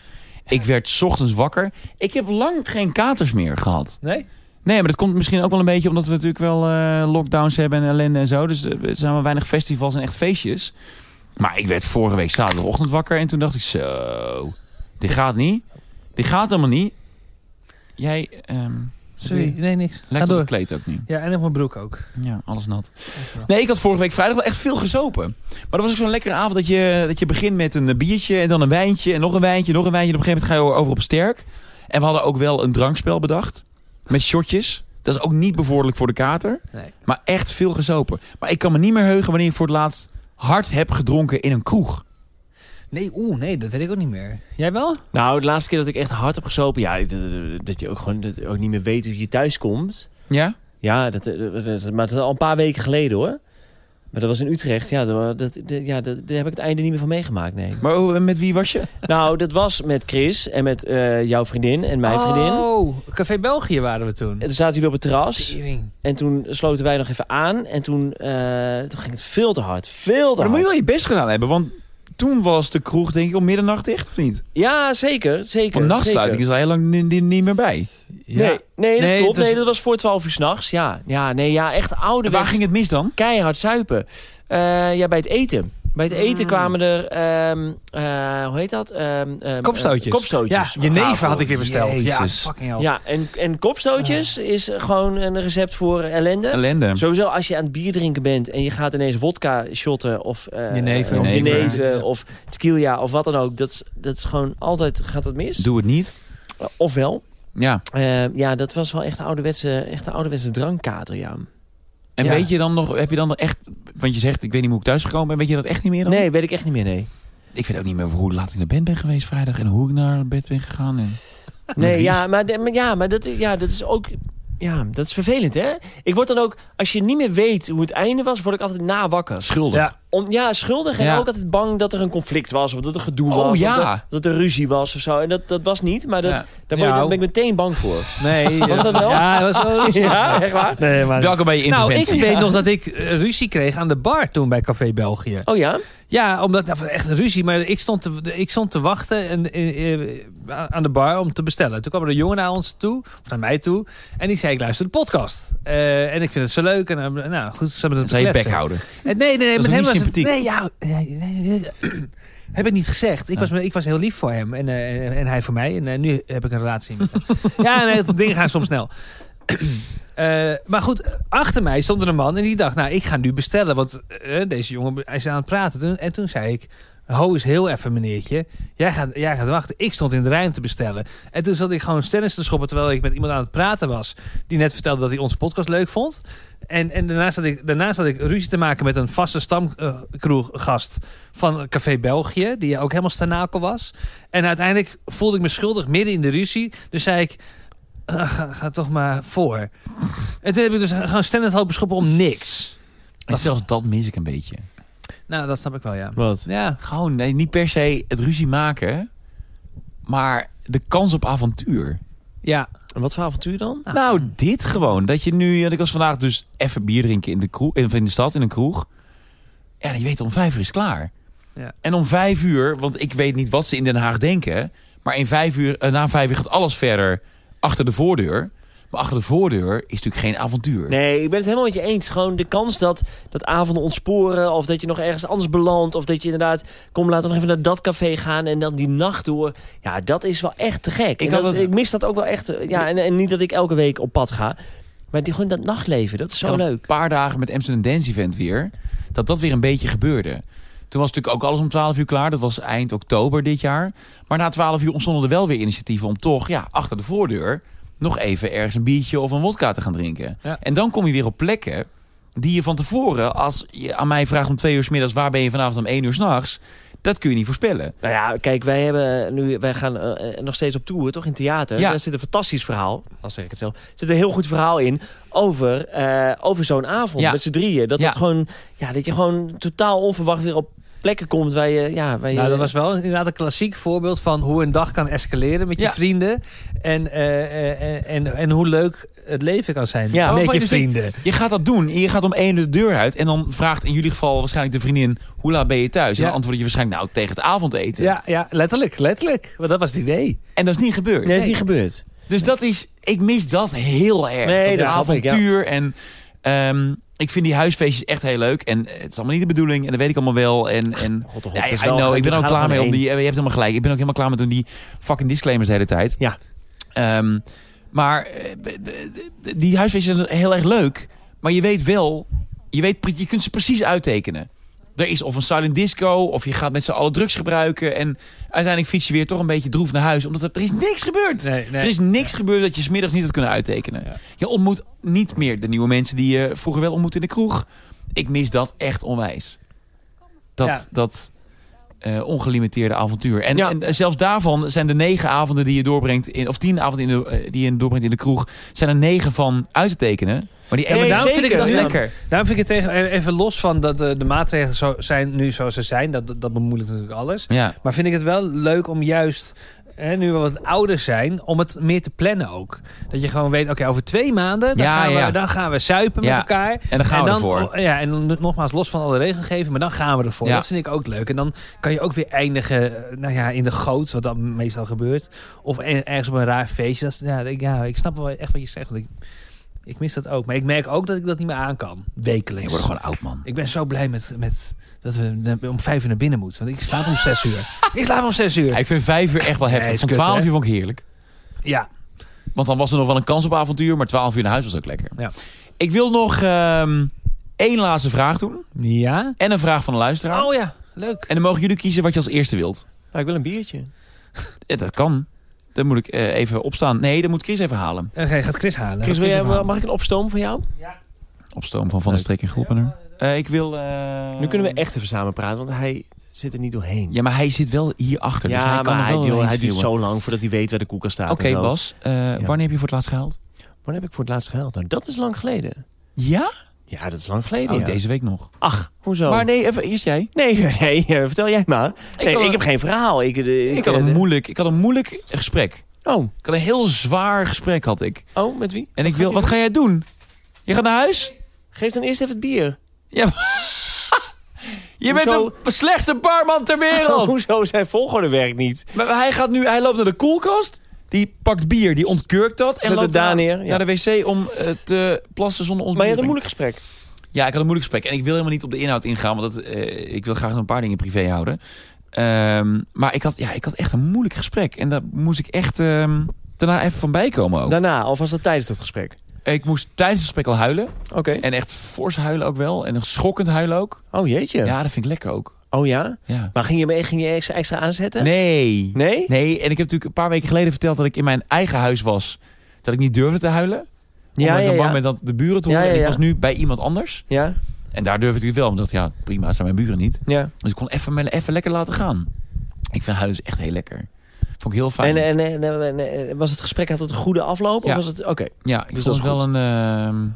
Speaker 1: Ik werd 's ochtends wakker. Ik heb lang geen katers meer gehad.
Speaker 3: Nee?
Speaker 1: Nee, maar dat komt misschien ook wel een beetje omdat we natuurlijk wel eh, lockdowns hebben en ellende en zo. Dus eh, er zijn wel weinig festivals en echt feestjes. Maar ik werd vorige week zaterdagochtend wakker en toen dacht ik zo, dit gaat niet. Dit gaat helemaal niet. Jij ehm
Speaker 3: Sorry, nee, niks. Ga
Speaker 1: lijkt op
Speaker 3: door.
Speaker 1: het kleed ook niet.
Speaker 3: Ja, en op mijn broek ook.
Speaker 1: Ja, alles nat. Nee, ik had vorige week vrijdag wel echt veel gezopen. Maar dat was ook zo'n lekkere avond dat je, dat je begint met een eh, biertje en dan een wijntje en nog een wijntje, nog een wijntje. En op een gegeven moment ga je over op sterk. En we hadden ook wel een drankspel bedacht met shotjes. Dat is ook niet bevorderlijk voor de kater.
Speaker 3: Nee.
Speaker 1: Maar echt veel gezopen. Maar ik kan me niet meer heugen wanneer ik voor het laatst hard heb gedronken in een kroeg.
Speaker 3: Nee, oeh, nee, dat weet ik ook niet meer. Jij wel?
Speaker 2: Nou, de laatste keer dat ik echt hard heb gesopen, ja, dat- dat- dat je ook gewoon dat ook niet meer weet hoe je thuis komt.
Speaker 1: Ja?
Speaker 2: Ja, dat, eh, dat- dat- maar dat is al een paar weken geleden hoor. Maar dat was in Utrecht. Ja, dat, dat, dat- ja dat, daar heb ik het einde niet meer van meegemaakt, nee.
Speaker 1: Maar oh, met wie was je?
Speaker 2: nou, dat was met Chris en met eh, jouw vriendin en mijn vriendin.
Speaker 3: Oh, Café België waren we toen.
Speaker 2: En toen zaten jullie op het terras.
Speaker 3: Tering.
Speaker 2: En toen sloten wij nog even aan. En toen, eh, toen ging het veel te hard. Veel te
Speaker 1: Maar dan moet
Speaker 2: hard.
Speaker 1: je wel je best gedaan hebben, want toen was de kroeg denk ik om middernacht dicht, of niet?
Speaker 2: Ja, zeker. zeker
Speaker 1: Want nachtsluiting is al
Speaker 2: zeker.
Speaker 1: heel lang ni- ni- niet meer bij.
Speaker 3: Ja.
Speaker 2: Nee, nee, dat
Speaker 3: Nee,
Speaker 2: klopt.
Speaker 3: het was-
Speaker 2: Nee, dat was voor 12 uur s'nachts. Ja. ja, nee, ja, echt oude
Speaker 1: En waar ging het mis dan?
Speaker 2: keihard zuipen. Eh, ja, bij het eten. Bij het eten kwamen er, ehm, eh, hoe heet dat? Ehm, ehm,
Speaker 3: Kopstootjes.
Speaker 2: eh, kopstootjes.
Speaker 3: Ja, je neven had ik weer besteld.
Speaker 1: Jezus.
Speaker 3: Ja, fucking hell.
Speaker 2: Ja, en, en kopstootjes is gewoon een recept voor ellende.
Speaker 1: Ellende.
Speaker 2: Sowieso als je aan het bier drinken bent en je gaat ineens wodka shotten of eh
Speaker 3: Jenever.
Speaker 2: of,
Speaker 1: Jenever.
Speaker 2: jenever of tequila of wat dan ook. Dat is, dat is gewoon altijd gaat dat mis.
Speaker 1: Doe het niet.
Speaker 2: Ofwel.
Speaker 1: Ja.
Speaker 2: Eh, ja, dat was wel echt een ouderwetse, echt een ouderwetse drankkater, ja.
Speaker 1: En
Speaker 3: Ja.
Speaker 1: weet je dan nog, heb je dan nog echt, want je zegt ik weet niet hoe ik thuis gekomen ben, weet je dat echt niet meer dan?
Speaker 2: Nee, weet ik echt niet meer, nee.
Speaker 1: Ik weet ook niet meer hoe laat ik naar bed ben geweest vrijdag en hoe ik naar bed ben gegaan. En...
Speaker 2: Nee,
Speaker 1: Vies.
Speaker 2: ja, maar, de- maar ja, maar dat, is- ja, dat is ook... Ja, dat is vervelend, hè? Ik word dan ook... Als je niet meer weet hoe het einde was, word ik altijd nawakker.
Speaker 1: Schuldig.
Speaker 3: Ja.
Speaker 2: Om, ja, schuldig en
Speaker 1: Ja.
Speaker 2: ook altijd bang dat er een conflict was... of dat er gedoe
Speaker 1: Oh,
Speaker 2: was, of
Speaker 1: ja.
Speaker 2: dat, dat er ruzie was of zo. En dat, dat was niet, maar dat,
Speaker 1: Ja.
Speaker 2: daar, word ik,
Speaker 3: Nou.
Speaker 2: daar ben ik meteen bang voor.
Speaker 3: Nee.
Speaker 2: Was dat wel?
Speaker 3: Ja, dat was wel rustig.
Speaker 2: ja, echt waar?
Speaker 3: Nee, maar...
Speaker 1: Welkom bij je
Speaker 3: Nou, ik
Speaker 1: interventie.
Speaker 3: weet nog dat ik eh, ruzie kreeg aan de bar toen bij Café België.
Speaker 2: Oh ja?
Speaker 3: Ja, omdat nou, echt ruzie. Maar ik stond te, ik stond te wachten en, eh, eh, aan de bar om te bestellen. Toen kwam er een jongen naar ons toe, of naar mij toe. En die zei, ik luister de podcast. Eh, en ik vind het zo leuk. En eh, nou, goed, ze hebben het
Speaker 1: Zou je bek
Speaker 3: bekletsen.
Speaker 1: houden?
Speaker 3: Eh, Nee, nee, nee.
Speaker 1: Dat is
Speaker 3: Met hem
Speaker 1: niet
Speaker 3: was het,
Speaker 1: sympathiek.
Speaker 3: nee, ja, nee, nee, nee, heb ik niet gezegd. Ik,
Speaker 1: Ja.
Speaker 3: was, ik was heel lief voor hem en, eh, en, en hij voor mij. En eh, nu heb ik een relatie met hem. ja, nee, dat- dingen gaan soms snel. Eh, maar goed, achter mij stond er een man en die dacht, nou, ik ga nu bestellen. Want eh, deze jongen, hij is aan het praten. Toen, en toen zei ik, ho eens heel even meneertje. Jij gaat, jij gaat wachten. Ik stond in de ruimte te bestellen. En toen zat ik gewoon stennis te schoppen terwijl ik met iemand aan het praten was. Die net vertelde dat hij onze podcast leuk vond. En, en daarnaast, had ik, daarnaast had ik ruzie te maken met een vaste stamkroeggast eh, van Café België. Die ook helemaal stanakel was. En uiteindelijk voelde ik me schuldig midden in de ruzie. Dus zei ik, "Ah, ga, ga toch maar voor. En toen heb ik dus gewoon stennis lopen schoppen om niks.
Speaker 1: En zelfs dat mis ik een beetje.
Speaker 3: Nou, dat snap ik wel, ja.
Speaker 1: Wat?
Speaker 3: Ja,
Speaker 1: Gewoon, nee, niet per se het ruzie maken, maar de kans op avontuur.
Speaker 3: ja.
Speaker 2: En wat voor avontuur dan?
Speaker 3: Ah.
Speaker 1: Nou, dit gewoon. Dat je nu, want ik was vandaag dus even bier drinken in de, kroeg, in, of in de stad, in een kroeg. Ja, je weet om vijf uur is het klaar.
Speaker 3: Ja.
Speaker 1: En om vijf uur, want ik weet niet wat ze in Den Haag denken. Maar in vijf uur, eh, na vijf uur gaat alles verder achter de voordeur. Maar achter de voordeur is natuurlijk geen avontuur.
Speaker 2: Nee, ik ben het helemaal met je eens. Gewoon de kans dat, dat avonden ontsporen... of dat je nog ergens anders belandt... of dat je inderdaad... kom, laten we nog even naar dat café gaan... en dan die nacht door. Ja, dat is wel echt te gek.
Speaker 1: Ik
Speaker 2: Ik,
Speaker 1: had
Speaker 2: dat,
Speaker 1: het-
Speaker 2: ik mis dat ook wel echt. eh, Ja, en, en niet dat ik elke week op pad ga... maar die, gewoon dat nachtleven, dat is
Speaker 1: Ik
Speaker 2: zo
Speaker 1: had
Speaker 2: leuk.
Speaker 1: Een paar dagen met Amsterdam Dance Event weer. Dat dat weer een beetje gebeurde. Toen was natuurlijk ook alles om 12 uur klaar. Dat was eind oktober dit jaar. Maar na 12 uur ontstonden er wel weer initiatieven om toch ja, achter de voordeur nog even ergens een biertje of een wodka te gaan drinken.
Speaker 3: Ja.
Speaker 1: En dan kom je weer op plekken die je van tevoren, als je aan mij vraagt om twee uur 's middags, waar ben je vanavond om één uur s'nachts, dat kun je niet voorspellen.
Speaker 2: Nou ja, kijk, wij, hebben nu, wij gaan eh, eh, nog steeds op tour, toch? In theater.
Speaker 1: Ja.
Speaker 2: Daar zit een fantastisch verhaal, al zeg ik het zelf. Er zit een heel goed verhaal in over, eh, over zo'n avond
Speaker 1: Ja.
Speaker 2: met z'n drieën. Dat,
Speaker 1: Ja.
Speaker 2: het gewoon, ja, dat je gewoon totaal onverwacht weer op plekken komt waar je... Ja, waar
Speaker 3: Nou,
Speaker 2: je
Speaker 3: dat was wel inderdaad een klassiek voorbeeld van hoe een dag kan escaleren met je
Speaker 1: Ja.
Speaker 3: vrienden. En, eh, eh, en, en, en hoe leuk het leven kan zijn
Speaker 2: Ja.
Speaker 3: met
Speaker 1: Maar
Speaker 3: je
Speaker 1: dus ik-
Speaker 3: vrienden.
Speaker 1: Je gaat dat doen. en Je gaat om één uur de deur uit. En dan vraagt in jullie geval waarschijnlijk de vriendin... hoe laat ben je thuis? En
Speaker 3: Ja.
Speaker 1: dan antwoord je waarschijnlijk... nou, tegen het avondeten.
Speaker 3: Ja, ja, letterlijk, letterlijk. Want dat was het idee.
Speaker 1: En dat is niet gebeurd.
Speaker 2: Nee, dat is niet gebeurd.
Speaker 1: Dus dat is, ik mis dat heel erg.
Speaker 2: Nee,
Speaker 1: dat
Speaker 2: dat snap ik, ja.
Speaker 1: avontuur en ehm, ik vind die huisfeestjes echt heel leuk. En eh, het is allemaal niet de bedoeling en dat weet ik allemaal wel. En, en
Speaker 2: God, toch
Speaker 1: ja,
Speaker 2: het is
Speaker 1: I
Speaker 2: wel-
Speaker 1: know, ik ben
Speaker 2: nou, we
Speaker 1: ook
Speaker 2: gaan
Speaker 1: klaar
Speaker 2: er
Speaker 1: mee om
Speaker 2: heen.
Speaker 1: die. eh, Je hebt helemaal gelijk. Ik ben ook helemaal klaar met om die fucking disclaimers de hele tijd.
Speaker 2: Ja.
Speaker 1: Ehm, maar eh, b- b- d- die huisfeestjes zijn heel erg leuk. Maar je weet wel, je, weet, pre- je kunt ze precies uittekenen. Er is of een silent disco, of je gaat met z'n allen drugs gebruiken. En uiteindelijk fiets je weer toch een beetje droef naar huis. Omdat er, er is niks gebeurd.
Speaker 3: Nee, nee.
Speaker 1: Er is niks gebeurd dat je smiddags niet had kunnen uittekenen.
Speaker 3: Ja.
Speaker 1: Je ontmoet niet meer de nieuwe mensen die je vroeger wel ontmoette in de kroeg. Ik mis dat echt onwijs. Dat,
Speaker 3: Ja.
Speaker 1: dat eh, ongelimiteerde avontuur. En,
Speaker 2: Ja.
Speaker 1: en eh, zelfs daarvan zijn de negen avonden die je doorbrengt... In, of tien avonden in de, eh, die je doorbrengt in de kroeg... zijn er negen van uit te tekenen. Maar die
Speaker 2: Nee,
Speaker 1: ene-
Speaker 2: daarom vind ik
Speaker 1: dat is
Speaker 2: het
Speaker 1: lekker.
Speaker 3: Daarom vind ik het tegen, e-, even los van dat eh, de maatregelen zo zijn nu zoals ze zijn. Dat, dat bemoeilijkt natuurlijk alles.
Speaker 1: Ja.
Speaker 3: Maar vind ik het wel leuk om juist, hè, nu we wat ouder zijn, om het meer te plannen ook. Dat je gewoon weet, oké, over twee maanden, dan,
Speaker 1: Ja,
Speaker 3: gaan,
Speaker 1: ja.
Speaker 3: We, dan gaan we suipen
Speaker 1: Ja.
Speaker 3: met elkaar.
Speaker 1: En dan gaan we ervoor.
Speaker 3: oh, Ja, en dan nogmaals, los van alle regelgeving, maar dan gaan we ervoor.
Speaker 1: Ja.
Speaker 3: Dat vind ik ook leuk. En dan kan je ook weer eindigen, eh, nou ja, in de goot, wat dan meestal gebeurt. Of e- ergens op een raar feestje. Dat, is- ja, ik- ja, ik snap wel echt wat je zegt, want ik, ik mis dat ook. Maar ik merk ook dat ik dat niet meer aan kan,
Speaker 1: Je
Speaker 3: wekelijks.
Speaker 1: wordt gewoon oud, man.
Speaker 3: Ik ben zo blij met, met dat we om vijf uur naar binnen moeten. Want ik slaap om zes uur. Ik slaap om zes
Speaker 1: Ja,
Speaker 3: uur.
Speaker 1: ik vind vijf uur echt wel heftig.
Speaker 3: Nee, is
Speaker 1: van
Speaker 3: kut,
Speaker 1: twaalf
Speaker 3: hè?
Speaker 1: uur vond ik heerlijk.
Speaker 3: Ja.
Speaker 1: Want dan was er nog wel een kans op avontuur. Maar 12 uur naar huis was ook lekker.
Speaker 3: Ja.
Speaker 1: Ik wil nog ehm, één laatste vraag doen.
Speaker 3: Ja?
Speaker 1: En een vraag van de luisteraar.
Speaker 3: Oh ja, leuk.
Speaker 1: En dan mogen jullie kiezen wat je als eerste wilt.
Speaker 2: Nou, ik wil een biertje.
Speaker 1: Ja, dat kan. Dan moet ik eh, even opstaan. Nee, dan moet Chris even halen.
Speaker 3: Oké, gaat Chris halen.
Speaker 2: Chris, wil jij,
Speaker 3: even halen.
Speaker 2: mag ik een opstoom van jou?
Speaker 1: Opstoom van Van der Strik en Groepener. Eh, ik wil... eh,
Speaker 2: Nu kunnen we echt even samen praten, want hij zit er niet doorheen.
Speaker 1: Ja, maar hij zit wel hierachter. dus hij kan er
Speaker 2: maar hij,
Speaker 1: wel
Speaker 2: duurt-
Speaker 1: doorheen
Speaker 2: hij duurt
Speaker 1: schreeuwen.
Speaker 2: zo lang voordat hij weet waar de koelkast staat.
Speaker 1: Oké,
Speaker 2: en zo.
Speaker 1: Bas. eh, Wanneer heb je voor het laatst gehaald?
Speaker 2: Wanneer heb ik voor het laatst gehuild? Nou, dat is lang geleden.
Speaker 1: Ja?
Speaker 2: Ja, dat is lang geleden.
Speaker 1: Oh,
Speaker 2: ja. Oh.
Speaker 1: deze week nog.
Speaker 2: Ach, hoezo?
Speaker 1: Maar nee, even eerst jij.
Speaker 2: Nee, nee, eh, vertel jij maar. Nee, ik,
Speaker 1: had een-
Speaker 2: heb geen verhaal. Ik, eh,
Speaker 1: Ik had,
Speaker 2: eh,
Speaker 1: een moeilijk, ik had een moeilijk gesprek.
Speaker 2: Oh,
Speaker 1: Ik had een heel zwaar gesprek, had ik.
Speaker 2: oh, met wie?
Speaker 1: En ik wil... Wat ga jij doen? Je gaat naar huis?
Speaker 2: Geef dan eerst even het bier.
Speaker 1: Ja. Je bent
Speaker 2: Hoezo?
Speaker 1: de slechtste barman ter wereld.
Speaker 2: Hoezo zijn volgorde werkt niet?
Speaker 1: Maar hij gaat nu, hij loopt naar de koelkast. Die pakt bier, die ontkurkt dat. En
Speaker 2: het
Speaker 1: loopt
Speaker 2: daar
Speaker 1: daarna
Speaker 2: neer, ja.
Speaker 1: naar de wc om eh, te plassen zonder ons
Speaker 2: Maar je had
Speaker 1: bier
Speaker 2: een
Speaker 1: te
Speaker 2: moeilijk gesprek.
Speaker 1: drinken. Ja, ik had een moeilijk gesprek. En ik wil helemaal niet op de inhoud ingaan. Want dat, eh, ik wil graag nog een paar dingen privé houden. Ehm, maar ik had, ja, ik had echt een moeilijk gesprek. En daar moest ik echt ehm, daarna even van bijkomen ook.
Speaker 2: Daarna, of was dat tijdens dat gesprek?
Speaker 1: Ik moest tijdens het gesprek al huilen.
Speaker 2: Oké.
Speaker 1: En echt fors huilen ook wel. En een schokkend huilen ook.
Speaker 2: Oh jeetje.
Speaker 1: Ja, dat vind ik lekker ook.
Speaker 2: Oh ja?
Speaker 1: Ja.
Speaker 2: Maar ging je, hem- ging je extra, extra aanzetten?
Speaker 1: Nee.
Speaker 2: Nee?
Speaker 1: Nee, en ik heb natuurlijk een paar weken geleden verteld dat ik in mijn eigen huis was. Dat ik niet durfde te huilen. Omdat
Speaker 2: Ja,
Speaker 1: ik
Speaker 2: ja,
Speaker 1: dan bang
Speaker 2: ja.
Speaker 1: ben dat de buren te horen.
Speaker 2: Ja, ja,
Speaker 1: En
Speaker 2: ja.
Speaker 1: ik was nu bij iemand anders.
Speaker 2: Ja?
Speaker 1: En daar durfde ik het wel. Omdat, ja, prima, het zijn mijn buren niet.
Speaker 2: Ja.
Speaker 1: Dus ik kon even, me- even lekker laten gaan. Ik vind huilen dus echt heel lekker. Vond ik heel fijn.
Speaker 2: En, eh, en, en- en- en- en was het gesprek, had het een goede afloop? Of
Speaker 1: Ja.
Speaker 2: was het... Oké.
Speaker 1: ja, ik
Speaker 2: dus dat
Speaker 1: vond het
Speaker 2: is
Speaker 1: wel een... ehm,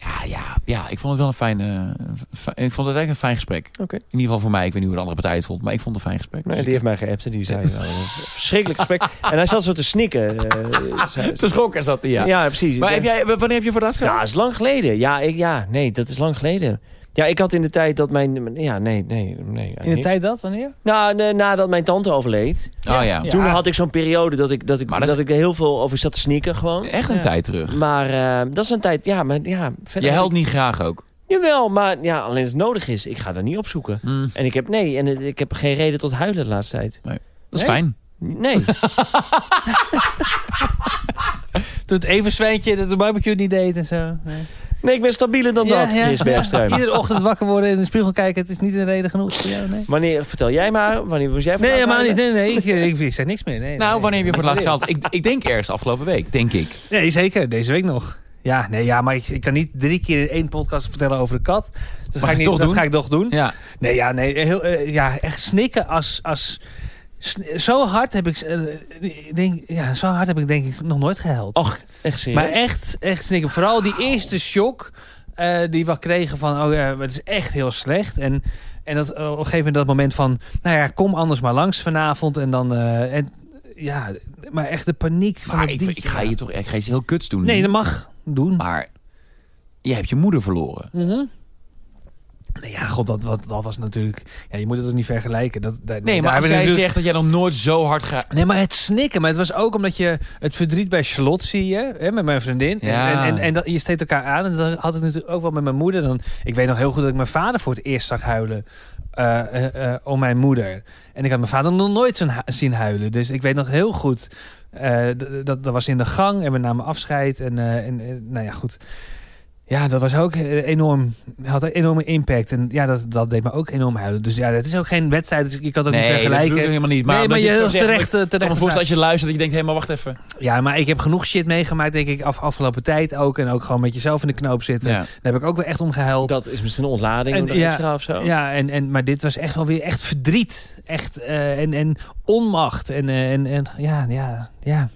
Speaker 1: ja, ja, ja, ik vond het wel een fijne... eh, fi- ik vond het eigenlijk een fijn gesprek.
Speaker 2: Oké.
Speaker 1: In ieder geval voor mij. Ik weet niet hoe de andere partij het vond. Maar Dus ik vond het een fijn gesprek.
Speaker 2: Nee, die heeft mij geappt en die zei... "Nou, een verschrikkelijk gesprek. En hij zat zo te snikken. eh, zei-
Speaker 1: Ah, Te schokken zat hij, ja.
Speaker 2: ja. precies.
Speaker 1: Maar
Speaker 2: Ik-
Speaker 1: heb jij, w- wanneer heb je voor de
Speaker 2: Ja, dat is lang geleden. Ja, ik, ja, nee, dat is lang geleden. Ja, ik had in de tijd dat mijn... Ja, nee, nee, nee.
Speaker 3: In de tijd dat, wanneer?
Speaker 2: Nou, nee, nadat mijn tante overleed.
Speaker 1: Oh ja.
Speaker 3: Ja.
Speaker 2: Toen had ik zo'n periode dat ik, dat ik,
Speaker 1: Maar
Speaker 2: dat
Speaker 1: dat is-
Speaker 2: ik heel veel over zat te snikken gewoon.
Speaker 1: Echt een
Speaker 3: Ja.
Speaker 1: tijd terug.
Speaker 2: Maar eh, dat is een tijd... Ja, maar ja...
Speaker 1: Je
Speaker 2: verder-
Speaker 1: huilt niet graag ook.
Speaker 2: Jawel, maar ja, alleen als het nodig is. Ik ga daar niet op zoeken.
Speaker 1: Mm,
Speaker 2: En ik heb... Nee, en eh, ik heb geen reden tot huilen de laatste tijd.
Speaker 1: dat is
Speaker 3: Nee?
Speaker 1: fijn.
Speaker 2: Nee.
Speaker 3: Toen het even zwijntje dat de barbecue het niet deed en zo. Nee.
Speaker 2: Nee, ik ben stabieler dan
Speaker 3: Ja,
Speaker 2: dat,
Speaker 3: ja.
Speaker 2: Chris Bergström.
Speaker 3: Iedere ochtend wakker worden en in de spiegel kijken, het is niet een reden genoeg voor jou, nee.
Speaker 2: Wanneer, vertel jij maar, wanneer was jij voor
Speaker 3: Nee,
Speaker 2: het
Speaker 3: helemaal
Speaker 2: laatst
Speaker 3: niet.
Speaker 2: huilen?
Speaker 3: Nee, nee, ik, ik, ik zeg niks meer. Nee,
Speaker 1: Nou,
Speaker 3: nee.
Speaker 1: wanneer heb je voor het laatst
Speaker 3: Nee.
Speaker 1: gehaald? Ik, ik denk ergens afgelopen week, denk ik.
Speaker 3: Nee, zeker. Deze week nog. Ja, nee, ja maar ik, ik kan niet drie keer in één podcast vertellen over de kat. Dus dat
Speaker 1: ga
Speaker 3: ga
Speaker 1: je
Speaker 3: ik niet,
Speaker 1: toch
Speaker 3: dat
Speaker 1: doen?
Speaker 3: ga ik toch doen.
Speaker 1: Ja.
Speaker 3: Nee, ja, nee, heel, eh, ja, echt snikken als... als sn- zo hard heb ik, eh, ik denk, ja, zo hard heb ik denk ik nog nooit gehuild.
Speaker 2: Och, echt serieus?
Speaker 3: maar echt, echt snikken. Vooral die eerste shock eh, die we kregen van, oh ja, het is echt heel slecht. En, en dat, eh, op een gegeven moment dat moment van, nou ja, kom anders maar langs vanavond. En dan, eh, en, ja, maar echt de paniek van
Speaker 1: Maar
Speaker 3: het
Speaker 1: ik,
Speaker 3: diertje.
Speaker 1: ik ga je toch ik ga iets heel kuts doen.
Speaker 3: Nee,
Speaker 1: nu.
Speaker 3: dat mag doen.
Speaker 1: Maar je hebt je moeder verloren.
Speaker 3: Mhm. Nee, ja, god, dat, wat, dat was natuurlijk... Ja, je moet het ook niet vergelijken. Dat,
Speaker 1: Nee,
Speaker 3: dat- daar
Speaker 1: maar als
Speaker 3: hebben we
Speaker 1: jij
Speaker 3: natuurlijk-
Speaker 1: zegt dat jij nog nooit zo hard gaat...
Speaker 3: Nee, maar het snikken. Maar het was ook omdat je het verdriet bij Charlotte zie je. Hè, met mijn vriendin.
Speaker 1: Ja.
Speaker 3: En, en, en, en dat, je steekt elkaar aan. En dat had ik natuurlijk ook wel met mijn moeder. Dan, ik weet nog heel goed dat ik mijn vader voor het eerst zag huilen. eh, eh, eh, om mijn moeder. En ik had mijn vader nog nooit zo'n hu- zien huilen. Dus ik weet nog heel goed. eh, d- d- dat, dat was in de gang. En we namen afscheid. En, eh, en eh, nou ja, goed. Ja, dat was ook eh, enorm, had een enorme impact. En ja, dat, dat deed me ook enorm huilen. Dus ja, dat is ook geen wedstrijd. Dus ik kan het ook niet
Speaker 1: Nee, dat
Speaker 3: vergelijken
Speaker 1: bedoel ik helemaal niet. Maar
Speaker 3: nee, maar
Speaker 1: omdat
Speaker 3: je
Speaker 1: het zo
Speaker 3: heel
Speaker 1: zegt,
Speaker 3: terecht, eh,
Speaker 1: Ik kan
Speaker 3: terecht
Speaker 1: me voorstellen als je luistert dat je denkt, hé, maar wacht even.
Speaker 3: Ja, maar ik heb genoeg shit meegemaakt, denk ik, af, afgelopen tijd ook. En ook gewoon met jezelf in de knoop zitten.
Speaker 1: Ja.
Speaker 3: Daar heb ik ook wel echt om gehuild.
Speaker 2: Dat is misschien een ontlading
Speaker 3: En-
Speaker 2: nog
Speaker 3: ja,
Speaker 2: extra of zo.
Speaker 3: Ja, en, en, maar dit was echt wel weer echt verdriet. Echt, eh, en, en onmacht. En, eh, en, en ja, ja, ja.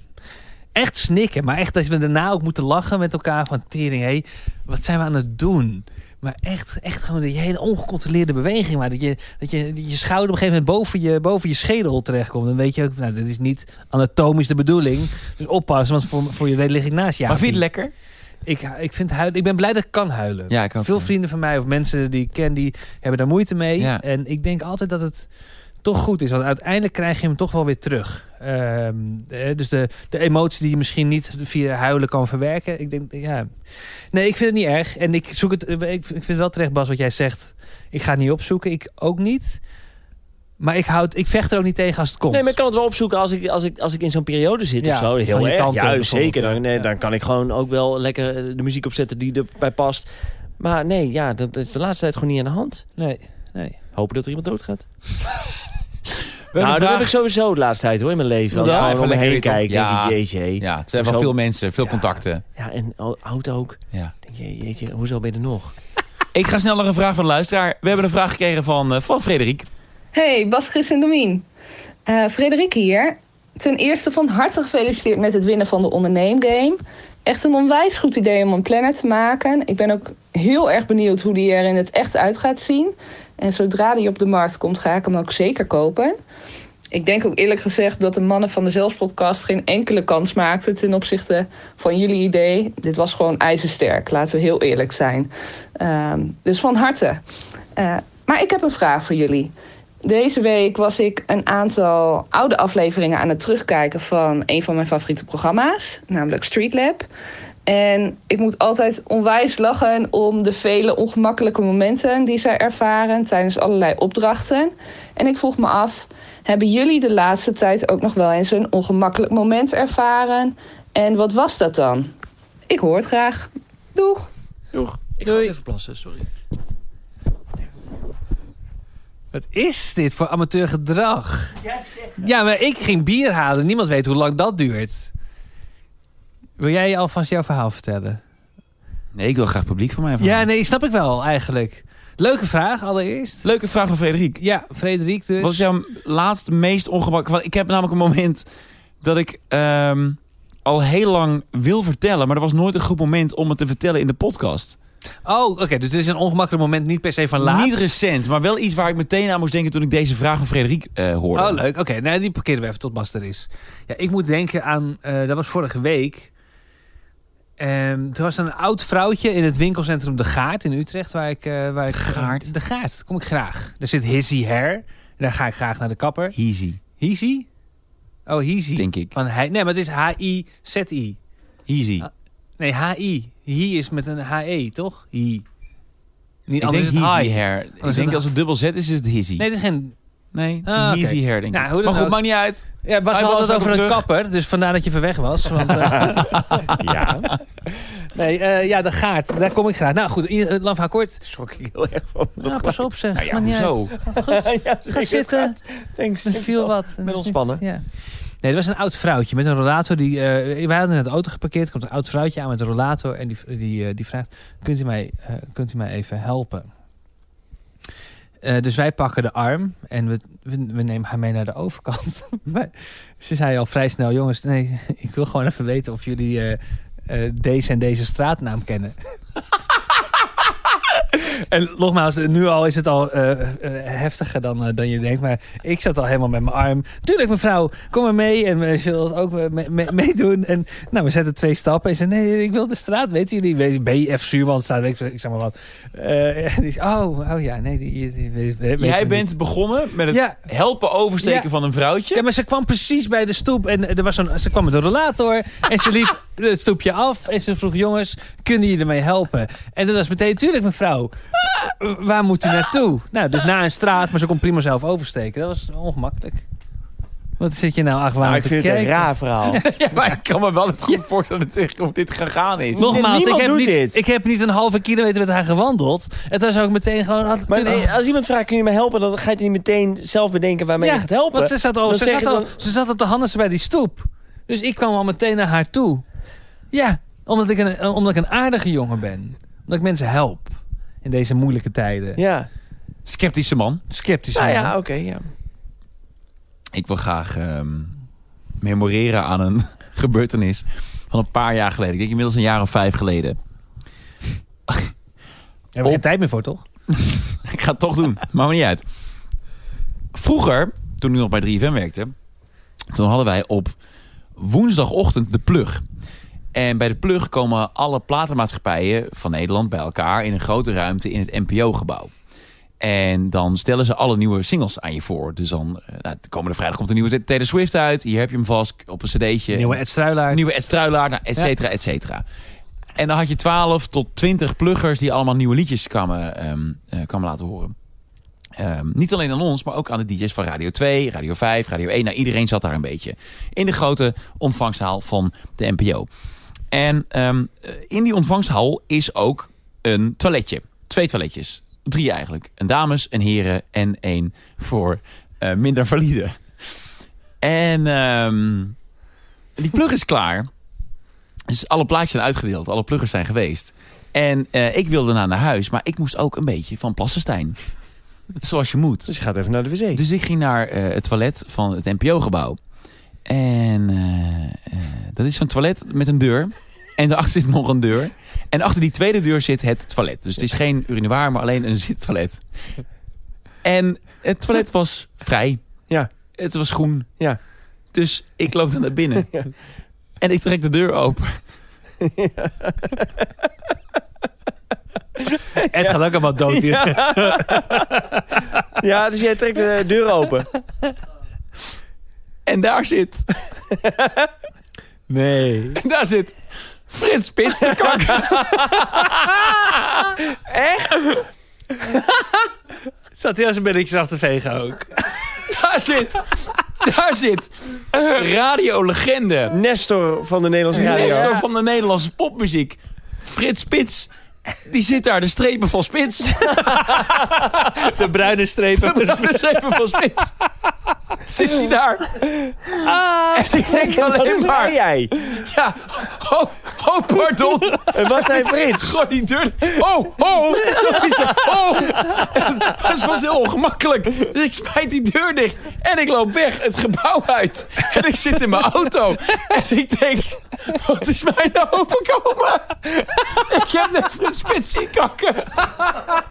Speaker 3: Echt snikken. Maar echt dat we daarna ook moeten lachen met elkaar. Van tering, hé, wat zijn we aan het doen? Maar echt, echt gewoon die hele ongecontroleerde beweging. Maar dat je, dat je dat je schouder op een gegeven moment boven je, boven je schedel terechtkomt. Dan weet je ook, nou, dit is niet anatomisch de bedoeling. Dus oppassen, want voor, voor je weet lig ik naast je.
Speaker 1: maar vind je het lekker?
Speaker 3: Ik, ik, vind huilen, ik ben blij dat ik kan huilen.
Speaker 1: Ja, ik ook,
Speaker 3: Veel
Speaker 1: ja.
Speaker 3: vrienden van mij of mensen die ik ken, die hebben daar moeite mee.
Speaker 1: Ja.
Speaker 3: En ik denk altijd dat het toch goed is. Want uiteindelijk krijg je hem toch wel weer terug. Ehm, eh, dus de, de emotie die je misschien niet via huilen kan verwerken. Ik denk, ja. Nee, ik vind het niet erg. En ik zoek het. eh, Ik, ik vind het wel terecht, Bas, wat jij zegt. Ik ga het niet opzoeken. Ik ook niet. Maar ik, houd, ik vecht er ook niet tegen als het komt.
Speaker 2: Nee, maar ik kan het wel opzoeken als ik, als ik, als ik in zo'n periode zit
Speaker 3: Ja,
Speaker 2: of zo.
Speaker 3: van
Speaker 2: Heel
Speaker 3: je
Speaker 2: erg,
Speaker 3: tante
Speaker 2: juist,
Speaker 3: bijvoorbeeld,
Speaker 2: zeker. Dan, nee,
Speaker 3: ja.
Speaker 2: dan kan ik gewoon ook wel lekker eh, de muziek opzetten die erbij past. Maar nee, ja, dat is de laatste tijd gewoon niet aan de hand.
Speaker 3: nee, nee.
Speaker 2: Hopen dat er iemand doodgaat.
Speaker 1: We hebben
Speaker 2: Nou, dat
Speaker 1: een
Speaker 2: heb
Speaker 1: vraag-
Speaker 2: ik sowieso de laatste tijd hoor, in mijn leven. Als
Speaker 1: Ja,
Speaker 2: ik
Speaker 1: even
Speaker 2: gewoon om me
Speaker 1: lekker
Speaker 2: heen
Speaker 1: weer
Speaker 2: kijk,
Speaker 1: toch- ja.
Speaker 2: denk ik, jeetje. hé.
Speaker 1: Ja, het zijn wel
Speaker 2: Zo-
Speaker 1: veel mensen, veel
Speaker 2: Ja.
Speaker 1: contacten.
Speaker 2: Ja, en o- oud ook.
Speaker 1: Ja.
Speaker 2: Denk je, jeetje, hoezo ben je er nog?
Speaker 1: Ik ga snel nog een vraag van de luisteraar. We hebben een vraag gekregen van, eh, van Frederik.
Speaker 6: Hey, Bas, Chris en Domien. Eh Frederik hier. Ten eerste van harte gefeliciteerd met het winnen van de onderneemgame. Echt een onwijs goed idee om een planner te maken. Ik ben ook heel erg benieuwd hoe die er in het echt uit gaat zien. En zodra die op de markt komt, ga ik hem ook zeker kopen. Ik denk ook eerlijk gezegd dat de mannen van de Zelfspodcast geen enkele kans maakten ten opzichte van jullie idee. Dit was gewoon ijzersterk, laten we heel eerlijk zijn. Ehm, dus van harte. Eh, Maar ik heb een vraag voor jullie. Deze week was ik een aantal oude afleveringen aan het terugkijken van een van mijn favoriete programma's, namelijk Street Lab. En ik moet altijd onwijs lachen om de vele ongemakkelijke momenten die zij ervaren tijdens allerlei opdrachten. En ik vroeg me af, hebben jullie de laatste tijd ook nog wel eens een ongemakkelijk moment ervaren? En wat was dat dan? Ik hoor het graag. Doeg!
Speaker 2: Ik ga even plassen, sorry.
Speaker 3: Wat is dit voor amateur gedrag? Ja, maar ik ging bier halen. Niemand weet hoe lang dat duurt. Wil jij alvast jouw verhaal vertellen?
Speaker 1: Nee, ik wil graag publiek van mij.
Speaker 3: Ja, nee, snap ik wel eigenlijk. Leuke vraag allereerst.
Speaker 1: Leuke vraag van Frederik.
Speaker 3: Ja, Frederik dus.
Speaker 1: Wat is jouw laatste, meest ongemakkelijk... Want ik heb namelijk een moment dat ik ehm, al heel lang wil vertellen... maar er was nooit een goed moment om het te vertellen in de podcast.
Speaker 3: Oh, oké. dus dit is een ongemakkelijk moment. Niet per se van laat.
Speaker 1: Niet recent, maar wel iets waar ik meteen aan moest denken... toen ik deze vraag van Frederik eh, hoorde.
Speaker 3: Oh, leuk. Oké, nou, die parkeren we even tot Bas er is. Ja, ik moet denken aan... eh, dat was vorige week. Ehm er was een oud vrouwtje in het winkelcentrum De Gaard in Utrecht. Waar ik, eh, waar ik,
Speaker 1: Gaard?
Speaker 3: De Gaard, kom ik graag. Daar zit Hizzy Hair. Daar ga ik graag naar de kapper.
Speaker 1: Easy,
Speaker 3: Hizzy? Oh, Hizzy.
Speaker 1: denk ik.
Speaker 3: Van hij, nee, maar het is H-I-Z-I.
Speaker 1: Easy.
Speaker 3: Ah, Nee, H-I. Hi is met een H-E, toch? Hi. Niet,
Speaker 1: ik denk
Speaker 3: anders is
Speaker 1: Easy
Speaker 3: het hi.
Speaker 1: hair. Ik
Speaker 3: is
Speaker 1: denk
Speaker 3: het-
Speaker 1: als het dubbel Z is, is het hizzy.
Speaker 3: Nee, het is geen...
Speaker 1: Nee, het is
Speaker 3: Ah, oké.
Speaker 1: Easy hair, denk ik.
Speaker 3: Nou, hoe dan
Speaker 1: maar goed,
Speaker 3: ook.
Speaker 1: maakt niet uit.
Speaker 3: Ja, Bas
Speaker 1: Hi,
Speaker 3: had
Speaker 1: Bas,
Speaker 3: het
Speaker 1: welkom
Speaker 3: over een
Speaker 1: terug.
Speaker 3: kapper, dus vandaar dat je ver weg was. Want, eh,
Speaker 2: Ja,
Speaker 3: nee, eh, ja, de gaart, daar kom ik graag. Nou goed, i- eh, lang verhaal kort.
Speaker 2: schrok ik heel erg van.
Speaker 3: Nou, pas op zeg.
Speaker 1: Nou ja,
Speaker 3: maakt niet uit.
Speaker 1: hoezo?
Speaker 2: ja,
Speaker 3: Ga zitten.
Speaker 2: Thanks.
Speaker 3: Er viel wat.
Speaker 2: ben ontspannen.
Speaker 3: Ja. Nee, er was een oud vrouwtje met een rollator. Die, eh, wij hadden net de auto geparkeerd. Er komt een oud vrouwtje aan met een rollator. En die, die, eh, die vraagt, kunt u, mij, eh, kunt u mij even helpen? Eh, dus wij pakken de arm en we, we, we nemen haar mee naar de overkant. maar ze zei al vrij snel, jongens, nee, ik wil gewoon even weten of jullie eh, eh, deze en deze straatnaam kennen. En nogmaals, nu al is het al eh, eh, heftiger dan, eh, dan je denkt. Maar ik zat al helemaal met mijn arm. Tuurlijk, mevrouw, kom maar mee. En we zullen het ook eh, me- me- meedoen. en nou, we zetten twee stappen. En ze nee, ik wil de straat. Weten jullie? Weet- BF Zuurmanstraat, weet ik, ik zeg maar wat. Eh, en die is, oh, oh ja, nee. Die, die, die- weet- weet- weet
Speaker 1: Jij
Speaker 3: het
Speaker 1: bent begonnen met
Speaker 3: niet.
Speaker 1: het
Speaker 3: Ja,
Speaker 1: helpen oversteken
Speaker 3: Ja.
Speaker 1: van een vrouwtje.
Speaker 3: ja, maar ze kwam precies bij de stoep. En eh, er was zo'n, ze kwam met een rollator. en ze liep het stoepje af. En ze vroeg, jongens, kunnen jullie ermee helpen? En dat was meteen, tuurlijk mevrouw. eh, Waar moet u naartoe? Nou, dus naar een straat. Maar ze kon prima zelf oversteken. Dat was ongemakkelijk. Wat zit je nou acht
Speaker 2: Maar
Speaker 3: nou,
Speaker 2: ik
Speaker 3: te
Speaker 2: vind het
Speaker 3: kijken?
Speaker 2: een raar verhaal.
Speaker 1: Ja, maar ik kan me wel het goed voorstellen tegen hoe dit gegaan is.
Speaker 3: Nogmaals, ik
Speaker 2: Niemand
Speaker 3: heb,
Speaker 2: doet
Speaker 3: niet,
Speaker 2: dit.
Speaker 3: ik heb niet een halve kilometer met haar gewandeld. En toen zou ik meteen gewoon... Had,
Speaker 2: Maar eh,
Speaker 3: toen-
Speaker 2: nee, als iemand vraagt, kun je me helpen? Dan ga je het niet meteen zelf bedenken waarmee
Speaker 3: Ja,
Speaker 2: je gaat helpen.
Speaker 3: Want ze zat, al,
Speaker 2: Dan
Speaker 3: ze,
Speaker 2: zeg
Speaker 3: zat
Speaker 2: je
Speaker 3: al,
Speaker 2: dan-
Speaker 3: ze zat op de Hannes bij die stoep. Dus ik kwam al meteen naar haar toe. Ja, omdat ik een, omdat ik een aardige jongen ben. Omdat ik mensen help. In deze moeilijke tijden.
Speaker 2: Ja,
Speaker 1: Sceptische man.
Speaker 3: Sceptisch.
Speaker 2: nou
Speaker 3: zijn.
Speaker 2: ja, oké. ja.
Speaker 1: Ik wil graag ehm, memoreren aan een gebeurtenis van een paar jaar geleden. Ik denk inmiddels een jaar of vijf geleden. Oh.
Speaker 3: Daar heb je geen tijd meer voor, toch?
Speaker 1: Ik ga het toch doen. Maakt me niet uit. Vroeger, toen ik nog bij 3FM werkte... toen hadden wij op woensdagochtend de plug. En bij de plug komen alle platenmaatschappijen van Nederland bij elkaar... in een grote ruimte in het NPO-gebouw. En dan stellen ze alle nieuwe singles aan je voor. Dus dan, eh, nou, de komende vrijdag komt een nieuwe Taylor Swift uit. Hier heb je hem vast op een cd'tje.
Speaker 3: Nieuwe Ed Struilaert.
Speaker 1: Nieuwe Ed Struilaert, nou, et cetera, et cetera. En dan had je 12 tot 20 pluggers die allemaal nieuwe liedjes kwamen, ehm, eh, kwamen laten horen. Ehm, niet alleen aan ons, maar ook aan de DJ's van Radio 2, Radio 5, Radio 1. Nou, iedereen zat daar een beetje. In de grote ontvangsthaal van de NPO. En ehm, eh, in die ontvangsthal is ook een toiletje. Twee toiletjes. Drie eigenlijk. Een dames, een heren en één voor eh, minder valide. En ehm, die plug is klaar. Dus alle plaatjes zijn uitgedeeld. Alle pluggers zijn geweest. En eh, ik wilde daarna naar huis. Maar ik moest ook een beetje van Plassenstein. Zoals je moet.
Speaker 2: Dus je gaat even naar de wc.
Speaker 1: Dus ik ging naar eh, het toilet van het NPO-gebouw. En eh, eh, dat is zo'n toilet met een deur. En daarachter zit nog een deur. En achter die tweede deur zit het toilet. Dus het is geen urinoir, maar alleen een zittoilet. En het toilet was vrij.
Speaker 2: Ja.
Speaker 1: Het was groen.
Speaker 2: Ja.
Speaker 1: Dus ik loop dan naar binnen. En ik trek de deur open.
Speaker 3: Ed gaat ook allemaal dood hier.
Speaker 2: Ja, dus jij trekt de deur open.
Speaker 1: En daar zit,
Speaker 3: Nee.
Speaker 1: en daar zit Frits Spits te kakken.
Speaker 3: Zat heel zijn belletjes af te vegen ook.
Speaker 1: Daar zit, daar zit radiolegende.
Speaker 2: Nestor van de Nederlandse radio.
Speaker 1: Meester van de Nederlandse popmuziek. Frits Spits. Die zit daar, de strepen van Spits.
Speaker 3: De bruine strepen.
Speaker 1: De strepen van Spits. Zit hij daar?
Speaker 3: Ah.
Speaker 1: en ik denk
Speaker 2: Wat is
Speaker 1: alleen
Speaker 2: waar
Speaker 1: maar...
Speaker 2: jij?
Speaker 1: Ja, oh, oh, pardon.
Speaker 2: En wat zei Frits?
Speaker 1: Gooi die deur... Oh, oh. zo is het. Oh. Dat was heel ongemakkelijk. Dus ik smijt die deur dicht. En ik loop weg het gebouw uit. En ik zit in mijn auto. En ik denk... Wat is mij nou overkomen? Ik heb net een spits zien kakken.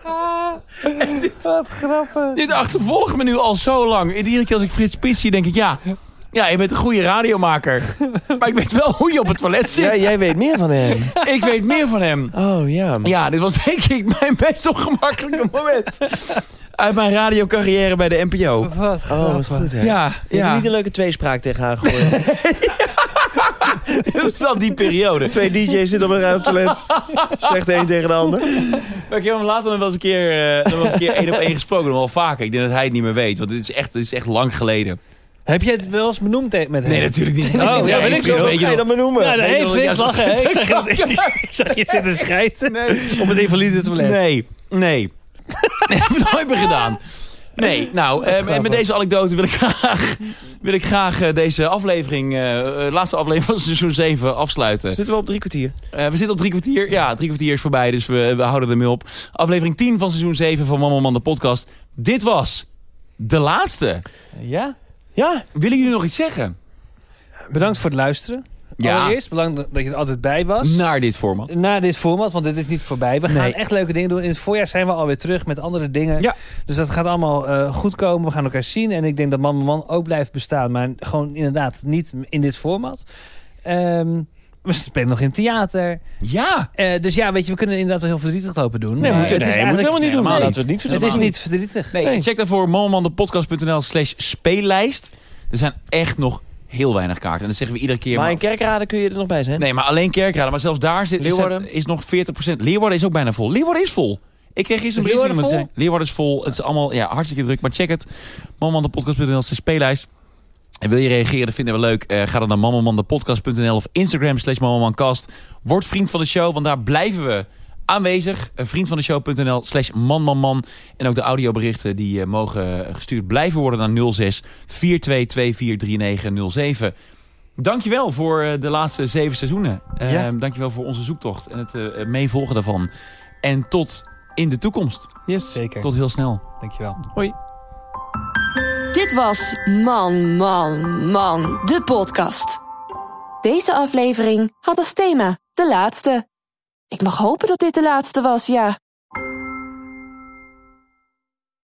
Speaker 3: Wat grappig.
Speaker 1: Dit achtervolgt me nu al zo lang. En Iedere keer als ik Frits Spits zie, denk ik... Ja, ja, je bent een goede radiomaker. Maar ik weet wel hoe je op het toilet
Speaker 2: Jij,
Speaker 1: zit.
Speaker 2: jij weet meer van hem.
Speaker 1: Ik weet meer van hem.
Speaker 2: Oh ja.
Speaker 1: Ja, dit was denk ik mijn meest ongemakkelijke moment. Uit mijn radiocarrière bij de NPO.
Speaker 3: Wat
Speaker 2: Oh, wat
Speaker 3: grappig.
Speaker 2: goed. hè.
Speaker 1: Ja,
Speaker 2: Je hebt
Speaker 1: ja.
Speaker 2: niet een leuke tweespraak tegen haar gehoord.
Speaker 1: Dit was wel die periode.
Speaker 2: Twee DJ's zitten op een ruimtelet. Zegt de een tegen de ander.
Speaker 1: Maar ik heb hem later nog wel eens een keer, eh, nog wel eens een keer één op één gesproken. Nog wel vaker. Ik denk dat hij het niet meer weet. Want dit is echt, dit is echt lang geleden.
Speaker 3: Heb je het wel eens benoemd te- met hem?
Speaker 1: Nee, natuurlijk niet.
Speaker 3: ja, weet ik
Speaker 1: Frits,
Speaker 3: veel.
Speaker 2: Wat
Speaker 1: weet je
Speaker 2: ga je
Speaker 1: nog?
Speaker 2: dat maar noemen?
Speaker 3: Ja,
Speaker 1: Weet je
Speaker 3: nee,
Speaker 1: nog dat
Speaker 3: Frits
Speaker 1: jij
Speaker 3: lachen.
Speaker 1: zo
Speaker 3: hè?
Speaker 1: zit
Speaker 3: Ik zag, je, ik zag je zitten schijten op het invalide toilet.
Speaker 1: Nee, nee. Dat heb ik nooit meer gedaan. Nee, nou, eh, met deze anekdote wil ik graag, wil ik graag eh, deze aflevering, eh, eh, laatste aflevering van seizoen 7 afsluiten.
Speaker 2: Zitten we op drie kwartier?
Speaker 1: Eh, we zitten op drie kwartier. Ja, drie kwartier is voorbij, dus we, we houden ermee op. Aflevering 10 van seizoen 7 van Mama Man de podcast. Dit was de laatste.
Speaker 3: Ja?
Speaker 2: Ja.
Speaker 1: Willen jullie nog iets zeggen?
Speaker 3: Bedankt voor het luisteren.
Speaker 1: Ja. Nou,
Speaker 3: Allereerst, bedankt dat je er altijd bij was.
Speaker 1: Naar dit format.
Speaker 3: Naar dit format, want dit is niet voorbij. We gaan
Speaker 1: Nee.
Speaker 3: echt leuke dingen doen. In het voorjaar zijn we alweer terug met andere dingen.
Speaker 1: Ja.
Speaker 3: Dus dat gaat allemaal eh, goed komen. We gaan elkaar zien. En ik denk dat Man Man Man ook blijft bestaan. Maar gewoon inderdaad niet in dit format. Ehm, we spelen nog in het theater.
Speaker 1: Ja!
Speaker 3: Eh, dus ja, weet je, we kunnen inderdaad wel heel verdrietig lopen doen.
Speaker 2: Nee,
Speaker 3: Maar
Speaker 2: moeten we-
Speaker 3: het is
Speaker 2: nee, moeten we
Speaker 3: eigenlijk-
Speaker 2: helemaal niet doen.
Speaker 1: Nee,
Speaker 2: Laten we het niet
Speaker 3: Het
Speaker 2: verdoen.
Speaker 3: is niet verdrietig.
Speaker 1: Nee, check daarvoor mamamandepodcast.nl slash speellijst. Er zijn echt nog heel weinig kaarten. En dat zeggen we iedere keer.
Speaker 2: Maar
Speaker 1: maar-
Speaker 2: in kerkraden kun je er nog bij zijn.
Speaker 1: Nee, maar alleen kerkraden. Maar zelfs daar zit, is,
Speaker 2: Leeuwarden?
Speaker 1: is nog 40%. Leeuwarden is ook bijna vol. Leeuwarden is vol. Ik kreeg gisteren een brief van
Speaker 2: Leeuwarden
Speaker 1: iemand die zei... Leeuwarden is vol. Het is allemaal ja, hartstikke druk. Maar check het. Mamamandepodcast.nl is de speellijst. En wil je reageren, dat vinden we leuk. Eh, ga dan naar mamamandepodcast.nl of Instagram slash mamamancast. Word vriend van de show, want daar blijven we aanwezig. Eh, Vriendvandeshow.nl slash manmanman. En ook de audioberichten die eh, mogen gestuurd blijven worden naar 06 42243907. Dankjewel voor eh, de laatste zeven seizoenen. Eh,
Speaker 3: Ja.
Speaker 1: Dankjewel voor onze zoektocht en het eh, meevolgen daarvan. En tot in de toekomst.
Speaker 2: Yes.
Speaker 3: Zeker.
Speaker 1: Tot heel snel.
Speaker 3: Dankjewel.
Speaker 4: Dit was Man, Man, Man, de podcast. Deze aflevering had als thema de laatste. Ik mag hopen dat dit de laatste was, ja.